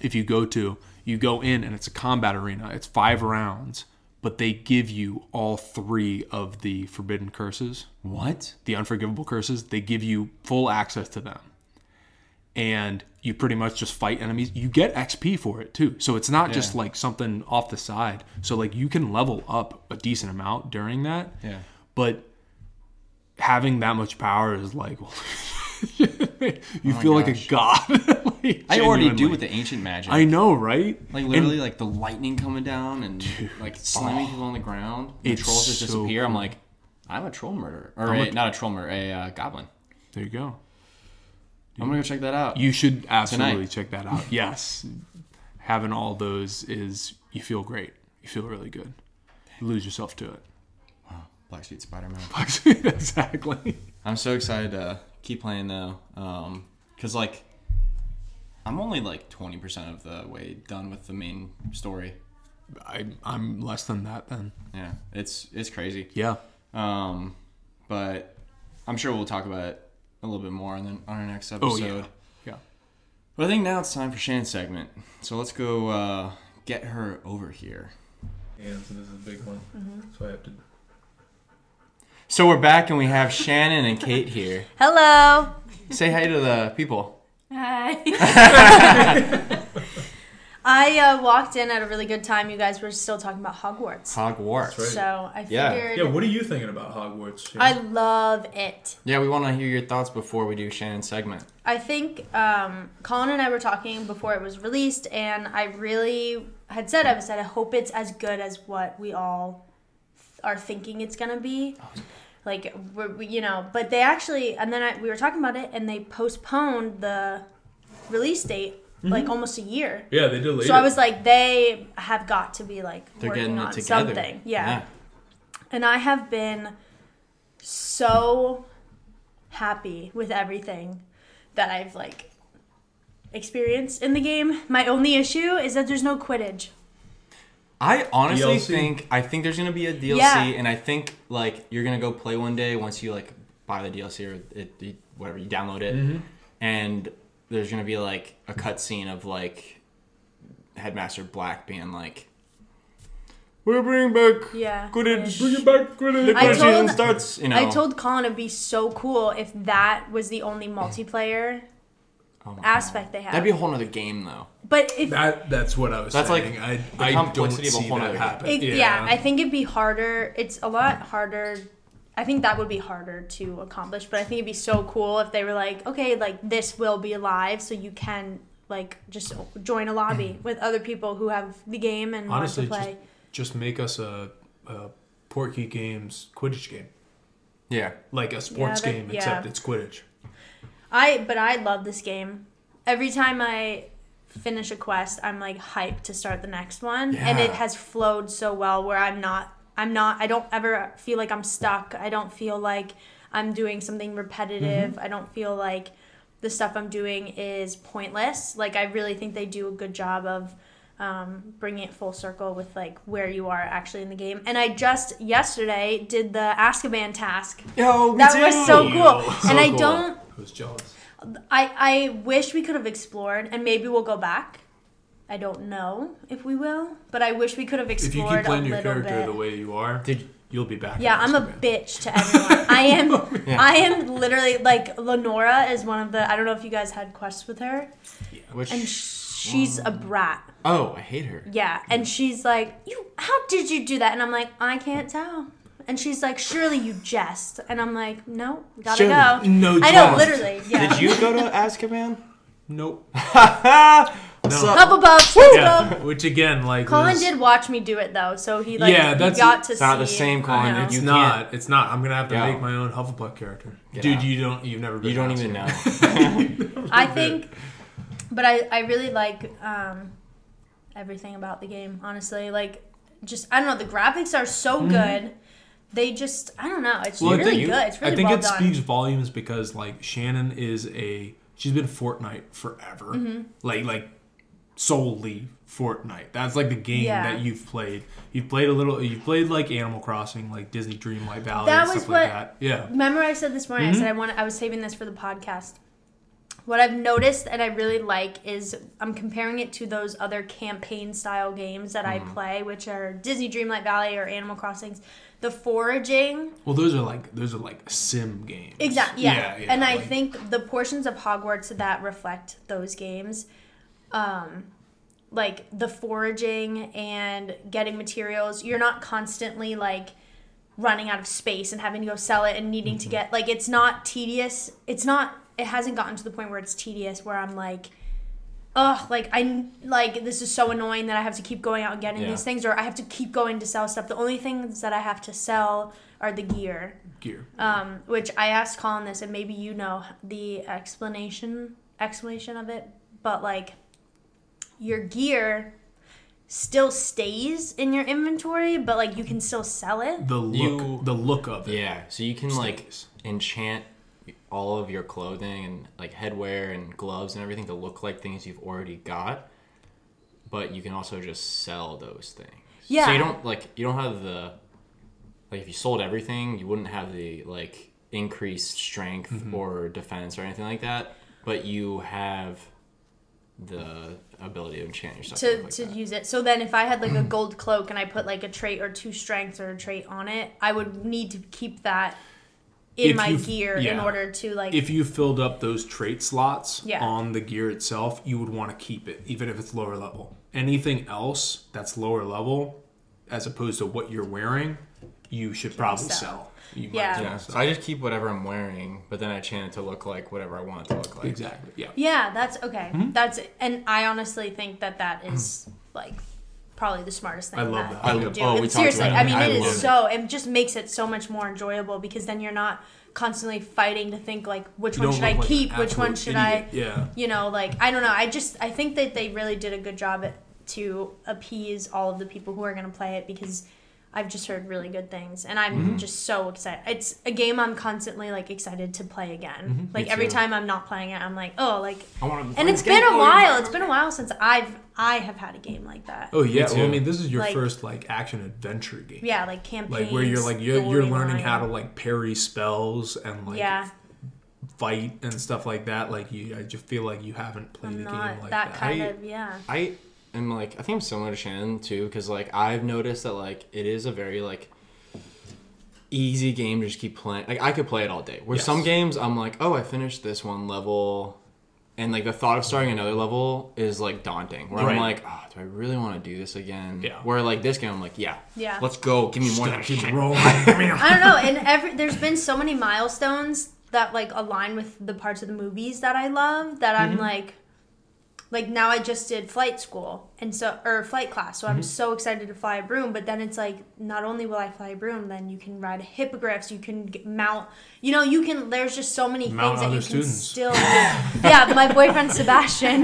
B: if you go to, you go in and it's a combat arena. It's five rounds, but they give you all three of the forbidden curses
A: What?
B: the unforgivable curses, they give you full access to them. And you pretty much just fight enemies. You get XP for it too. So it's not just
A: Yeah.
B: like something off the side. So like you can level up a decent amount during that.
A: Yeah.
B: But having that much power is like (laughs) you feel like a god. (laughs) Like,
A: Oh I already
B: genuinely.
A: do with the ancient magic.
B: I know, right?
A: Like literally, like the lightning coming down and like slamming people on the ground. The
B: It's
A: trolls just
B: so
A: disappear. I'm like, I'm a troll murderer, or a, not a troll murderer, a uh, goblin.
B: There you go.
A: I'm gonna go check that out.
B: You should absolutely
A: Tonight.
B: check
A: (laughs)
B: that out. Yes. Having all those is you feel great. You feel really good. You lose yourself to it.
A: Black Street Spider Man.
B: (laughs) exactly.
A: I'm so excited to keep playing though, Um 'cause cause like, I'm only like 20 percent of the way done with the main story.
B: I, I'm less than that then.
A: Yeah, it's it's crazy.
B: Yeah.
A: Um, but I'm sure we'll talk about it a little bit more on the, on our next episode.
B: Oh yeah. Yeah.
A: But I think now it's time for Shannon's segment. So let's go uh, get her over here.
C: Yeah, so this is a big one.
D: Mm-hmm.
C: So I have to.
A: So we're back and we have Shannon and Kate here.
D: Hello.
A: Say hi to the people.
D: Hi. (laughs) I uh, walked in at a really good time. You guys were still talking about Hogwarts.
A: Hogwarts.
C: That's right.
D: So I
A: Yeah.
D: figured
C: Yeah, what are you thinking about Hogwarts? Shane?
D: I love it.
A: Yeah, we want to hear your thoughts before we do Shannon's segment.
D: I think um, Colin and I were talking before it was released, and I really had said, I was said, I hope it's as good as what we all th- are thinking it's gonna be. Like, we're, we, you know, but they actually, and then I, we were talking about it, and they postponed the release date like almost a year.
C: yeah, they delayed.
D: So I
C: it.
D: was like, they have got to be like
A: They're
D: working
A: getting
D: on
A: it together.
D: something. yeah. And I have been so happy with everything that I've like experienced in the game. My only issue is that there's no Quidditch.
A: I honestly
C: DLC.
A: think I think there's gonna be a DLC,
D: Yeah.
A: and I think like you're gonna go play one day once you like buy the DLC or it, it- whatever you download it, and there's gonna be like a cutscene of like Headmaster Black being like, "We're bringing back
D: Yeah.
A: Quidditch.
C: Bring it back, Quidditch.
A: The
D: I
A: Quidditch
D: told-
A: season starts." You know,
D: I told Colin it'd be so cool if that was the only multiplayer
A: Oh my
D: aspect they had.
A: That'd be a whole nother game though.
D: but if
C: That that's what I was.
A: That's like
C: saying. I,
A: the
C: I
A: complexity of a
C: don't see
A: whole
C: that
A: other
C: happen.
D: It, yeah. I think it'd be harder. It's a lot harder. I think that would be harder to accomplish, but I think it'd be so cool if they were like, okay, like this will be live, so you can like just
B: (clears throat)
D: join a lobby with other people who have the game and
B: Honestly,
D: want to
B: just,
D: play.
B: just make us a uh, Porky Games Quidditch game,
A: Yeah.
B: like a sports
D: that-
B: game,
D: yeah.
B: except it's Quidditch.
D: I but I love this game. Every time I finish a quest, I'm like hyped to start the next one, and it
B: Yeah.
D: has flowed so well where I'm not I'm not I don't ever feel like I'm stuck. I don't feel like I'm doing something repetitive. I don't feel like the stuff I'm doing is pointless. Like I really think they do a good job of um, bringing it full circle with like where you are actually in the game. And I just yesterday did the Azkaban task.
A: Yo,
D: That was so cool.
B: So
D: and I
B: cool.
D: don't
B: I was jealous.
D: I, I wish we could have explored, and maybe we'll go back. I don't know if we will, but I wish we could have
B: If
D: explored
B: you keep playing
D: a
B: your
D: little
B: character
D: bit.
B: the way you are,
A: Did-
B: you'll be back.
D: yeah,
B: in
D: I'm a
B: Azkaban.
D: bitch
B: (laughs)
D: to everyone. I am. I am literally like Lenora is one of the. I don't know if you guys had quests with her,
A: Which,
D: and sh- she's a brat.
A: oh, I hate her.
D: Yeah, and she's like, "You, how did you do that?" And I'm like, "I can't tell." And she's like, "Surely you jest." And I'm like, "No, gotta
A: Surely.
D: go."
B: No
D: I know,
B: jest.
D: literally. Yeah.
A: Did you go to (laughs) Azkaban?
B: Nope.
A: What's
B: No.
A: up?
D: Hufflepuff, let's go.
B: Yeah, which again, like
D: Colin
B: was-
D: did watch me do it though, so he like
B: Yeah,
D: he
B: that's-
D: got to
A: it's
D: see.
A: not the same Colin.
D: you know.
A: It's
B: It's
A: You
B: not. It's not. I'm gonna have to
A: Yeah.
B: make my own Hufflepuff character,
A: Get
B: dude.
A: out.
B: You don't. You've never. Been
A: You don't
B: asked
A: even
B: yet.
A: know.
D: I think, but I I really like um, everything about the game. Honestly, like just I don't know. The graphics are so good. They just I don't know. It's
B: Mm-hmm. Well, I
D: really
A: think you-
D: good. It's really
B: I think
D: well
B: it
D: done.
B: speaks volumes because like Shannon is a she's been Fortnite forever,
D: Mm-hmm.
B: like like solely Fortnite. That's like the game
D: Yeah.
B: that you've played. You've played a little. You've played like Animal Crossing, like Disney Dreamlight Valley,
D: That
B: and
D: was
B: stuff like
D: what-
B: that. Yeah,
D: Remember, I said this morning. I said I want. I was saving this for the podcast. What I've noticed and I really like is I'm comparing it to those other campaign style games that I play, which are Disney Dreamlight Valley or Animal Crossings. The foraging
B: Well, those are like those are like sim games.
D: Exactly. Yeah. and I
B: like-
D: think the portions of Hogwarts that reflect those games, um, like the foraging and getting materials, you're not constantly like running out of space and having to go sell it and needing to get like it's not tedious. It's not. It hasn't gotten to the point where it's tedious where I'm like. Ugh, like I like this is so annoying that I have to keep going out and getting
A: Yeah.
D: these things, or I have to keep going to sell stuff. The only things that I have to sell are the gear
B: gear.
D: um, which I asked Colin this, and maybe you know the explanation explanation of it, but like your gear still stays in your inventory, but like you can still sell it.
B: the look,
A: You-
B: the look of it.
A: Yeah, so you can like
B: Stays.
A: enchant all of your clothing and like headwear and gloves and everything to look like things you've already got, but you can also just sell those things. So
D: Yeah.
A: you don't like you don't have the like if you sold everything, you wouldn't have the like increased strength or defense or anything like that, but you have the ability to enchant yourself
D: to, to use it. So then, if I had
B: (clears throat)
D: like a gold cloak and I put like a trait or two strengths or a trait on it, I would need to keep that in
B: If
D: my
B: you've-
D: gear in
B: yeah.
D: order to like.
B: If you filled up those trait slots
D: Yeah.
B: on the gear itself, you would want to keep it, even if it's lower level. Anything else that's lower level, as opposed to what you're wearing, you should probably
D: sell.
B: sell. You
D: Yeah.
B: as well
A: yeah,
B: sell.
A: so I just keep whatever I'm wearing, but then I chant it to look like whatever I want it to look like.
B: Exactly. Yeah.
D: Yeah, that's okay.
B: Mm-hmm.
D: That's and I honestly think that that
B: (clears throat)
D: is like probably the smartest thing.
B: I love that.
D: I
B: I
D: would
A: love-
D: do.
A: oh, we
D: It's
A: talked
D: seriously,
A: about
D: I
A: it.
D: mean,
A: I
D: it
A: love
D: is
A: it.
D: so it just makes it so much more enjoyable because then you're not constantly fighting to think like which
B: You
D: one
B: don't
D: should I
B: look like an
D: keep, which one
B: absolute
D: should I,
B: idiot. Yeah.
D: you know, like I don't know. I just I think that they really did a good job at, to appease all of the people who are going to play it because I've just heard really good things and I'm
A: Mm-hmm.
D: just so excited. It's a game I'm constantly like excited to play again. Like
A: Mm-hmm. Me
D: every
A: too.
D: time I'm not playing it, I'm like, "Oh, like
A: I want to
D: and it's been a while. It's been a while since I've I have had a game like that.
B: Oh yeah.
A: Me
B: Well, I
A: too.
B: mean, this is your
D: Like-
B: first like action adventure game.
D: Yeah, like campaign.
B: Like where you're like you're, you're learning how to like parry spells and like
D: yeah,
B: fight and stuff like that. Like you, I just feel like you haven't played
D: I'm
B: a game
D: not
B: like
D: that
B: that.
D: kind
A: I-
D: of yeah.
A: I am like I think I'm similar to Shannon too because like I've noticed that like it is a very like easy game to just keep playing. Like I could play it all day. Where
B: Yes.
A: some games I'm like, oh, I finished this one level, and like the thought of starting another level is like daunting. Where I'm
B: Right.
A: like, oh, do I really want to do this again?
B: Yeah.
A: Where like this game, I'm like, yeah,
D: Yeah.
A: let's go. Give me more. of that
B: Just gotta
A: shit.
B: keep (laughs) rolling.
D: I don't know. And every there's been so many
B: Mm-hmm.
D: milestones that like align with the parts of the movies that I love that I'm like, like now I just did flight school and so or flight class,
B: Mm-hmm.
D: so I'm so excited to fly a broom. But then it's like not only will I fly a broom, then you can ride hippogriffs, you can g- mount, you know, you can. There's just so many
B: Mount
D: things that you
B: other
D: can
B: students. (laughs)
D: still. do. yeah, my boyfriend Sebastian.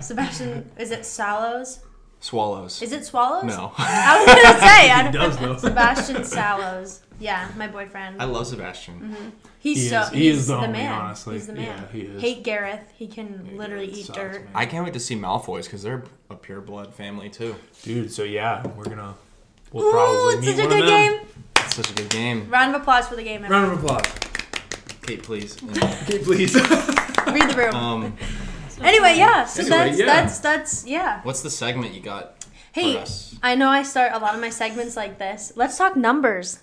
D: Sebastian, is it Sallows?
A: Swallows.
D: Is it Swallows?
A: No.
D: I was gonna
B: (laughs)
D: say I
B: does, though.
D: Sebastian Sallows. Yeah, my
A: (laughs)
D: boyfriend.
A: I love Sebastian.
D: He's
B: He
D: so
B: is-
D: he's
B: he is
D: the,
B: the homie,
D: man.
B: honestly.
D: He's the man.
B: Yeah, he is.
D: Hate Gareth. He can literally
B: Gareth
D: eat
B: sucks,
D: dirt.
B: man.
A: I can't wait to see Malfoys because they're a pure blood family too.
B: Dude, so yeah, we're gonna. We'll
D: Ooh,
B: probably
D: it's
B: meet
D: such a
B: one
D: good
B: of them.
D: game.
A: It's such a good game.
D: Round of applause for the game. everyone.
B: Round of applause. Oh
A: Kate, please.
B: Kate, (laughs) please.
D: Read the room.
A: um,
D: anyway, yeah. So
B: Anyway,
D: that's
B: yeah.
D: that's that's yeah.
A: what's the segment you got?
D: Hey,
A: us.
D: I know I start a lot of my segments like this. Let's talk numbers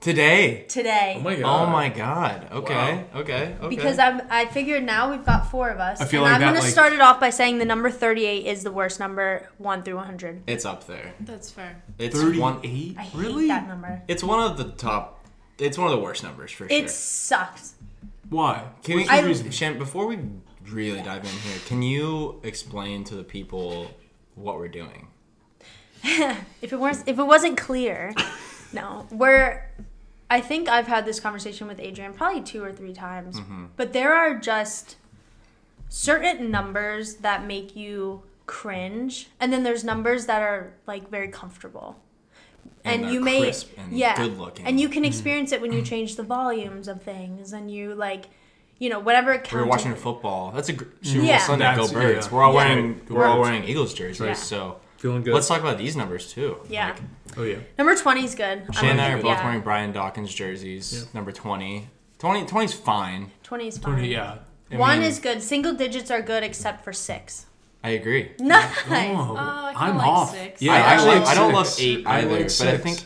A: Today.
D: today.
B: oh my god.
A: Oh my god. Okay. Okay. Okay.
D: Because I'm, I figured now we've got four of us.
B: I feel
D: and
B: like
D: I'm
B: that,
D: gonna
B: like-
D: start it off by saying the number 38 is the worst number, 1 through 100.
A: it's up there.
E: That's fair.
A: It's one.
B: Thirty-eight.
D: I hate
B: Really?
D: that number.
A: It's one of the top. It's one of the worst numbers for sure.
D: It sucks.
B: Why?
A: Can we,
D: I-
A: (laughs) Shan, before we really dive in here, can you explain to the people what we're doing?
D: If it weren't, if it
A: (laughs)
D: wasn't clear, no, we're. I think I've had this conversation with Adrian probably two or three times,
A: Mm-hmm.
D: but there are just certain numbers that make you cringe, and then there's numbers that are like very comfortable.
A: And
D: And,
A: they're
D: you may,
A: crisp and
D: yeah,
A: good-looking. Mm-hmm.
D: and you can experience it when you change the volumes of things, and you like, you know, whatever.
A: We were
D: accounting-
A: watching football. That's a gr- Super Bowl
D: Yeah.
A: Sunday.
B: That's-
A: go Birds.
B: yeah.
A: We're all
D: Yeah.
A: wearing
B: Go
A: we're all
B: Birds.
A: wearing Eagles jerseys.
D: Yeah.
A: So
B: Feeling good.
A: let's talk about these numbers too.
D: Yeah,
A: Like,
B: oh yeah.
D: number twenty is good. I'm
A: Shan and I
D: like,
A: are both
D: yeah,
A: wearing Brian Dawkins jerseys. Number 20. 20 20's fine.
D: twenty is fine.
B: Twenty. Yeah.
A: I
D: One
A: mean,
D: is good. Single digits are good except for six.
A: I agree.
D: Nice.
B: Oh,
E: I kinda
B: I'm
E: like
B: off.
E: six.
A: I,
E: I
A: actually
B: like
A: I don't love
B: six.
A: eight
B: I
A: either,
B: like
A: but
B: six.
A: I think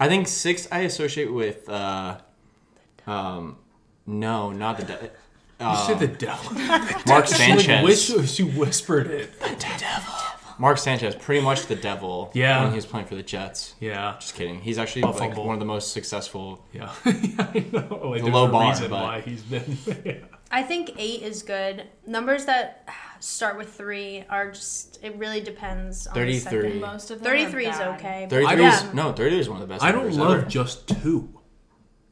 A: I think six I associate with uh, um no not the de-
B: You said the devil.
A: Mark
B: She,
A: Sanchez.
B: like, whis- she whispered it.
A: Mark Sanchez, pretty much the devil.
B: Yeah.
A: when he was playing for the Jets. (laughs)
B: Yeah.
A: Just kidding. He's actually
B: Buffalo
A: like
B: Bull.
A: one of the most successful.
B: Yeah. I know. Like, there's
A: low
B: a
A: bar,
B: reason
A: but-
B: why he's been.
D: I think eight is good. Numbers that start with three are just. It really depends. on the
A: 33.
D: second.
E: Most of them.
D: Thirty-three
E: are
D: is
E: bad.
D: okay. but-
A: Thirty three
D: yeah.
A: is no thirty is one of the best.
B: I don't
A: numbers
B: love
A: ever.
B: just two.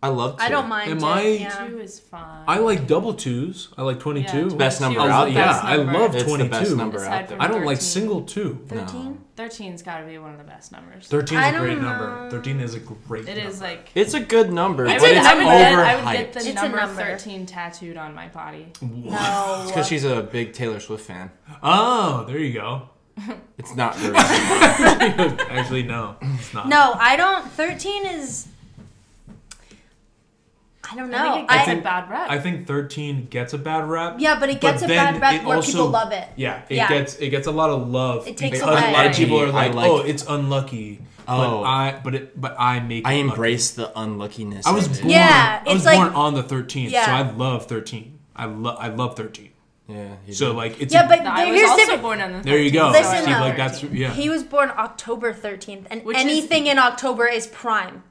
A: I love. Two.
D: I don't mind.
B: Am
D: it,
B: I-
D: yeah.
E: Two is fine.
B: I like double twos. I like
E: Yeah,
B: twenty-two.
E: two
A: Best
E: is
A: number
E: the
A: out there.
E: best
B: Yeah, I
E: number.
B: love
A: It's the best
B: 22.
A: number
E: Aside
A: out there.
E: from-
B: I don't like
E: 13.
B: single two.
A: No.
D: Thirteen.
E: 13's got to be one of the best numbers.
B: Thirteen is
D: I
B: a
D: don't
B: great
D: know.
B: number. Thirteen is a great.
E: It
B: number.
E: is like.
A: It's a good number,
E: I
A: but
E: would,
A: it's
E: I, would get, I would
A: overhyped.
E: get the
D: It's a
E: number,
D: number.
E: 13 tattooed on my body.
D: No.
A: because she's a big Taylor Swift fan.
B: Oh, there you
D: (laughs)
B: go. (laughs)
A: It's not very. I (laughs)
B: Actually, no, it's not.
D: No, I don't. Thirteen is. I don't
E: I
D: know.
E: think it gets
D: I-
E: a bad rep.
B: I think thirteen gets a bad rap.
D: yeah, but it gets a bad rep where people love it.
B: Yeah, it
D: Yeah.
B: gets it gets a lot of love.
D: It takes
B: because a lot of
E: away.
B: people are
A: I
B: like,
A: like-
B: "Oh, it's unlucky."
A: Oh.
B: but I but it but I make. it
A: embrace the unluckiness.
B: lucky. I was
A: of it.
B: born.
D: Yeah,
B: I was
D: it's like-
B: born on the thirteenth, so
D: Yeah.
B: I love thirteen. I love I love thirteen.
A: Yeah. you
B: So
A: do.
B: like it's
D: Yeah, but
E: No, I
D: there-
E: was
D: here's
E: also
D: different.
E: born on the 13th.
B: there you go.
E: so I
D: Listen
E: was
B: See,
D: up.
B: like
E: 13.
B: that's yeah.
D: He was born October thirteenth, and
E: Which is-
D: anything in October is prime.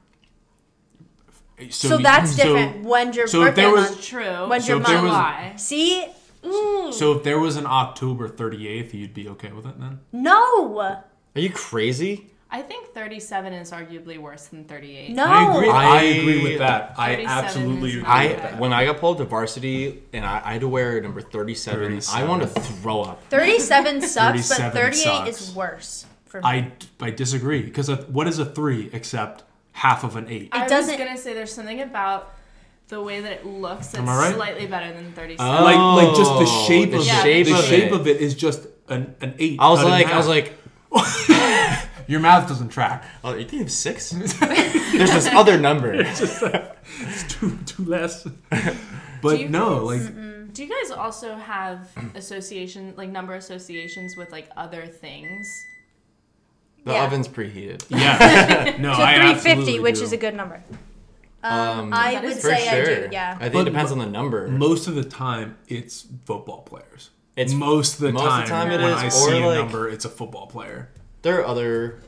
D: So,
B: you- (laughs)
D: that's different. when your
B: e- so if
D: birthday
B: there was-
D: month.
E: That's true.
D: When's
B: So
D: your
B: if there
D: mom?
B: was-
E: July.
D: See? Mm.
B: So if there was an October thirty eighth, you'd be okay with it then.
D: No.
A: are you crazy?
E: I think 37 is arguably worse than 38.
D: No.
B: I agree. I,
A: I-
B: agree with that. I
E: 37
B: absolutely
E: is
B: agree.
E: not
A: I
B: with that.
A: when I got pulled to varsity and I, I had to wear number thirty seven. I
B: 37.
A: want to throw up.
D: 37 sucks,
B: 37
D: but 38
B: sucks.
D: is worse for me.
B: I, I disagree because what is a three except half of an eight?
E: I
D: doesn't-
E: was gonna say there's something about the way that it looks that's
B: Am I right? Uh,
E: slightly better than 37.
A: Oh.
B: like like just the shape
A: the
B: of
E: shape
B: it. The
E: of
B: shape
A: it.
B: of it is just an, an eight.
A: I was
B: cut in
A: like, I
B: half.
A: was like,
B: your mouth doesn't track. (laughs)
A: oh, you think of (laughs) six? There's this other (laughs) number.
B: It's too
A: (laughs)
B: too less.
E: Do
B: But
E: you
B: no,
E: guys-
B: like
E: Do you guys also have (clears throat) association like number associations with like other things?
A: The
D: Yeah.
A: oven's preheated.
D: (laughs)
B: yeah, no,
D: so
B: I
D: 350,
B: absolutely
D: which
B: do.
D: is a good number.
A: Um,
D: Um, I
E: That
D: would
E: is
A: For
D: say
A: sure.
D: I do, yeah.
A: I think
B: But-
A: it depends on the number.
B: most of the time it's football players.
A: It's-
B: It's most of the
A: most of
B: time,
A: the time it
B: when
A: is,
B: I
A: or
B: see a
A: like-
B: number, it's a football player.
A: There are other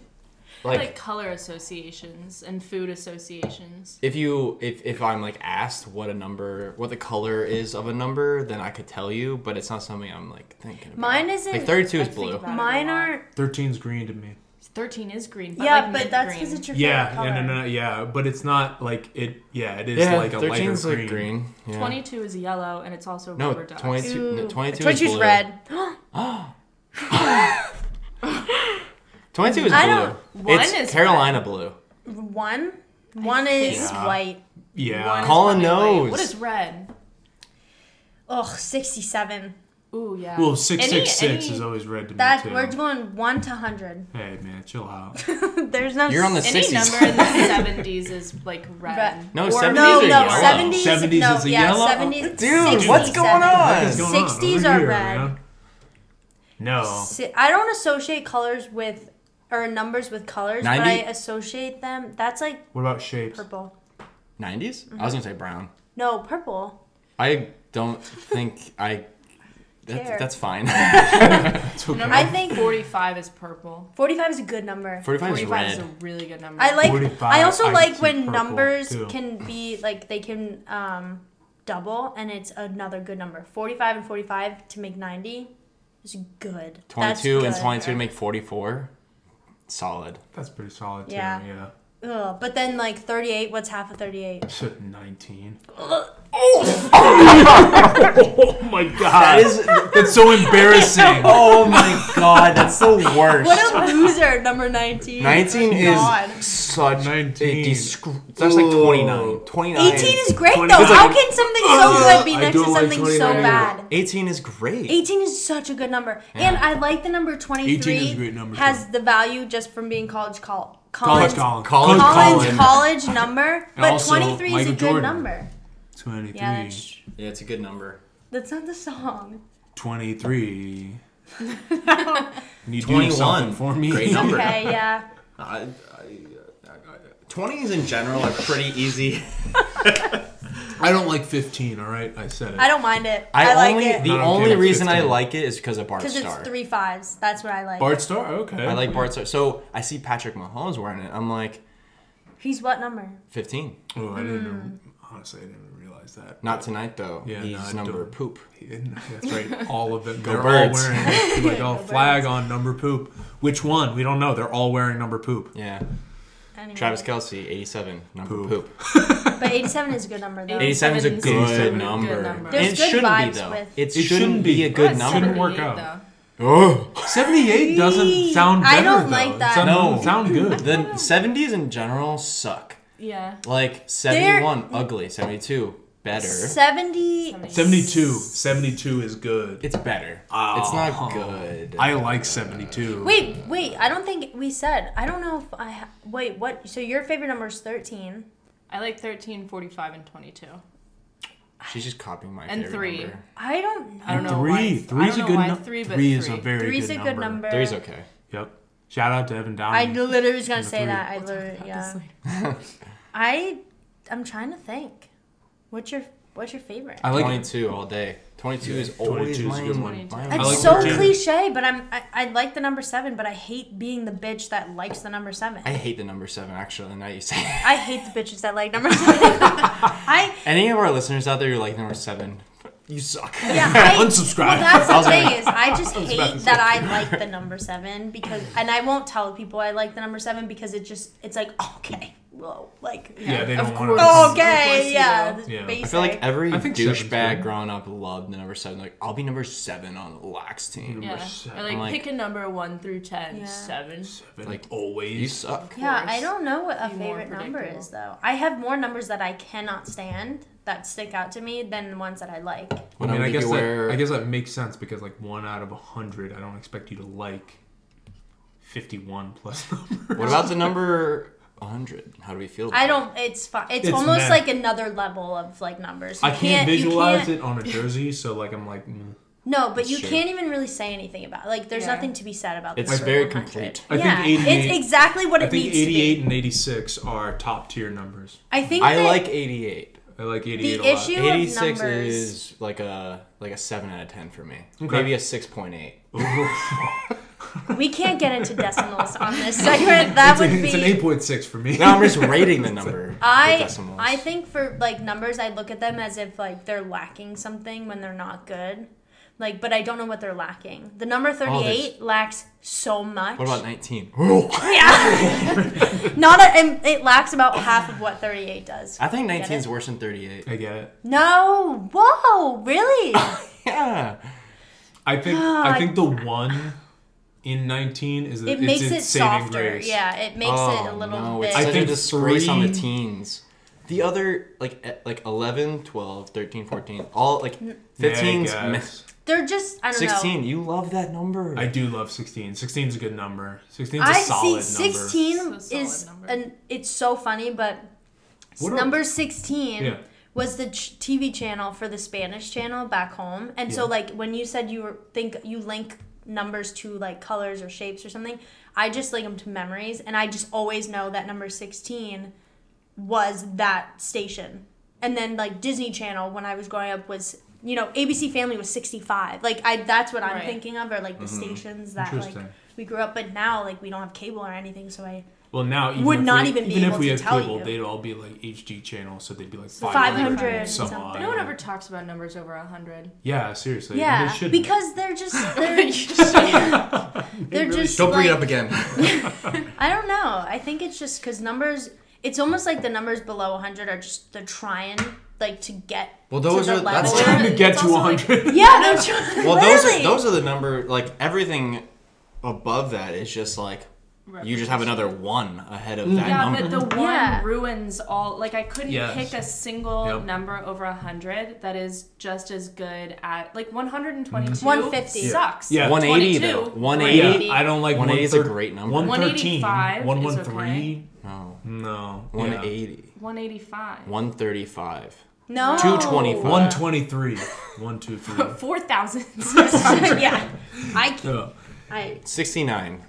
E: like,
A: like,
E: color associations and food associations.
A: if you if if I'm like asked what a number what the color is of a number, then I could tell you, but it's not something I'm like thinking about.
D: Mine isn't-
A: like 32
E: I
A: is
E: think
A: blue.
E: about it a
D: Mine
E: lot.
D: aren't.
B: 13's green to me.
E: Thirteen is green. But
D: Yeah,
E: like
D: but
E: mint
D: that's
E: green.
D: because it's your
B: Yeah,
D: favorite
B: yeah,
D: color.
B: no, no, no, yeah, but it's not like it. Yeah, it is
A: Yeah,
B: like a lighter
A: 13's
B: green.
A: like green. Yeah.
E: 22 is yellow and it's also
A: No,
E: rubber ducks.
A: 22, no, 22 is
D: 22's
A: blue.
D: red. (gasps)
A: 22 is blue.
D: I don't-
E: One
A: it's
E: is
A: Carolina blue.
D: One. One is
E: think-
D: white.
E: One
B: Yeah,
A: Colin
E: is probably white.
A: knows.
E: What is red?
D: Ugh, 67.
E: Ooh, yeah.
B: well, six
E: Any-
B: six six
E: any-
B: is always red to
D: That
B: me too.
D: we're going one to
B: (laughs)
D: hundred.
B: Hey man, chill out. (laughs)
D: There's no.
A: You're on the
D: s-
E: Any
A: 60s.
E: number in the 70s is like red.
D: Red.
A: No,
D: or-
A: 70s
D: no,
A: are
D: no,
A: yellow.
D: 70s,
B: 70s
D: no,
B: is a
D: yeah,
B: yellow?
D: 70s,
A: Dude, what's going
D: 67.
A: on?
B: What's going on
D: 60s
B: over
D: are
B: here,
D: red.
B: man? No,
D: Si- I don't associate colors with or numbers with colors, but
A: 90?
D: I associate them. That's like
B: what about shapes?
D: purple.
A: 90s? I
D: Mm-hmm.
A: was going to say brown.
D: No, purple.
A: I don't think I.
D: Care.
A: That, that's
D: (laughs)
A: fine.
E: Number
D: I think-
E: 45 is purple.
D: Forty-five is a good number.
A: 45 is
E: 45 is a
A: red.
E: really good number.
D: I like.
B: 45,
D: I also
B: I
D: like
B: see
D: when
B: purple,
D: numbers
B: too.
D: can be like they can um, double, and it's another good number. Forty-five and forty-five to make ninety is good. That's
A: 22 and
D: good.
A: 22 to make 44. Solid.
B: That's pretty solid too.
D: Yeah.
B: Yeah,
D: Ugh, but then like thirty-eight. What's half of thirty-eight? (laughs)
B: nineteen. (laughs) Oh my god,
A: Ah, is-
B: that's so embarrassing.
A: (laughs) Oh my god, that's the worst.
D: What a loser, number nineteen.
A: 19
D: God.
A: is such
B: 19.
A: a discr- That's like 29. 29.
D: 18 is great though.
B: 20 is
D: How
B: like- uh,
D: can something so good be
B: I
D: next to
B: don't like
D: something so
B: 29 either.
D: bad?
A: 18 is great.
D: 18 is such a good number. And I like the number 23.
B: 18 is a great number,
D: Has the value just from being college call.
B: College,
D: College,
A: College
B: Colin.
D: college,
A: Colin.
D: college number, but
B: also,
D: 23 is a
B: Michael
D: good
B: Jordan.
D: number.
B: Twenty-three.
D: Yeah, that's,
A: Yeah, it's a good number.
D: that's not the
B: (laughs)
D: song.
B: 23. Need
A: 21.
B: for me.
A: Great number.
D: Okay, yeah.
A: I, I, I, 20s in general are pretty easy.
B: I don't like 15, all right? I said it.
D: I don't mind it. I,
A: I,
D: like
A: only
D: it
A: the
B: No, I'm
A: only
B: kidding,
A: reason I
B: 15.
A: like it is because of Bart
D: because it's
A: Starr.
D: three fives. That's what I like.
B: Bart Star? Okay.
A: I like Bart Starr. So I see Patrick Mahomes wearing it. I'm like
D: He's what number?
A: 15.
B: Oh, I didn't even- honestly, I didn't even realize that.
A: Not tonight though.
B: Yeah,
A: He's
B: no, I
A: number
B: don't.
A: poop.
B: He didn't. That's right. All of them.
A: Go
B: They're
A: birds.
B: all wearing like a
D: birds.
B: flag on number poop. Which one? We don't know. They're all wearing number poop.
A: Yeah.
D: Anyway.
A: Travis Kelsey, 87. Number
B: Poop.
A: poop.
D: But 87 is a good number though.
A: 87 is a
E: 87
A: good,
E: is a good
A: number.
E: number.
A: And
D: There's
A: it
D: good
A: shouldn't be
D: vibes
A: though.
D: with-
A: It,
B: It
A: shouldn't, be a good
E: That's
A: number.
B: Shouldn't work
E: 78
B: out.
E: though.
A: Oh.
B: 78 doesn't sound
D: I
B: better.
D: don't
B: though.
D: like
B: It
D: that.
B: doesn't
A: No.
B: sound good.
A: The 70s in general suck.
E: Yeah.
A: Like 71 ugly, 72 better.
D: 70
B: 72. 72 is good.
A: It's better. It's
B: Oh.
A: not good.
B: I like 72.
D: Wait, wait. I don't think we said. I don't know if I. Ha- wait, what? So your favorite number is thirteen.
E: I like 13, 45, and 22.
A: She's just copying my
E: And
A: favorite
E: three.
A: number.
D: I don't know.
E: I don't know
B: Three.
E: why. I
B: Three's
E: don't
B: a
E: know
B: good
E: why
B: number.
E: Three, but
B: Three is a very
D: Three's
B: good
D: a
B: number.
D: good number.
A: Three's okay.
B: Yep. Shout out to Evan Downey.
D: I literally was gonna say
B: three.
D: that. I literally, yeah.
B: (laughs)
D: I, I'm trying to think. What's your What's your favorite?
B: I like
A: 22 all day. 22 is always
B: 22 is a good
A: mine-
B: one.
A: mine-
D: It's
B: I like
D: so
B: 13.
D: cliche, but I'm I, I like the number seven, but I hate being the bitch that likes the number seven.
A: I
D: I,
A: hate the number seven, actually, now you say it. (laughs)
D: hate the bitches that like
B: (laughs)
D: number seven. (laughs) I
A: Any of our listeners out there who like number seven, you suck.
D: Yeah, I,
B: Unsubscribe.
D: Well, that's
A: I
D: the
A: was
D: thing
A: like-
D: is, I just
B: about to
D: hate that I like the number seven because, and I won't tell people I like the number seven because it just, it's like okay, whoa, like
B: Yeah, they don't
E: Of
B: want
E: course.
B: to.
E: course
D: okay,
E: you
D: yeah,
E: will.
D: it's
B: Yeah. I feel
A: I
D: basic.
A: feel like every
B: I think seven's
A: douchebag
B: good.
A: growing up loved the number seven. Like, I'll be number seven on Lax team.
E: Yeah.
B: seven.
E: Or like,
A: I'm like-
E: pick a number 1 through 10.
D: Yeah.
E: 7.
B: Like
A: Like, You
B: always.
A: suck.
D: yeah,
E: course.
D: I don't know what a
E: Be more
D: favorite number
E: predictable.
D: is though. I have more numbers that I cannot stand that stick out to me than ones that I like.
B: I
A: What
B: mean,
A: number
B: I
A: did
B: guess
A: you
B: that
A: wear?
B: I guess that makes sense because like one out of a hundred, I don't expect you to like fifty-one plus (laughs) number.
A: What about the number 100? How do we feel? about
D: I
A: it?
D: don't. It's fun. It's,
B: It's
D: almost
B: meh.
D: like another level of like numbers.
B: I
D: You
B: can't
D: you
B: visualize
D: can't-
B: it on a jersey, so like I'm like, mm.
D: No, but you
A: Sure.
D: can't even really say anything about. it. Like, there's
E: Yeah.
D: nothing to be said about. the
A: It's
D: number
A: very
D: 100.
A: complete.
B: I think
D: yeah,
B: 88
D: it's exactly what
B: I
D: it
B: think
D: needs to
B: eighty-eight
D: be.
B: and eighty-six are top tier numbers.
D: I think
A: I
D: that
A: like 88.
B: I like eighty-eight
D: the
B: a lot.
D: issue of
A: 86
D: numbers.
A: is like a like a 7 out of 10 for me.
B: Okay.
A: Maybe a 6.8.
B: Ooh.
D: We can't get into decimals on this segment. That
B: it's,
D: would
B: an-
D: be
B: it's an eight point six for me.
A: No, I'm just rating the
D: (laughs)
A: number. with
D: I
A: decimals.
D: I think for like numbers, I look at them as if like they're lacking something when they're not good. Like, but I don't know what they're lacking. The number thirty-eight lacks so much.
A: What
D: (laughs)
A: about 19?
D: Yeah, not a, and it lacks about half of what thirty-eight does.
A: I think 19 is
D: it?
A: worse than 38.
B: (laughs) I get it.
D: No, whoa, really?
A: Yeah.
B: I think I think the one in nineteen is the,
D: It
B: it's
D: makes
B: its
D: it
B: saving
D: softer.
B: grace.
D: Yeah, it makes it a little
A: Oh, no,
D: bit.
A: It's such
B: I think
A: a disgrace on the
B: three-
A: teens. The other, like, eh, like 11, 12, 13, 14, all, like,
B: Yeah, I
A: 15s, meh.
B: guess.
D: they're just I don't know.
A: 16. You love that number.
B: I do love 16. 16 is a good number. 16 is a
D: I see
B: solid number.
D: sixteen
E: It's a solid
D: is
E: number.
D: and it's so funny, but
B: What are-
D: number sixteen.
B: Yeah.
D: was the ch- TV channel for the Spanish channel back home. And so
B: Yeah.
D: like when you said you were think you link numbers to like colors or shapes or something, I just link them to memories and I just always know that number 16 was that station. And then like Disney Channel when I was growing up was you know ABC Family was 65. Like I that's what I'm
E: Right.
D: thinking of or like the
B: Mm-hmm.
D: stations that like
B: Interesting.
D: we grew up but now like we don't have cable or anything so I
B: Well, now even
D: Would
B: if
D: not
B: we,
D: even be
B: even
D: able
B: if we
D: to
B: had
D: tell
B: cable,
D: you.
B: they'd all be like HD channels, so they'd be like
D: So
B: 500,
D: 500
B: and some
D: something.
B: odd.
D: No
E: No one ever talks about numbers over 100.
B: Yeah, seriously.
D: yeah,
B: they shouldn't.
D: because they're just
A: (laughs)
D: they're, (laughs) they're just
A: Don't bring it
D: like-
A: up again.
D: (laughs) I don't know. I think it's just because numbers. It's almost like the numbers below 100 are just they're trying like to get.
A: Well,
D: to
A: those
D: the
A: are- that's
D: level.
A: It's
B: trying to
E: It's
B: get to
E: also, like,
A: (laughs)
B: 100.
D: yeah, they're trying.
A: Well, those are,
D: literally.
A: those are the number, like, everything above that is just like, you just have another one ahead of that
E: Yeah,
A: number.
E: but the one
D: Yeah.
E: ruins all. Like I couldn't
B: Yes.
E: pick a single
B: Yep.
E: number over hundred that is just as good at like one hundred and twenty-two.
D: 150. Yeah.
E: sucks.
B: Yeah.
A: 180
E: 22,
A: though.
E: great.
A: 180.
B: Yeah, I don't like
A: 180 is a
B: 113
A: great number.
B: 113.
E: 185 is
B: 113.
A: No.
B: No. yeah.
A: 180.
E: One eighty-five.
A: 135.
D: no. (laughs)
A: 225.
B: 123. 123.
E: Four thousand.
A: (laughs)
D: yeah, I can't.
B: Yeah.
D: I,
A: 69.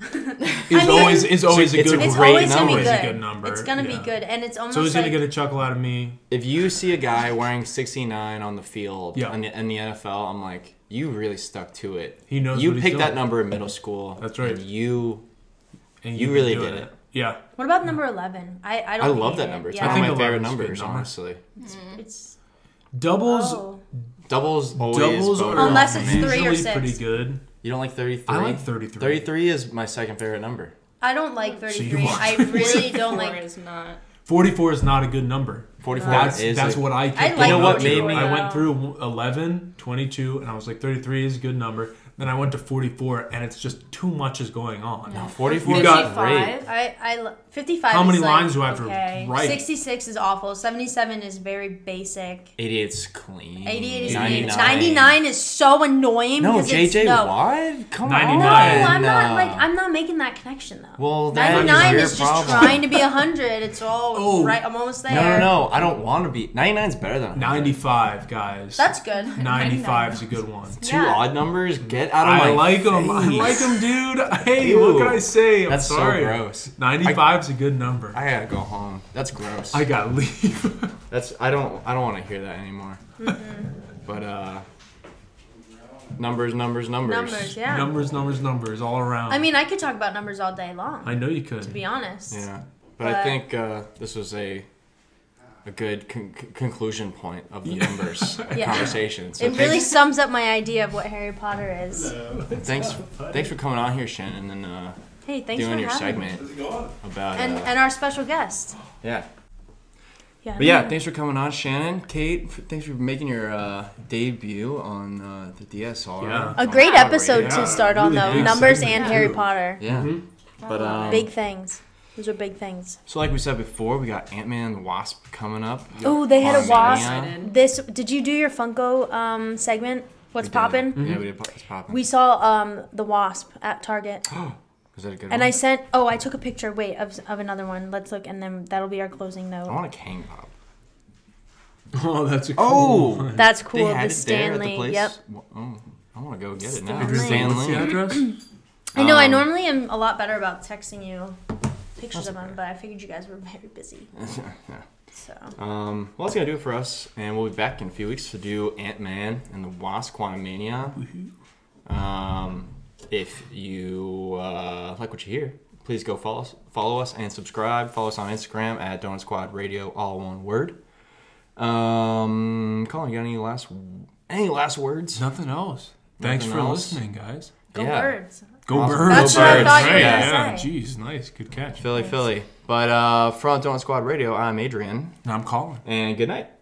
B: It's
D: mean,
B: always it's always a
A: it's a
B: good
D: it's
A: Great
D: always gonna
A: number.
D: be good.
A: It's
B: a good number,
D: It's gonna
B: yeah.
D: be good, and it's almost
B: So he's
D: like
B: gonna get a chuckle out of me.
A: If you see a guy wearing 69 on the field
B: Yeah.
A: in, the, in the NFL, I'm like, you really stuck to it.
B: He knows
A: You
B: what he's
A: picked that
B: doing.
A: number in middle school.
B: (laughs) That's right.
A: And you.
B: And
A: You
B: you've been
A: really
B: doing
A: did it.
B: Yeah.
D: what about number eleven? I I don't.
A: I love
D: hate
A: that
D: it.
A: number. It's
D: Yeah,
A: one
B: I
A: of my
B: think
A: favorite
B: 11 's a good
A: numbers,
B: number.
A: honestly.
D: it's
B: Doubles
D: oh.
A: Doubles always.
B: doubles
A: voted
B: are
A: on
D: Unless
A: for
D: it's
A: me.
D: three or
B: usually
D: six.
B: pretty good.
A: You don't like 33?
B: I like 33.
A: 33 is my second favorite number.
D: I don't like
B: So you
D: thirty three.
B: want- (laughs)
D: I really don't like.
E: (laughs) is not.
B: 44 is not a good number.
A: 44
B: That's
A: is.
B: that's
A: a-
B: what I. Kept
D: like
A: You know what
B: 44.
A: made me-
B: I went through 11, 22, and I was like 33 is a good number. Then I went to 44, and it's just too much is going on.
A: no, 44
B: You
A: is
B: got-
A: great.
E: Fifty-five.
D: I, I lo- 55
B: How
D: is
B: many
D: like,
B: lines do I have to
D: okay.
B: write?
D: 66 is awful. 77 is very basic.
A: 88's clean.
D: 88 is
A: 99.
D: 99. 99 is so annoying.
A: No,
D: because it's-
A: JJ,
D: no.
A: what? Come on.
B: 99.
D: No, I'm not
A: No.
D: like I'm not making that connection though.
A: Well, that is
D: 99
A: your
D: is just
A: problem.
D: trying to be 100.
A: (laughs)
D: It's all
B: Oh.
D: right. I'm almost there.
A: No, no, no. I don't want to be. 99 is better than 100.
B: 95, guys.
D: That's good.
B: 95 is a good one.
A: Two
D: (laughs) Yeah.
A: odd numbers? Get out of
B: I
A: Oh my
B: like them. I
A: face.
B: like them, dude. Hey, what
A: Ew.
B: can I say? I'm
A: That's so
B: sorry.
A: gross.
B: 95 is a good number. I,
A: I gotta go home. That's gross.
B: gotta leave. (laughs)
A: That's I don't I don't want to hear that anymore.
D: Mm-hmm.
A: but uh, numbers, numbers, numbers.
D: Numbers, yeah.
B: numbers, numbers, numbers, all around.
D: I mean, I could talk about numbers all day long.
B: I know you
D: to
A: (laughs)
B: could.
D: be honest.
A: Yeah, but, I
D: But-
A: think uh, this was a a good con- con- conclusion point of the numbers
D: Yeah.
A: conversation. So Uh,
D: It really
A: thanks,
D: sums up my idea of what Harry Potter is.
A: thanks, thanks for coming on here, Shannon, and uh,
D: Hey, Oh. thanks
A: doing
D: for
A: your
D: having
A: segment about
D: me. And
A: uh,
D: and our special guest.
A: yeah.
D: Yeah.
A: But yeah, thanks for coming on, Shannon. Kate, f- thanks for making your uh, debut on uh, the DSR.
B: Yeah.
D: A
A: on
D: great
A: Power
D: episode
A: Radio.
D: to start on
B: really
D: though.
B: big
D: Numbers
B: segment,
D: and Harry
B: too.
D: Potter.
A: Yeah. But um,
D: Oh, Big things. Those are big things.
A: so like we said before, we got Ant Man and the Wasp coming up.
D: Oh, they had a
A: Quantumania.
D: wasp.
E: Excited.
D: This did you do your Funko um, segment? What's
A: We did. Mm-hmm.
D: poppin'?
A: Yeah, we did. pop- It's popping.
D: We saw um, the wasp at Target,
A: (gasps) Is that a good one?
D: and I sent. Oh, I took a picture. Wait, of, of another one. Let's look, and then that'll be our closing note.
A: I want a Kang pop.
B: Oh, that's a cool one.
A: Oh,
D: That's
A: they
D: cool.
A: had
D: The
A: it there at the
D: Stanley.
A: place.
D: Yep.
A: Wha- Oh, I want to go get it now.
D: Stanley.
B: What's the
A: Stanley.
B: address?
D: I know. I
A: Um,
D: normally am a lot better about texting you pictures of them, but I figured you guys were very busy.
A: Yeah.
D: So
A: Um, well, that's gonna do it for us, and we'll be back in a few weeks to do Ant Man and the Wasp: Quantumania. Um, If you uh, like what you hear, please go follow us, follow us and subscribe. Follow us on Instagram at Donut Squad Radio, all one word. Um, Colin, you got any last any last words?
B: Nothing else. Thanks
A: Nothing
B: for
A: else.
B: listening, guys.
D: Go
A: Yeah.
D: birds.
B: Go
A: Awesome.
B: birds.
A: That's
B: Go
A: what I
B: birds.
A: thought you were
B: right.
D: gonna
B: Yeah.
D: say.
B: Jeez, nice. Good catch.
A: Philly, Philly. But uh, from Donut Squad Radio, I'm Adrian,
B: And I'm calling.
A: and good night.